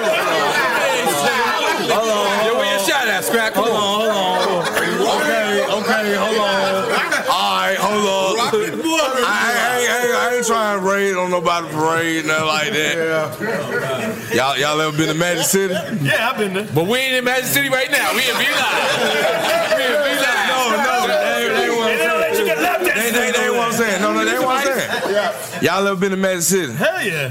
S12: on.
S6: Yo, where your shot at, Scrap? Come
S12: Hold
S6: on.
S12: on, hold on. Okay, okay, hold on. Alright, hold on. I, I, I, I ain't trying to raid on nobody parade, nothing like that. Y'all, y'all ever been to Magic City?
S8: Yeah, I've been there.
S6: But we ain't in Magic City right now. We in V-Live. We in V-Live.
S12: No, no, they, they
S8: They
S12: wasn't
S8: don't let you get lap
S12: They,
S8: dances.
S12: they, they wasn't saying. No, no, they wasn't saying. Y'all ever been to Magic City?
S8: Hell yeah.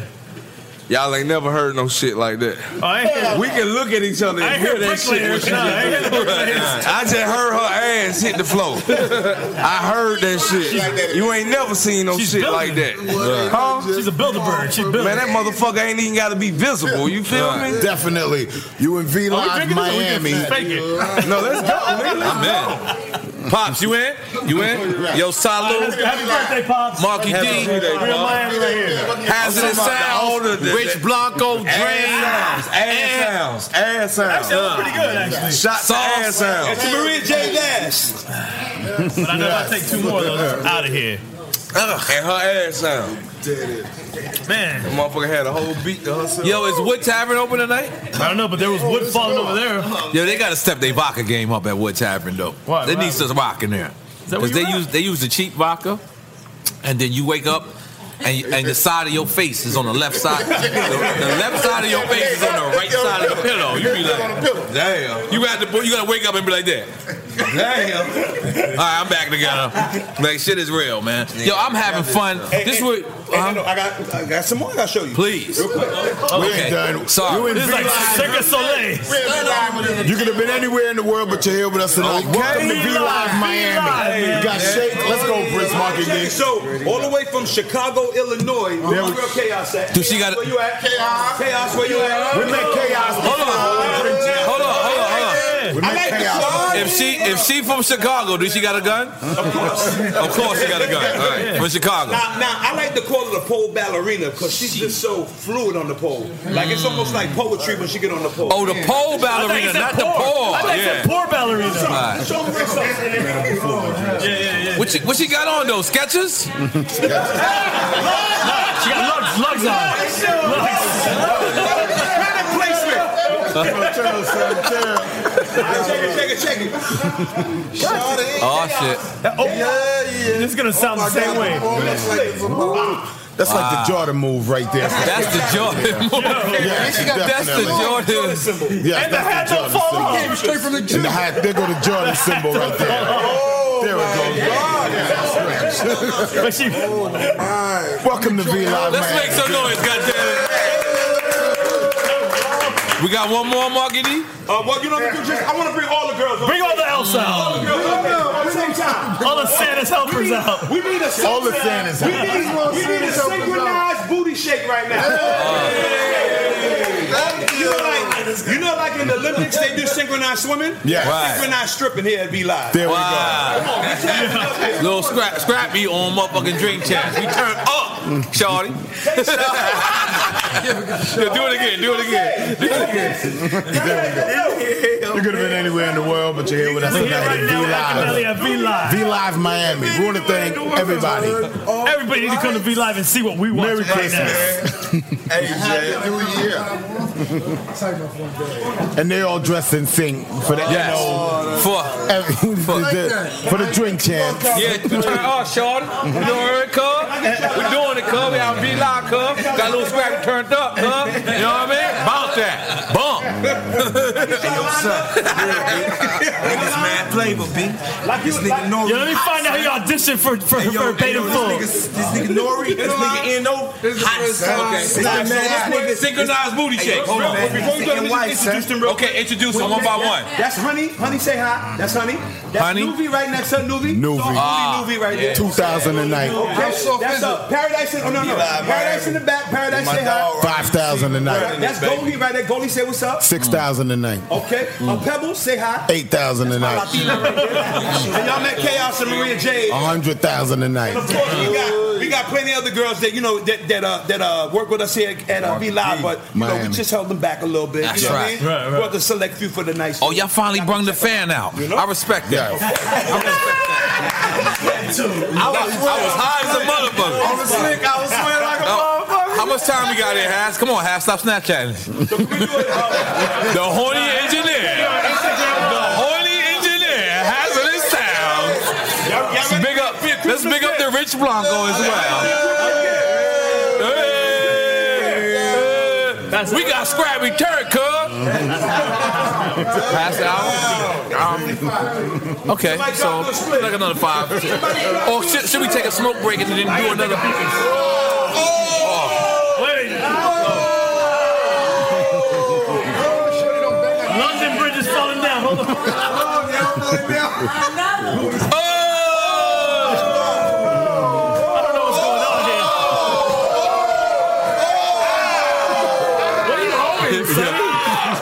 S12: Y'all ain't never heard no shit like that.
S8: Oh, I ain't here.
S12: We can look at each other
S8: I
S12: and
S8: ain't
S12: hear
S8: here
S12: that shit. when
S8: bricklayers.
S12: she
S8: Nah, I
S12: get
S8: ain't here bricklayers.
S12: (laughs) I just heard her ass hit the floor. I heard that shit. You ain't never seen no
S8: She's
S12: shit
S8: building
S12: like
S8: it.
S12: that. Huh?
S8: She's a Bilderberg. She's building.
S12: Man, that motherfucker ain't even gotta be visible. You feel me?
S29: Definitely. You in V
S8: Are Oh, we
S29: Live
S8: drinking this or we
S29: Miami.
S8: just
S6: (laughs)
S8: fake it?
S12: No, let's
S8: (laughs)
S12: go, nigga. Let's
S6: I'm in. Pops, you in? You in? Yo, Salud,
S8: Happy birthday, Pops.
S6: Marky
S8: Happy
S6: D.
S8: birthday, Real Miami right here.
S6: Hazardous
S12: I'm talking about the
S6: Sounds,
S12: older-
S6: Rich Blanco,
S12: Ass
S6: Drain,
S12: sounds,
S6: and
S12: ass sounds, ass sounds.
S8: That was pretty good, actually.
S12: Shot to ass sounds.
S13: That's Maria J. Dash.
S8: But I know if I take two more, though, out of here.
S12: Ugh. And her ass sound.
S8: Man,
S12: That motherfucker had a whole beat to herself.
S6: Yo, is Wood Tavern open tonight?
S8: I don't know, but there was wood falling over there.
S6: Yo, they gotta step their vodka game up at Wood Tavern though.
S8: Why?
S6: They
S8: Why?
S6: need some vodka in there.
S8: that
S6: Because
S8: where
S6: they
S8: you at?
S6: use they use the cheap vodka, and then you wake up and, and the side of your face is on the left side. The, the left side of your face is on the right side of the pillow. You be like, damn. You got to you got to wake up and be like that. Damn. All right, I'm back together. Like shit is real, man. Yo, I'm having fun.
S8: Hey,
S6: This
S8: hey,
S6: would.
S8: hey, no, no, I got, I got some more. I gotta show you.
S6: Please.
S13: (laughs) We're done. You in V Live. We're in V Live with us. You could have been anywhere in the world, but you're here with us tonight. Welcome to V Live Miami. We got Shake. Let's go, Briz Market.
S8: Shake. So all the way from Chicago, Illinois, where
S13: There we-
S8: real chaos at?
S6: Dude, she
S8: Chaos,
S6: gotta-
S8: where you at? Chaos, chaos, where you at?
S13: We met Chaos
S6: Hold on. Hold on. Hold on. Hold on.
S13: I like the slide.
S6: If she if she from Chicago, do she got a gun? Of course. of course she got a gun. All right. From Chicago.
S8: Now, now I like to call her the pole ballerina because she's just so fluid on the pole. Like it's almost like poetry when she get on the pole.
S6: Oh, the pole ballerina, not the pole. Yeah. All right.
S8: Show 'em what's up.
S6: What she, what she got on though? Sketches? she
S11: got lugs, lugs on.
S8: Product placement. Check it, check it, check it.
S6: Oh shit.
S11: Oh, This is gonna
S8: Oh
S11: sound the same way.
S13: That's like
S11: Wow.
S13: the Jordan move right there.
S11: That's the Jordan
S13: (laughs) Yeah.
S11: move. (laughs)
S13: Yeah,
S11: She got- that's the
S13: definitely.
S11: Jordan symbol.
S13: Yeah,
S11: And the
S13: that's
S11: hat don't
S13: Jordan
S11: fall
S13: symbol.
S11: off. Came straight from the
S13: And the
S11: Jew.
S13: hat, there go the
S8: (laughs)
S13: Jordan symbol right
S11: (laughs)
S13: there.
S8: Oh
S13: there we go.
S8: Oh
S13: Welcome to V Live.
S6: Let's make some noise, goddammit. We got one more, Marky D?
S8: Uh, well, you know, what we do? just, I want to bring all the girls.
S11: Bring all the Elsa
S8: All the girls up there at the same time.
S11: All the Santa's helpers
S8: we need,
S11: out.
S8: We need a
S11: All the Santa's
S8: We
S13: (laughs)
S11: helpers.
S8: need, we need a
S11: Santa's helpers
S8: synchronized booty shake right now. You know, like, you know, like in the Olympics, they do synchronized swimming.
S6: Yeah. Right.
S8: synchronized stripping here at Be Live.
S6: There we
S8: Wow.
S6: go.
S8: Come on, we tapping up here.
S6: Little scrap, scrappy on motherfucking drink chat. We turn up, Shorty. Yeah, do it again. Do it again. Do it again.
S13: You could have been anywhere in the world, but you're here with us
S11: We're here
S13: tonight at
S11: right now at the Valley
S13: V
S11: of
S13: Live.
S11: V Live.
S13: V Live Miami. We want to thank everybody.
S11: Everybody need to come to V Live and see what we watch right
S13: Happy New Year. And they all dressed in sync for that.
S6: Yes. For-
S13: every, for, the, for the drink champ.
S6: Yeah, we turn up, Shorty. You know her, cub. We're doing it, cub. We out in V-Live, cub. Got a little scrappy turned up, cub. You know what I mean? Bounce that. Bump.
S31: Niggas mad flavor, B. Like this nigga Nori.
S11: Yo, let me find out who auditioned for for
S31: Hey,
S11: for
S31: yo, hey,
S11: Beta
S31: yo,
S11: Full.
S31: this nigga, this nigga Nori, this nigga Eno, hot
S6: This is
S31: sauce.
S6: okay.
S31: This nigga mad, this nigga-
S6: Synchronized booty
S31: Hey,
S6: shake.
S31: hold on, man.
S6: Before we go to
S31: Second
S6: this,
S31: wife,
S6: introduce them real Okay, introduce them one by one.
S8: That's honey. Honey, say hi. That's honey. That's
S6: Honey.
S8: Nuvi right next to Nuvi.
S13: Nuvi.
S8: Soft booty
S13: Ah,
S8: Nuvi right
S13: yeah.
S8: there.
S13: 2009.
S8: Okay, that's up. Paradise in. Oh no no. Paradise in the back. Paradise
S13: My
S8: say hi.
S13: dog, Five thousand a night.
S8: That's Goldie right there. Goldie say what's up.
S13: Six thousand a night.
S8: Okay. Uh,
S6: Mm.
S8: Pebbles say hi.
S13: Eight thousand a night.
S8: Latina right there. and y'all met Chaos and Maria Jade.
S13: A hundred thousand a night.
S8: Of course,
S6: Oh,
S8: we got we got plenty of other girls that you know that that uh, that uh, work with us here at uh, B Live, but you know, we
S6: Miami.
S8: just held them back a little bit.
S6: That's
S8: you know What
S6: right.
S8: I mean?
S6: Right, right.
S8: Brought the select few for the night.
S6: Oh, y'all finally brung the fan out. I respect that. I was, I was high as a motherfucker. Oh,
S31: On the slick, I was sweating like a motherfucker.
S6: How much time we got here, Hass? Come on, Hass, stop Snapchatting. the horny engineer. The horny engineer has it his sound. Let's big up, let's big up the Rich Blanco as well. Hey. We got Scrappy Turk,
S31: (laughs)
S6: cuz. Pass it out. Um, okay, so like another five. Oh, should, should we take a smoke break and then do another?
S11: London Bridge is falling down. Hold on. I don't know what's going on here. What are you holding, son?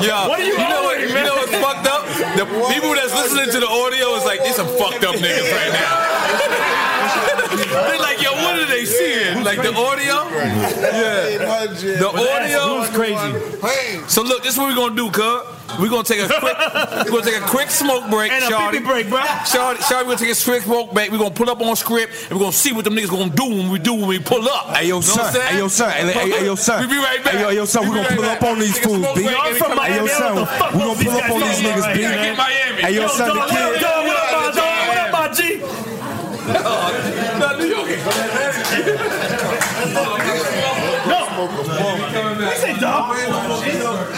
S6: Yeah.
S11: What are you
S6: you know what,
S11: holding,
S6: you
S11: man?
S6: know what's fucked up? The people that's listening to the audio is like, these some fucked up niggas right now. They're like, yo, what are they seeing? Like the audio? Yeah. The audio
S11: Who's crazy?
S6: So look, this is what we're gonna do, cuz. We're gonna take a quick we're gonna take a quick smoke break,
S11: And a
S6: shawty.
S11: pee-pee break, bro.
S6: Shawty, shawty, we're gonna take a quick smoke break. We're gonna pull up on script and we're gonna see what them niggas gonna do when we do when we pull up.
S12: Hey, yo,
S6: Know
S12: son.
S6: what I'm saying?
S12: Hey, yo, son. Hey, hey, hey, yo, son.
S6: We be right back.
S12: Hey, yo, yo, son, we
S6: be
S12: gonna
S6: right
S12: pull
S6: back.
S12: up on these
S6: Take a
S12: fools,
S6: smoke
S12: B.
S6: break and
S12: Hey,
S6: come back.
S12: yo, son, we gonna pull up on these niggas, B.
S6: Get Miami.
S12: Hey, yo, son, the kid.
S11: Yo, what up, my dog? What up, my G?
S6: No, New York.
S8: dog.
S11: Oh,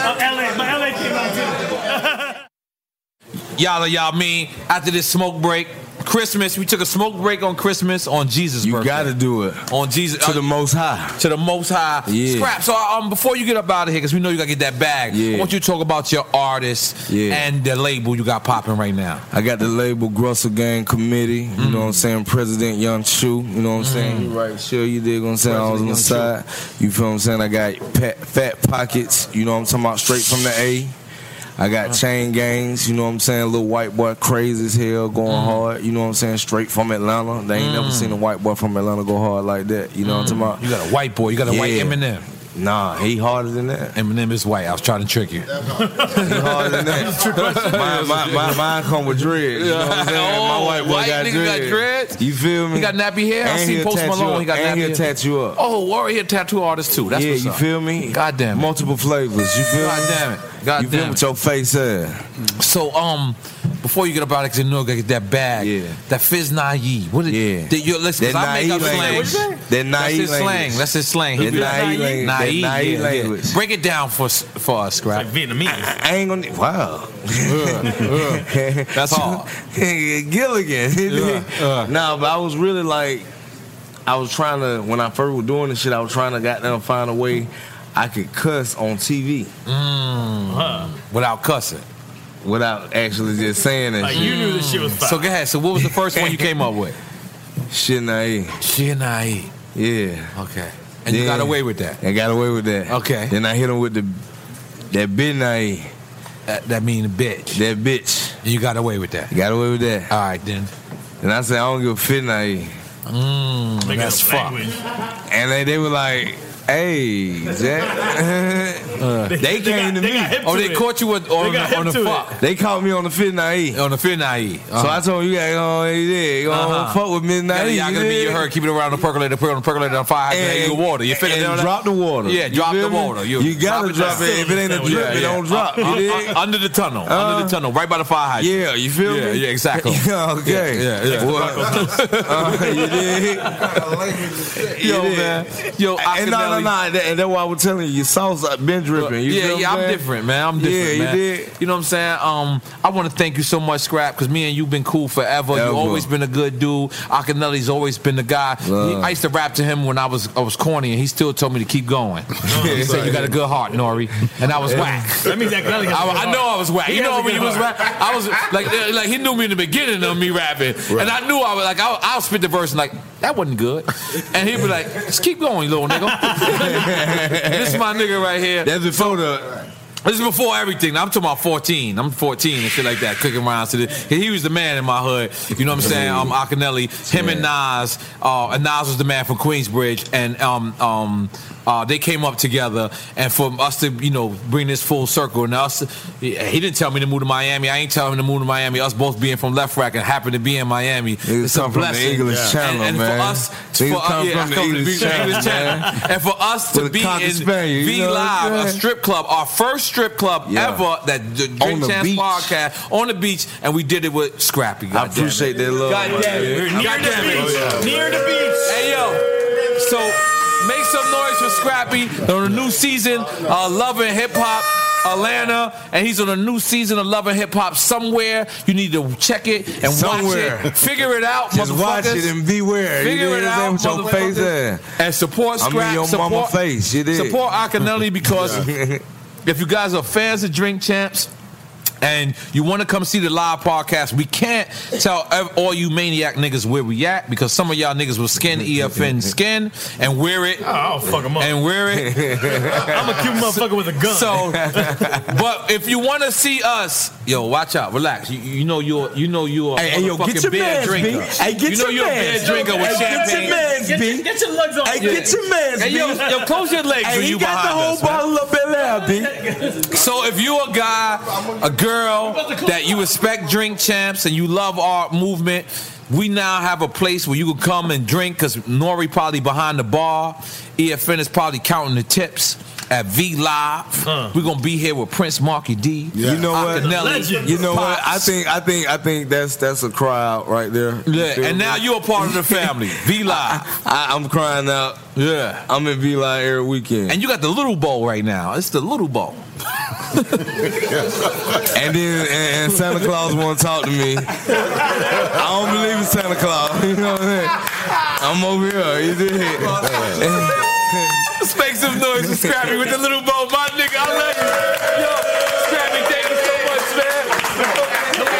S8: Uh, LA, but LA came
S11: (laughs)
S8: out too.
S6: Y'all, y'all mean after this smoke break, Christmas. We took a smoke break on Christmas on Jesus. You gotta
S12: do it
S6: on Jesus uh,
S12: to the Most High.
S6: To the Most High.
S12: Yeah.
S6: Scrap. So um, before you get up out of here, because we know you gotta get that bag. I want you to talk about your artist and the label you got popping right now.
S12: I got the label Grussel Gang Committee, you
S6: Mm-hmm.
S12: know what I'm saying? President Young Chu, you know what I'm saying? You right, sure, you dig what I'm saying? I was on the side, you feel what I'm saying? I got pat, Fat Pockets, you know what I'm talking about, straight from the A. I
S6: Uh-huh.
S12: got Chain Gangs, you know what I'm saying? Little white boy crazy as hell, going
S6: Mm-hmm.
S12: hard, you know what I'm saying? Straight from Atlanta. They ain't never seen a white boy from Atlanta go hard like that, you know what I'm talking about?
S6: Mm. You got a white boy. You got a white
S12: Yeah.
S6: Eminem.
S12: Nah, he harder than that.
S6: Eminem is white. I was trying to trick you.
S12: He harder than that. mine, mine, mine, mine come with dreads. You know what I'm saying?
S6: Oh,
S12: My white boy
S6: white
S12: got,
S6: nigga got
S12: dreads.
S6: dreads?
S12: You feel me?
S6: He got nappy hair. I
S12: And
S6: see
S12: he'll
S6: Post
S12: tattoo
S6: Malone.
S12: up.
S6: He got
S12: and
S6: nappy
S12: he'll
S6: hair.
S12: tattoo up.
S6: Oh, Warrior a tattoo artist too. That's
S12: yeah,
S6: what's
S12: you
S6: up.
S12: feel me?
S6: God damn it.
S12: Multiple flavors. You feel
S6: God
S12: me?
S6: damn it. God
S12: you feel
S6: damn it.
S12: me? With your face ass.
S6: So um, before you get up out of because you know you gotta get that bag, yeah, that fizz naive. What did yeah? That, you listen, 'cause
S12: That
S6: I make up
S12: Na'e language.
S6: slang.
S12: That Na'e
S6: That's his
S12: language.
S6: slang. That's his slang.
S12: That Na'e language. That
S6: Na'e,
S12: Na'e
S6: yeah, yeah.
S12: language.
S6: Break it down for us- for us, Scrap. Like Vietnamese.
S12: I ain't gonna. Wow.
S6: That's all. uh.
S12: (laughs) Gilligan. Nah, but I was really like, I was trying to when I first was doing this shit. I was trying to goddamn find a way I could cuss on TV
S6: Hmm. without cussing,
S12: without actually just saying that.
S6: Like,
S12: shit.
S6: you knew this shit was fire. So go ahead. So what was the first one you came up with?
S12: (laughs) Shit naive.
S6: Shit naive.
S12: Yeah.
S6: Okay. And you got away with that.
S12: I got away with that. Okay. Then I hit him with the that bitch naive.
S6: That, that mean bitch.
S12: That bitch.
S6: You got away with that.
S12: Got away with that.
S6: All right then.
S12: And I said I don't give a fit naive.
S6: Mm,
S12: Make it
S6: that's
S12: up
S6: fuck.
S12: And they, they were like, hey, Jack. (laughs) they came to me.
S6: oh, they caught you with, on, the, on the fuck.
S12: They caught me on the Uh-huh. fit naive.
S6: On the fit naive.
S12: So I told you, you gotta go, hey, yeah, you gonna
S6: Uh-huh.
S12: fuck with me naive.
S6: Yeah, y'all gonna be your herd. Keep it around the percolator, put it on the percolator on fire. And,
S12: And-
S6: the water. You figure
S12: and
S6: that out?
S12: drop the water.
S6: Yeah,
S12: You
S6: drop
S12: feel
S6: the
S12: me?
S6: water.
S12: You gotta drop it. If it ain't a drip, it don't drop. You
S6: Uh, uh,
S12: dig? Uh,
S6: under the tunnel. under the tunnel. Right by the fire hydrant.
S12: Yeah, you feel
S6: yeah,
S12: me?
S6: Yeah, exactly.
S12: (laughs) Yeah, okay.
S6: Yeah, yeah. yeah.
S12: (laughs) Uh, you dig?
S6: Yo,
S12: You dig?
S6: man. Yo,
S12: and no, no,
S6: Akinelli-
S12: no, and that- and that's why I was telling you, your sauce uh, been dripping. You
S6: yeah,
S12: feel
S6: yeah,
S12: what
S6: I'm
S12: saying?
S6: different, man. I'm different.
S12: Yeah,
S6: man.
S12: you did.
S6: You know what I'm saying? Um, I want to thank you so much, Scrap, because me and you've been cool forever.
S12: Ever.
S6: You've always been a good dude. Akinelli's always been the guy. He-
S12: Love.
S6: I used to rap to him when I was I was corny, and he still told me to keep
S12: (laughs)
S6: going. he said, "You got a good heart, Nori," (laughs) and I was
S8: Yeah.
S6: whack.
S8: That means that Akinelli has a good
S6: I, I know
S8: heart.
S6: I was whack.
S8: He
S6: you
S8: has
S6: know
S8: a
S6: when you
S8: good
S6: was
S8: heart.
S6: rap, I was like, uh, like he knew me in the beginning of me rapping, and I knew I was like, I'll, I'll spit the verse and like that wasn't good, and he'd be like, "Just keep going, you little nigga." (laughs) this is my nigga right here.
S12: That's before the.
S6: This is before everything. I'm talking about 14. I'm 14 and shit like that, cooking rhymes to this. He was the man in my hood. You know what I'm saying? Um, Akinelli, him and Nas. Uh, and Nas was the man from Queensbridge, and um, um, uh, they came up together. And for us to, you know, bring this full circle, and us, he he didn't tell me to move to Miami. I ain't telling him to move to Miami. Us both being from Left Rack and happen to be in Miami. It's a
S12: come from the
S6: blessing.
S12: English
S6: And-
S12: Channel,
S6: and,
S12: man.
S6: for us, (laughs)
S12: Niggas
S6: for, uh,
S12: come
S6: yeah,
S12: from
S6: I
S12: the
S6: come to
S12: English
S6: be- English
S12: Channel,
S6: Channel.
S12: man.
S6: And for us to
S12: With a
S6: be
S12: cock and
S6: in
S12: spade, you
S6: V
S12: know what I'm
S6: Live, a
S12: saying?
S6: strip club, our first strip club
S12: Yeah.
S6: ever that the
S12: On
S6: Drink
S12: the
S6: Chance
S12: beach.
S6: podcast on the beach, and we did it with Scrappy.
S12: I
S6: God
S12: appreciate that love.
S6: God damn it.
S12: man.
S6: God damn it. Oh,
S8: Near the beach.
S6: Hey yo, so make some noise for Scrappy on a new season, uh, loving hip hop. Atlanta, and he's on a new season of Love and Hip Hop somewhere. You need to check it and
S12: Somewhere.
S6: watch it. Figure it out,
S12: Just watch
S6: motherfuckers.
S12: it and beware. You
S6: Figure
S12: dig
S6: it
S12: what I'm saying?
S6: out,
S12: With your face
S6: motherfuckers.
S12: in.
S6: And support
S12: I'm in
S6: Scrap.
S12: your
S6: support,
S12: mama face, you dig?
S6: Support Akinelli because if you guys are fans of Drink Champs, and you want to come see the live podcast, we can't tell ev- all you maniac niggas where we at because some of y'all niggas will
S8: (laughs)
S6: skin EFN skin and wear it.
S8: Oh, I'll fuck 'em up.
S6: And wear
S8: (laughs)
S6: it.
S8: I'm a cute motherfucker with a gun.
S6: So, but if you want to see us, yo, watch out, relax. You, you know you're, you know you're. a
S8: Hey, hey, yo, get
S6: motherfucking
S8: your
S6: beer
S8: mans, B.
S6: drinker.
S8: Hey, get
S6: you know
S8: your
S6: you're a
S8: mans.
S6: beer drinker with
S8: Hey, get your
S6: champagne.
S8: mans, Get B. your- get your legs off. Hey, get your mans,
S6: Hey, yo,
S8: B.
S6: yo, close your legs.
S8: Hey,
S6: when
S8: he
S6: you
S8: got the
S6: behind
S8: whole
S6: us, man.
S8: bottle of Bel
S6: So if you a guy, a girl that you respect drink champs and you love our movement, we now have a place where you can E come and drink because Nori probably behind the bar, EFN is probably counting the tips. at V Live. We're gonna be here with Prince Marky D.
S12: You know what?
S6: Acanelli,
S12: You know what?
S6: Pops.
S12: I think I think I think that's that's a crowd right there. You
S6: Yeah,
S12: feel
S6: and
S12: me?
S6: now you're a part of the
S12: (laughs)
S6: family. V Live.
S12: I, I'm crying out.
S6: Yeah,
S12: I'm in V Live every weekend.
S6: And you got the little bowl right now. It's the little bowl.
S12: and then and, and (laughs) Santa Claus won't talk to me. I don't believe in Santa Claus. (laughs) You know what I'm saying? I'm over here.
S6: (laughs)
S12: You did.
S6: Let's make some noise for Scrappy with the little bow, my nigga. I love you. Yo, Scrappy, thank you so much, man.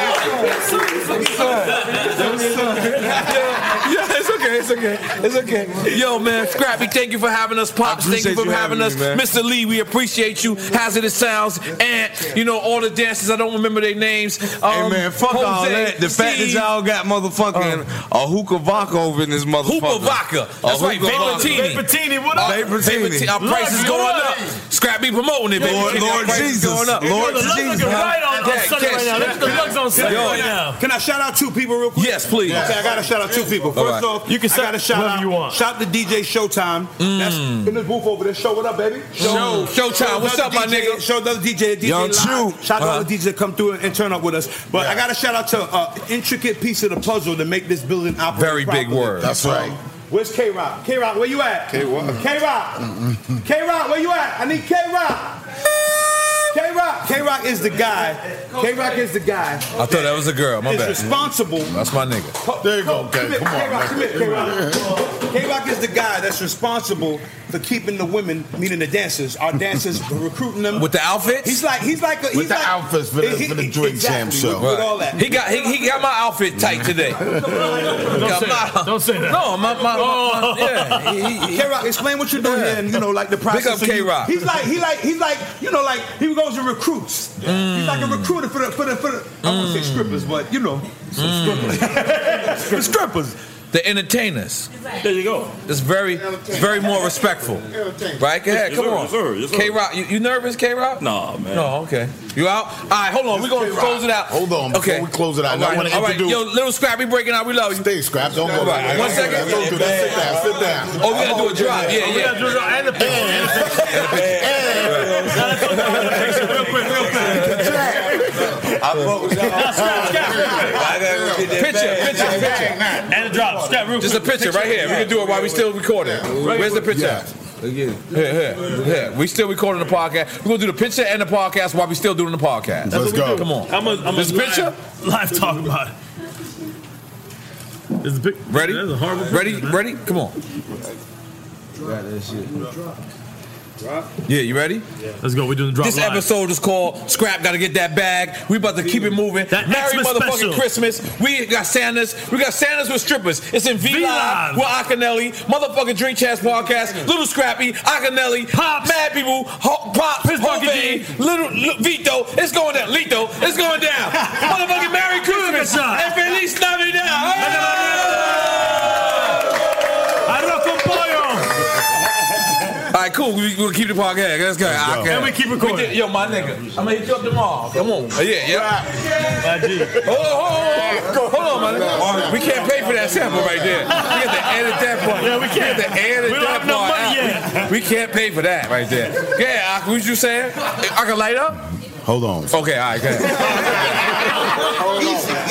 S6: yeah, yeah, it's okay, it's okay, it's okay. Yo, man, Scrappy, thank you for having us. Pops, thank you
S12: appreciate
S6: for
S12: you
S6: having, us.
S12: having me, man.
S6: Mr. Lee, we appreciate you. Hazardous Sounds, and you know all the dancers. I don't remember their names. Um,
S12: Hey man, fuck
S6: Jose,
S12: all that. The fact that
S6: Steve,
S12: y'all got motherfucking a hookah vodka over in this motherfucker.
S6: Hooper Vodka.
S12: A
S6: That's right,
S12: hookah vodka.
S6: Vapotini. Vapotini, what
S12: up?
S6: Vapotini. Our price is
S12: Look,
S6: going
S12: look.
S6: up. Scrap be promoting it, baby.
S12: Lord- Lord Jesus.
S6: Going up.
S12: Lord Yo, the luck Jesus. looking
S15: right on- on Sunday right now. Look at the looks on Sunday right now.
S8: Can I shout out two people real quick?
S6: Yes, please.
S8: Okay, I gotta shout out two people.
S6: All
S8: First
S6: right.
S8: off,
S6: You can
S8: I
S6: say
S8: gotta shout
S6: whoever
S8: out
S6: you want.
S8: Shout out to DJ Showtime. That's in the booth over there. Show it up, baby.
S6: Mm. Show, Showtime. What's
S8: another
S6: up, my
S8: DJ
S6: nigga?
S8: Show another DJ. DJ
S6: Young
S8: Live.
S6: Chu.
S8: Shout out to
S6: Uh-huh.
S8: all the DJs that come through and, and turn up with us. But I gotta shout out to uh, intricate piece of the puzzle to make this building operate.
S6: Very big
S8: properly.
S6: word. That's
S8: Um,
S6: right.
S8: Where's K Rock? K Rock, where you at? K Rock. K Rock. K Rock, where you at? I need K Rock. K Rock. K Rock is the guy. K Rock is the guy.
S6: I thought that was a girl. My
S8: It's
S6: bad.
S8: responsible.
S6: That's my nigga.
S8: There you go,
S6: K. Come on,
S8: K-Rock, come here, K-Rock. K-Rock is the guy that's responsible for keeping the women, meaning the dancers, our dancers, (laughs) recruiting them
S6: With the outfits.
S8: He's like, he's like, a, he's
S6: With the
S8: like,
S6: outfits
S13: for the- for the Drink
S8: exactly,
S13: Champ
S8: with-
S13: show.
S8: With, all that,
S6: He got he, he got my outfit tight
S15: (laughs)
S6: today. Got
S8: say
S6: my-
S8: that. Don't say that.
S6: No, my my, my-
S8: Oh.
S6: yeah.
S8: K-Rock, explain what you're doing here, and you know, like the
S6: Big
S8: process.
S6: up
S8: of you-
S6: K-Rock.
S8: He's like, he like, he's like, you know, like he goes and recruits.
S6: Mm.
S8: He's like a recruiter for the for the for the. I won't say strippers, but you know, some
S6: Mm.
S8: strippers. (laughs) the strippers.
S6: The entertainers.
S15: There you go.
S6: It's very it's very more respectful. Right? Go ahead.
S15: Yes,
S6: Come
S15: sir,
S6: on.
S15: yes, sir, yes, sir.
S6: K Rock, you, you nervous, K Rock?
S15: Nah, man.
S6: No, okay. You out? All right, hold on. We're going to
S15: K-Rock.
S6: close it out.
S13: Hold on, before we close it out, I wanna introduce-
S6: Yo, little Scrap, we breaking out. We love you. Stay,
S13: Scrap. Don't go.
S6: Right. One
S13: Don't do
S6: second.
S13: that. Don't do that. Sit down. Sit down.
S6: Oh, we gotta do a drop. Yeah, yeah.
S15: And the picture.
S6: Picture, picture, picture.
S15: And the drop. Scrap real
S6: Just a picture right here. We can do it while we still recording. Where's the picture at?
S12: Again.
S6: Here, here, here. We still recording the podcast. We're gonna do the picture and the podcast while we still doing the podcast.
S15: That's what we do.
S6: Come on.
S15: I'm a, I'm
S6: this
S15: a
S6: picture.
S15: Live, live talk about it. It's a big,
S6: Ready?
S15: That's a horrible picture,
S6: Ready?
S15: man.
S6: Ready? Come on. Yeah, you ready?
S15: Let's go. We're doing the drop
S6: This
S15: live.
S6: episode is called Scrap Gotta Get That Bag. We about to keep it moving.
S15: That
S6: Merry
S15: Xmas special.
S6: motherfucking Christmas. We got Santas. We got Santas with strippers. It's in V Live
S15: V-Live.
S6: with Akinelli. Motherfucking Drink Chats Podcast. Little Scrappy. Akinelli. Pops. Mad People. Ho- Pops.
S15: Prince Bucky
S6: Jose, Little Li- Vito. It's going down. Lito. It's
S15: (laughs)
S6: going down. motherfucking Merry Christmas. And Feliz Navidad. All right, cool. We, we'll keep the podcast. Let's go.
S15: go.
S6: Okay.
S15: And we keep
S6: did-
S15: recording.
S6: yo, my nigga. I'm going to hit you up tomorrow. Come on. Uh, Yeah, yeah. Hold on, hold on, hold on. Hold on, my nigga. We can't pay for that sample right there. We have to edit that part.
S15: Yeah, we can't.
S6: We have to edit
S15: We don't
S6: that
S15: have no
S6: part
S15: money
S6: out.
S15: yet.
S6: We, we can't pay for that right there. Yeah, Ak, what you saying? I can light up?
S13: Hold on.
S6: Okay, all right, go ahead.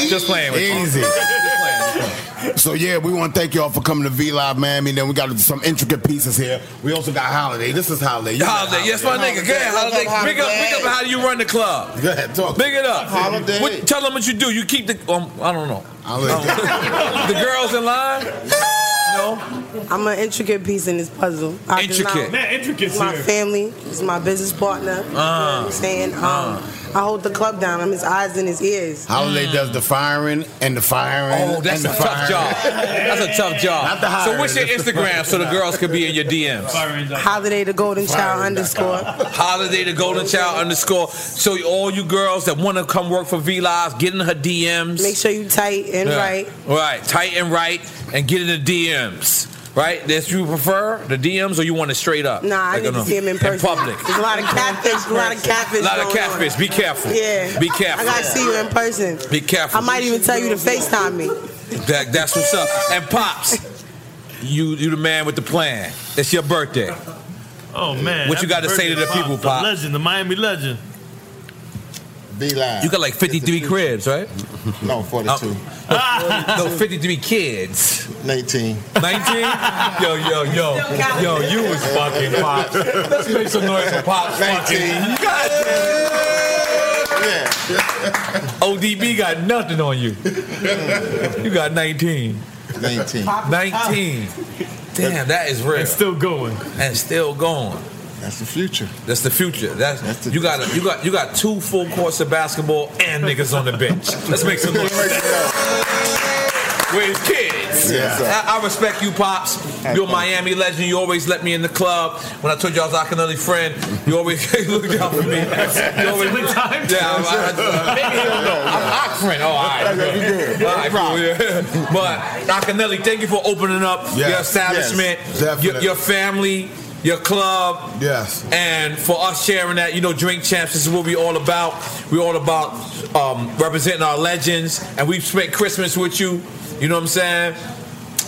S6: Just playing with you.
S13: Easy. So yeah, we want to thank y'all for coming to V Live Miami. Then we got some intricate pieces here. We also got Holiday. This is Holiday. You got
S6: Holiday, yes, my nigga. Go ahead, Holiday. Big up, big up. How do you run the club?
S13: Go ahead, talk.
S6: Big it up.
S13: Holiday.
S6: What, tell them what you do. You keep the. Um, I don't know. Um,
S13: Holiday.
S6: (laughs) the girls in line.
S11: I'm an intricate piece in this puzzle.
S6: Intricate. Man,
S14: intricate's
S11: My
S14: here.
S11: family is my business partner. You know what
S13: Ah.
S11: I'm saying? Um,
S13: Ah.
S11: I hold the club down. I'm his eyes and his ears.
S13: Holiday does the firing and the firing.
S6: Hmm. Oh, that's
S13: and
S6: a
S13: the
S6: tough
S13: firing.
S6: job. That's a tough
S13: Not
S6: job.
S13: the hiring.
S6: So what's your
S13: That's the
S6: Instagram so the
S13: firing.
S6: girls could be in your DMs?
S11: Holiday the golden child underscore.
S6: Holiday the Golden Child underscore. So all you girls that want to come work for V Lives, get in her DMs.
S11: Make sure you tight and
S6: Yeah.
S11: right.
S6: Right, tight and right, and get in the DMs. Right? That's you prefer the DMs, or you want it straight up?
S11: Nah, I
S6: Like,
S11: need
S6: uh,
S11: to see him in person.
S6: public.
S11: There's a lot of catfish. A lot of catfish.
S6: A lot of
S11: going on.
S6: catfish. Be careful.
S11: Yeah.
S6: Be careful.
S11: I gotta see you in person.
S6: Be careful.
S11: I might even tell you to FaceTime me.
S6: That, that's what's up. And pops, you you the man with the plan. It's your birthday.
S25: Oh man,
S6: What you
S25: That's
S6: got to say to the
S25: Pop,
S6: people,
S25: the
S6: Pop?
S25: legend, the Miami legend.
S13: Be live.
S6: You got like 53 cribs, right?
S13: No, 42.
S6: no, 53 kids.
S13: 19.
S6: 19? Yo, yo, yo. Yo, you was fucking Pop. Let's make some noise for Pop. 19. ODB got nothing on you. You got 19.
S13: 19.
S6: 19. Damn, that is real. And still going. And still going.
S13: That's the future.
S6: That's the future. That's, you got you got you got two full courts of basketball and niggas on the bench. Let's make some noise. Where's kids?
S32: Yeah.
S6: I, I respect you, pops. You're a Miami legend. You always let me in the club. When I told you I was Akinelli friend, you always (laughs) looked out for me. You always
S32: Every time?
S6: Yeah, I'm, I,
S32: (laughs)
S6: I,
S32: Maybe he don't know.
S6: I'm Ak friend. Oh, all right.
S32: That's what you
S6: (laughs)
S32: did.
S6: All right, cool. Yeah. But Akinelli, thank you for opening up your
S32: Yes,
S6: establishment,
S32: yes,
S6: your,
S32: definitely.
S6: your family, your club.
S13: Yes.
S6: And for us sharing that, you know, Drink Champs, this is what we all about. we all about um, representing our legends, and we've spent Christmas with you. You know what I'm saying?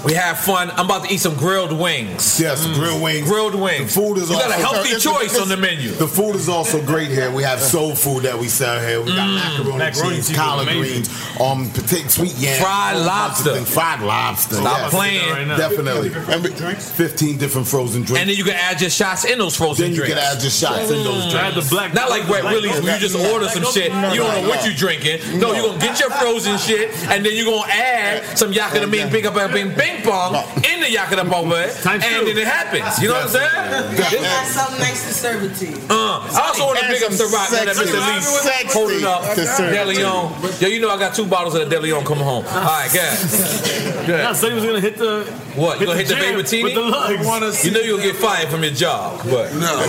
S6: We have fun. I'm about to eat some grilled wings. Mm.
S13: Yes, grilled wings.
S6: Grilled wings.
S13: The food is
S6: You got a
S13: also-
S6: healthy
S13: it's-
S6: choice
S13: it's-
S6: on the menu.
S13: The food is also great here. We have soul food that we sell here. We got
S6: Mm.
S13: macaroni,
S6: Macaroni
S13: cheese,
S6: cheese
S13: collard
S6: is amazing.
S13: greens, um, potato, sweet yam,
S6: Fried
S13: all kinds of
S6: lobster.
S13: things. fried lobster.
S6: Stop playing. Right now.
S13: Definitely. And we- Fifteen different frozen drinks.
S6: And then you can add your shots in those frozen
S13: Then you
S6: drinks.
S13: can add your shots in those Mm. drinks. Add the black-
S6: Not like Wet
S13: black
S6: Willie's where you just
S13: Coke.
S6: order some
S13: Black
S6: shit.
S13: Coke.
S6: You don't know what
S13: No.
S6: you're drinking. No, you're going to get your frozen shit, and then you're going to add some Yakadamine Bing Bang Bing Bing Bong in the Yakadamine, and then it happens. You know what I'm saying?
S16: You got something nice to serve it to you.
S6: Uh, I also want to big up
S16: That's some
S6: Ciroc, man, that
S16: sexy-
S6: Mr. Lee
S16: sexy
S6: holding up
S16: conservative.
S6: DeLeon. Yo, you know I got two bottles of the DeLeon coming home. All right, guys. Good.
S25: I said he was gonna hit the
S6: What? You gonna hit the
S25: gym
S6: baby
S25: with the lugs.
S6: You know you'll get fired from your job, but (laughs) no.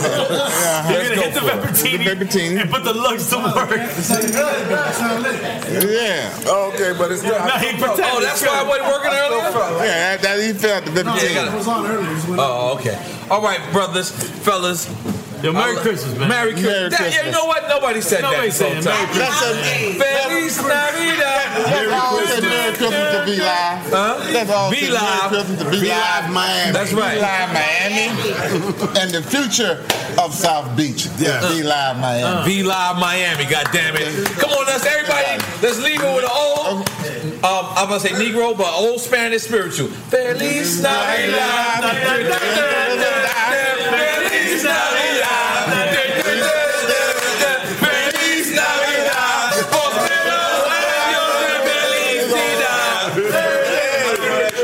S25: You're gonna hit the Bebertini and put the lugs to work.
S13: Yeah. Okay, but it's not.
S25: Nah, he protected
S6: Oh, that's why I wasn't working earlier?
S13: Yeah, that, that he felt the
S6: Yeah, I
S13: fifteen.
S6: got it. Oh, okay. All right, brothers, fellas. Yo, Merry Christmas, man. Merry Christmas.
S13: Merry
S6: That- yeah, you
S13: Christmas.
S6: know what? Nobody said
S13: Nobody
S6: that. this whole
S13: said Merry
S6: time.
S13: Christmas. That's a-
S6: Feliz Navidad.
S13: Merry Christmas. Merry Christmas to Be Live.
S6: Huh?
S13: Let's all
S6: Be
S13: say
S6: live.
S13: Merry Christmas to Be,
S6: Be
S13: live,
S6: live.
S13: Miami.
S6: That's right.
S13: Be live Miami. and the future of South Beach. Yeah. Be live Miami.
S6: Be live Miami, God damn it! Come on, let's everybody, let's leave it with an old, um, I'm gonna say Negro, but old Spanish spiritual. Feliz Navidad. Feliz Navidad. Feliz Navidad. Prospero año de felicidad.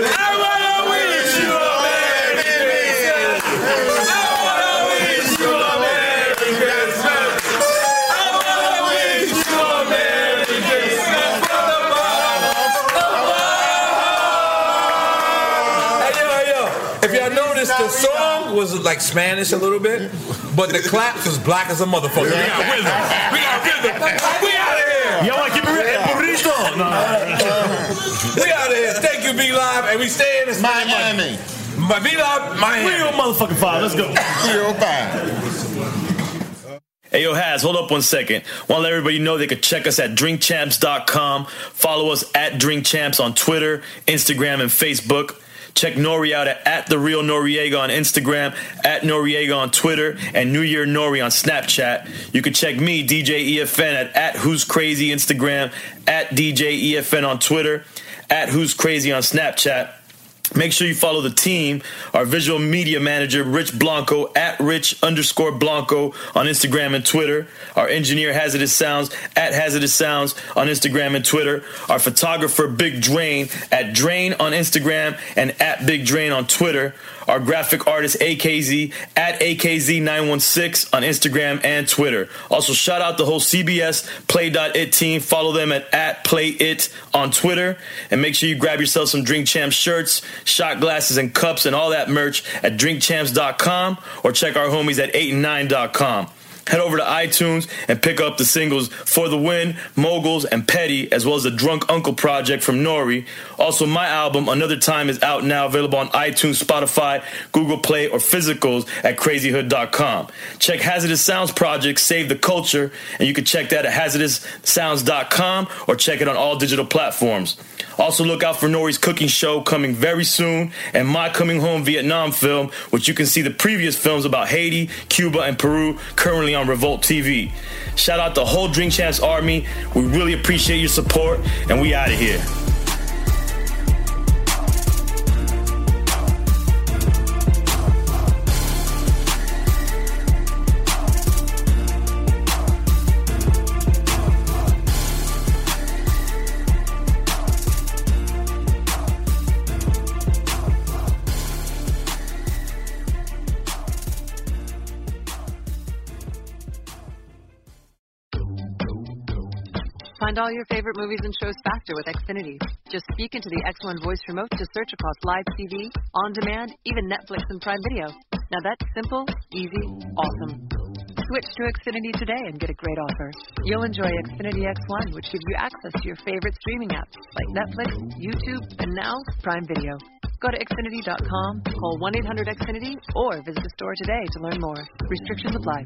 S6: I wanna wish you a Merry Christmas. I wanna wish you a Merry Christmas. I wanna wish you a Merry Christmas from the bottom of my heart. Hey, yo, hey, yo. If y'all noticed, the song was like Spanish a little bit, but the claps was black as a motherfucker. We got rhythm. We got rhythm. We out of here.
S10: Yo, I keep it real. El burrito. No,
S6: We out of here. Thank you, Be Live, and we stay in this Miami. My Be Live, Miami.
S10: Real motherfucking five. Let's go.
S13: Real five.
S10: Hey, yo, Has, hold up one second. Want to let everybody know they could check us at drinkchamps.com. Follow us at drinkchamps on Twitter, Instagram, and Facebook. Check Nori out at, at the real Noriega on Instagram, at Noriega on Twitter, and New Year Nori on Snapchat. You can check me, DJ EFN, at, at Who's Crazy Instagram, at DJ EFN on Twitter, at Who's Crazy on Snapchat. Make sure you follow the team, our visual media manager, Rich Blanco, at Rich underscore Blanco on Instagram and Twitter. Our engineer, Hazardous Sounds, at Hazardous Sounds on Instagram and Twitter. Our photographer, Big Drain, at Drain on Instagram and at Big Drain on Twitter. Our graphic artist, AKZ, at AKZ916 on Instagram and Twitter. Also, shout out the whole CBS Play.it team. Follow them at, at PlayIt on Twitter. And make sure you grab yourself some Drink Champs shirts, shot glasses, and cups, and all that merch at drinkchamps.com or check our homies at 8and9.com. Head over to iTunes and pick up the singles For the Win, Moguls, and Petty, as well as the Drunk Uncle Project from Nori. Also, my album, Another Time, is out now, available on iTunes, Spotify, Google Play, or physicals at crazyhood.com. Check Hazardous Sounds Project, Save the Culture, and you can check that at hazardoussounds.com or check it on all digital platforms. Also, look out for Nori's cooking show coming very soon and my coming home Vietnam film, which you can see the previous films about Haiti, Cuba, and Peru currently on Revolt TV. Shout out the whole Drink Champs Army. We really appreciate your support, and we out of here.
S33: Find all your favorite movies and shows faster with Xfinity. Just speak into the X1 voice remote to search across live TV, on demand, even Netflix and Prime Video. Now that's simple, easy, awesome. Switch to Xfinity today and get a great offer. You'll enjoy Xfinity X1, which gives you access to your favorite streaming apps like Netflix, YouTube, and now Prime Video. Go to Xfinity.com, call 1 800 Xfinity, or visit a store today to learn more. Restrictions apply.